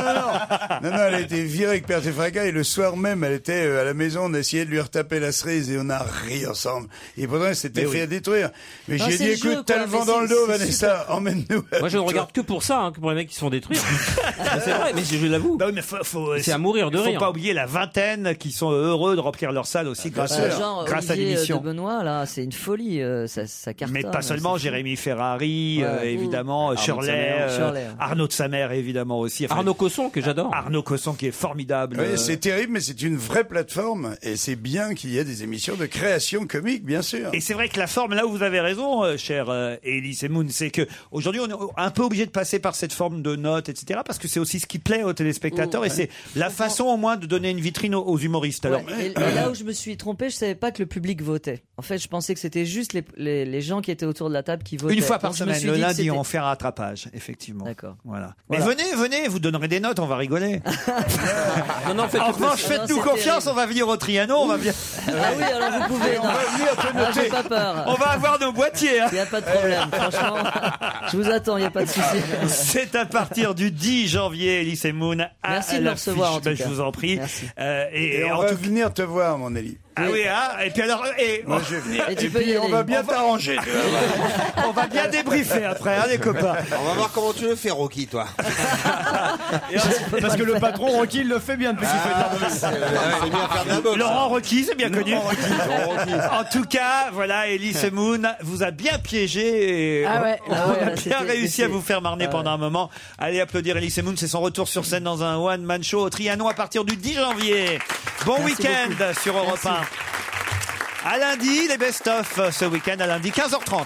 non, non, elle a été virée avec Perte et Fracas et le soir même, elle était euh, à la maison, on essayait de lui retaper la cerise et on a ri ensemble. Et pourtant, elle s'était Mais fait oui. détruire. Mais Non, j'ai c'est dit, le écoute, jeu, t'as quoi, le vent mais dans c'est- le dos, c'est Vanessa, emmène-nous. Moi, je ne regarde que pour ça, hein, que pour les mecs qui se font détruire. Mais c'est vrai, mais je, je l'avoue. Bah oui, mais faut- faut- C'est à mourir de faut rire. pas oublier la vingtaine qui sont heureux de remplir leur salle aussi grâce, Euh, genre, grâce à Olivier, euh, l'émission de Benoît, là, c'est une folie, euh, ça, ça cartonne. Mais pas seulement Jérémy Ferrari, euh, Ouais. évidemment, Arnaud de Shirley, Samer, euh, Shirley, hein. ouais. Arnaud de sa mère, évidemment aussi. Arnaud Cosson, que j'adore. Arnaud Cosson, qui est formidable. Oui, Euh, c'est terrible, mais c'est une vraie plateforme et c'est bien qu'il y ait des émissions de création comique, bien sûr. Et c'est vrai que la forme, là où vous avez raison, euh, cher euh, Elise et Moon, c'est que aujourd'hui on est un peu obligé de passer par cette forme de notes, etc. Parce que c'est aussi ce qui plaît aux téléspectateurs Mmh. et c'est la façon au moins de donner une vitrine aux, aux humoristes. Alors, Ouais, et, et là où je me suis trompé, je savais pas que le public votait. En fait, je pensais que c'était juste les, les, les gens qui étaient autour de la table qui votaient. une fois par Donc, je me semaine, suis le dit que lundi, c'était- on fait un rattrapage, effectivement. D'accord. Voilà. Mais venez, venez, vous donnerez des notes, on va rigoler. non, non, faites- en revanche, Non, faites-nous c'est confiance, terrible. on va venir au Trianon, on va venir. Ah oui, alors vous pouvez. On non. va venir te Ah, j'ai noter. pas peur. On va avoir nos boîtiers. Il n'y a pas de problème, franchement. Je vous attends, il n'y a pas de souci. Ah, C'est à partir du 10 janvier, Elise et Moon. à Merci de me l'affiche. recevoir, en tout Ben, cas. Je vous en prie. Euh, et, Et, et on en va tout- venir te voir, mon Élie. Ah oui, hein, et puis alors, et, Moi, je vais venir. Et tu Et peux y puis, on aller. va bien On va- t'arranger. tu vas voir. on va bien débriefer après, hein, les copains. On va voir comment tu le fais, Rocky, toi. Eh, Parce que le patron Rocky il le fait bien depuis qu'il fait de la boxe. Ah, C'est bien faire de la boxe. Laurent Rocky, c'est bien connu. Oh, Laurent Rocky. en tout cas, voilà, Elise et Moon vous a bien piégé. et Ah ouais, on ah ouais, a là, bien c'était- réussi à c'était- vous faire marner ah pendant un moment. Allez applaudir Elise et Moon, c'est son retour sur scène dans un one-man show au Trianon à partir du 10 janvier. Bon Merci week-end beaucoup. sur Europe Merci. 1. À lundi, les best-of ce week-end, à lundi 15h30.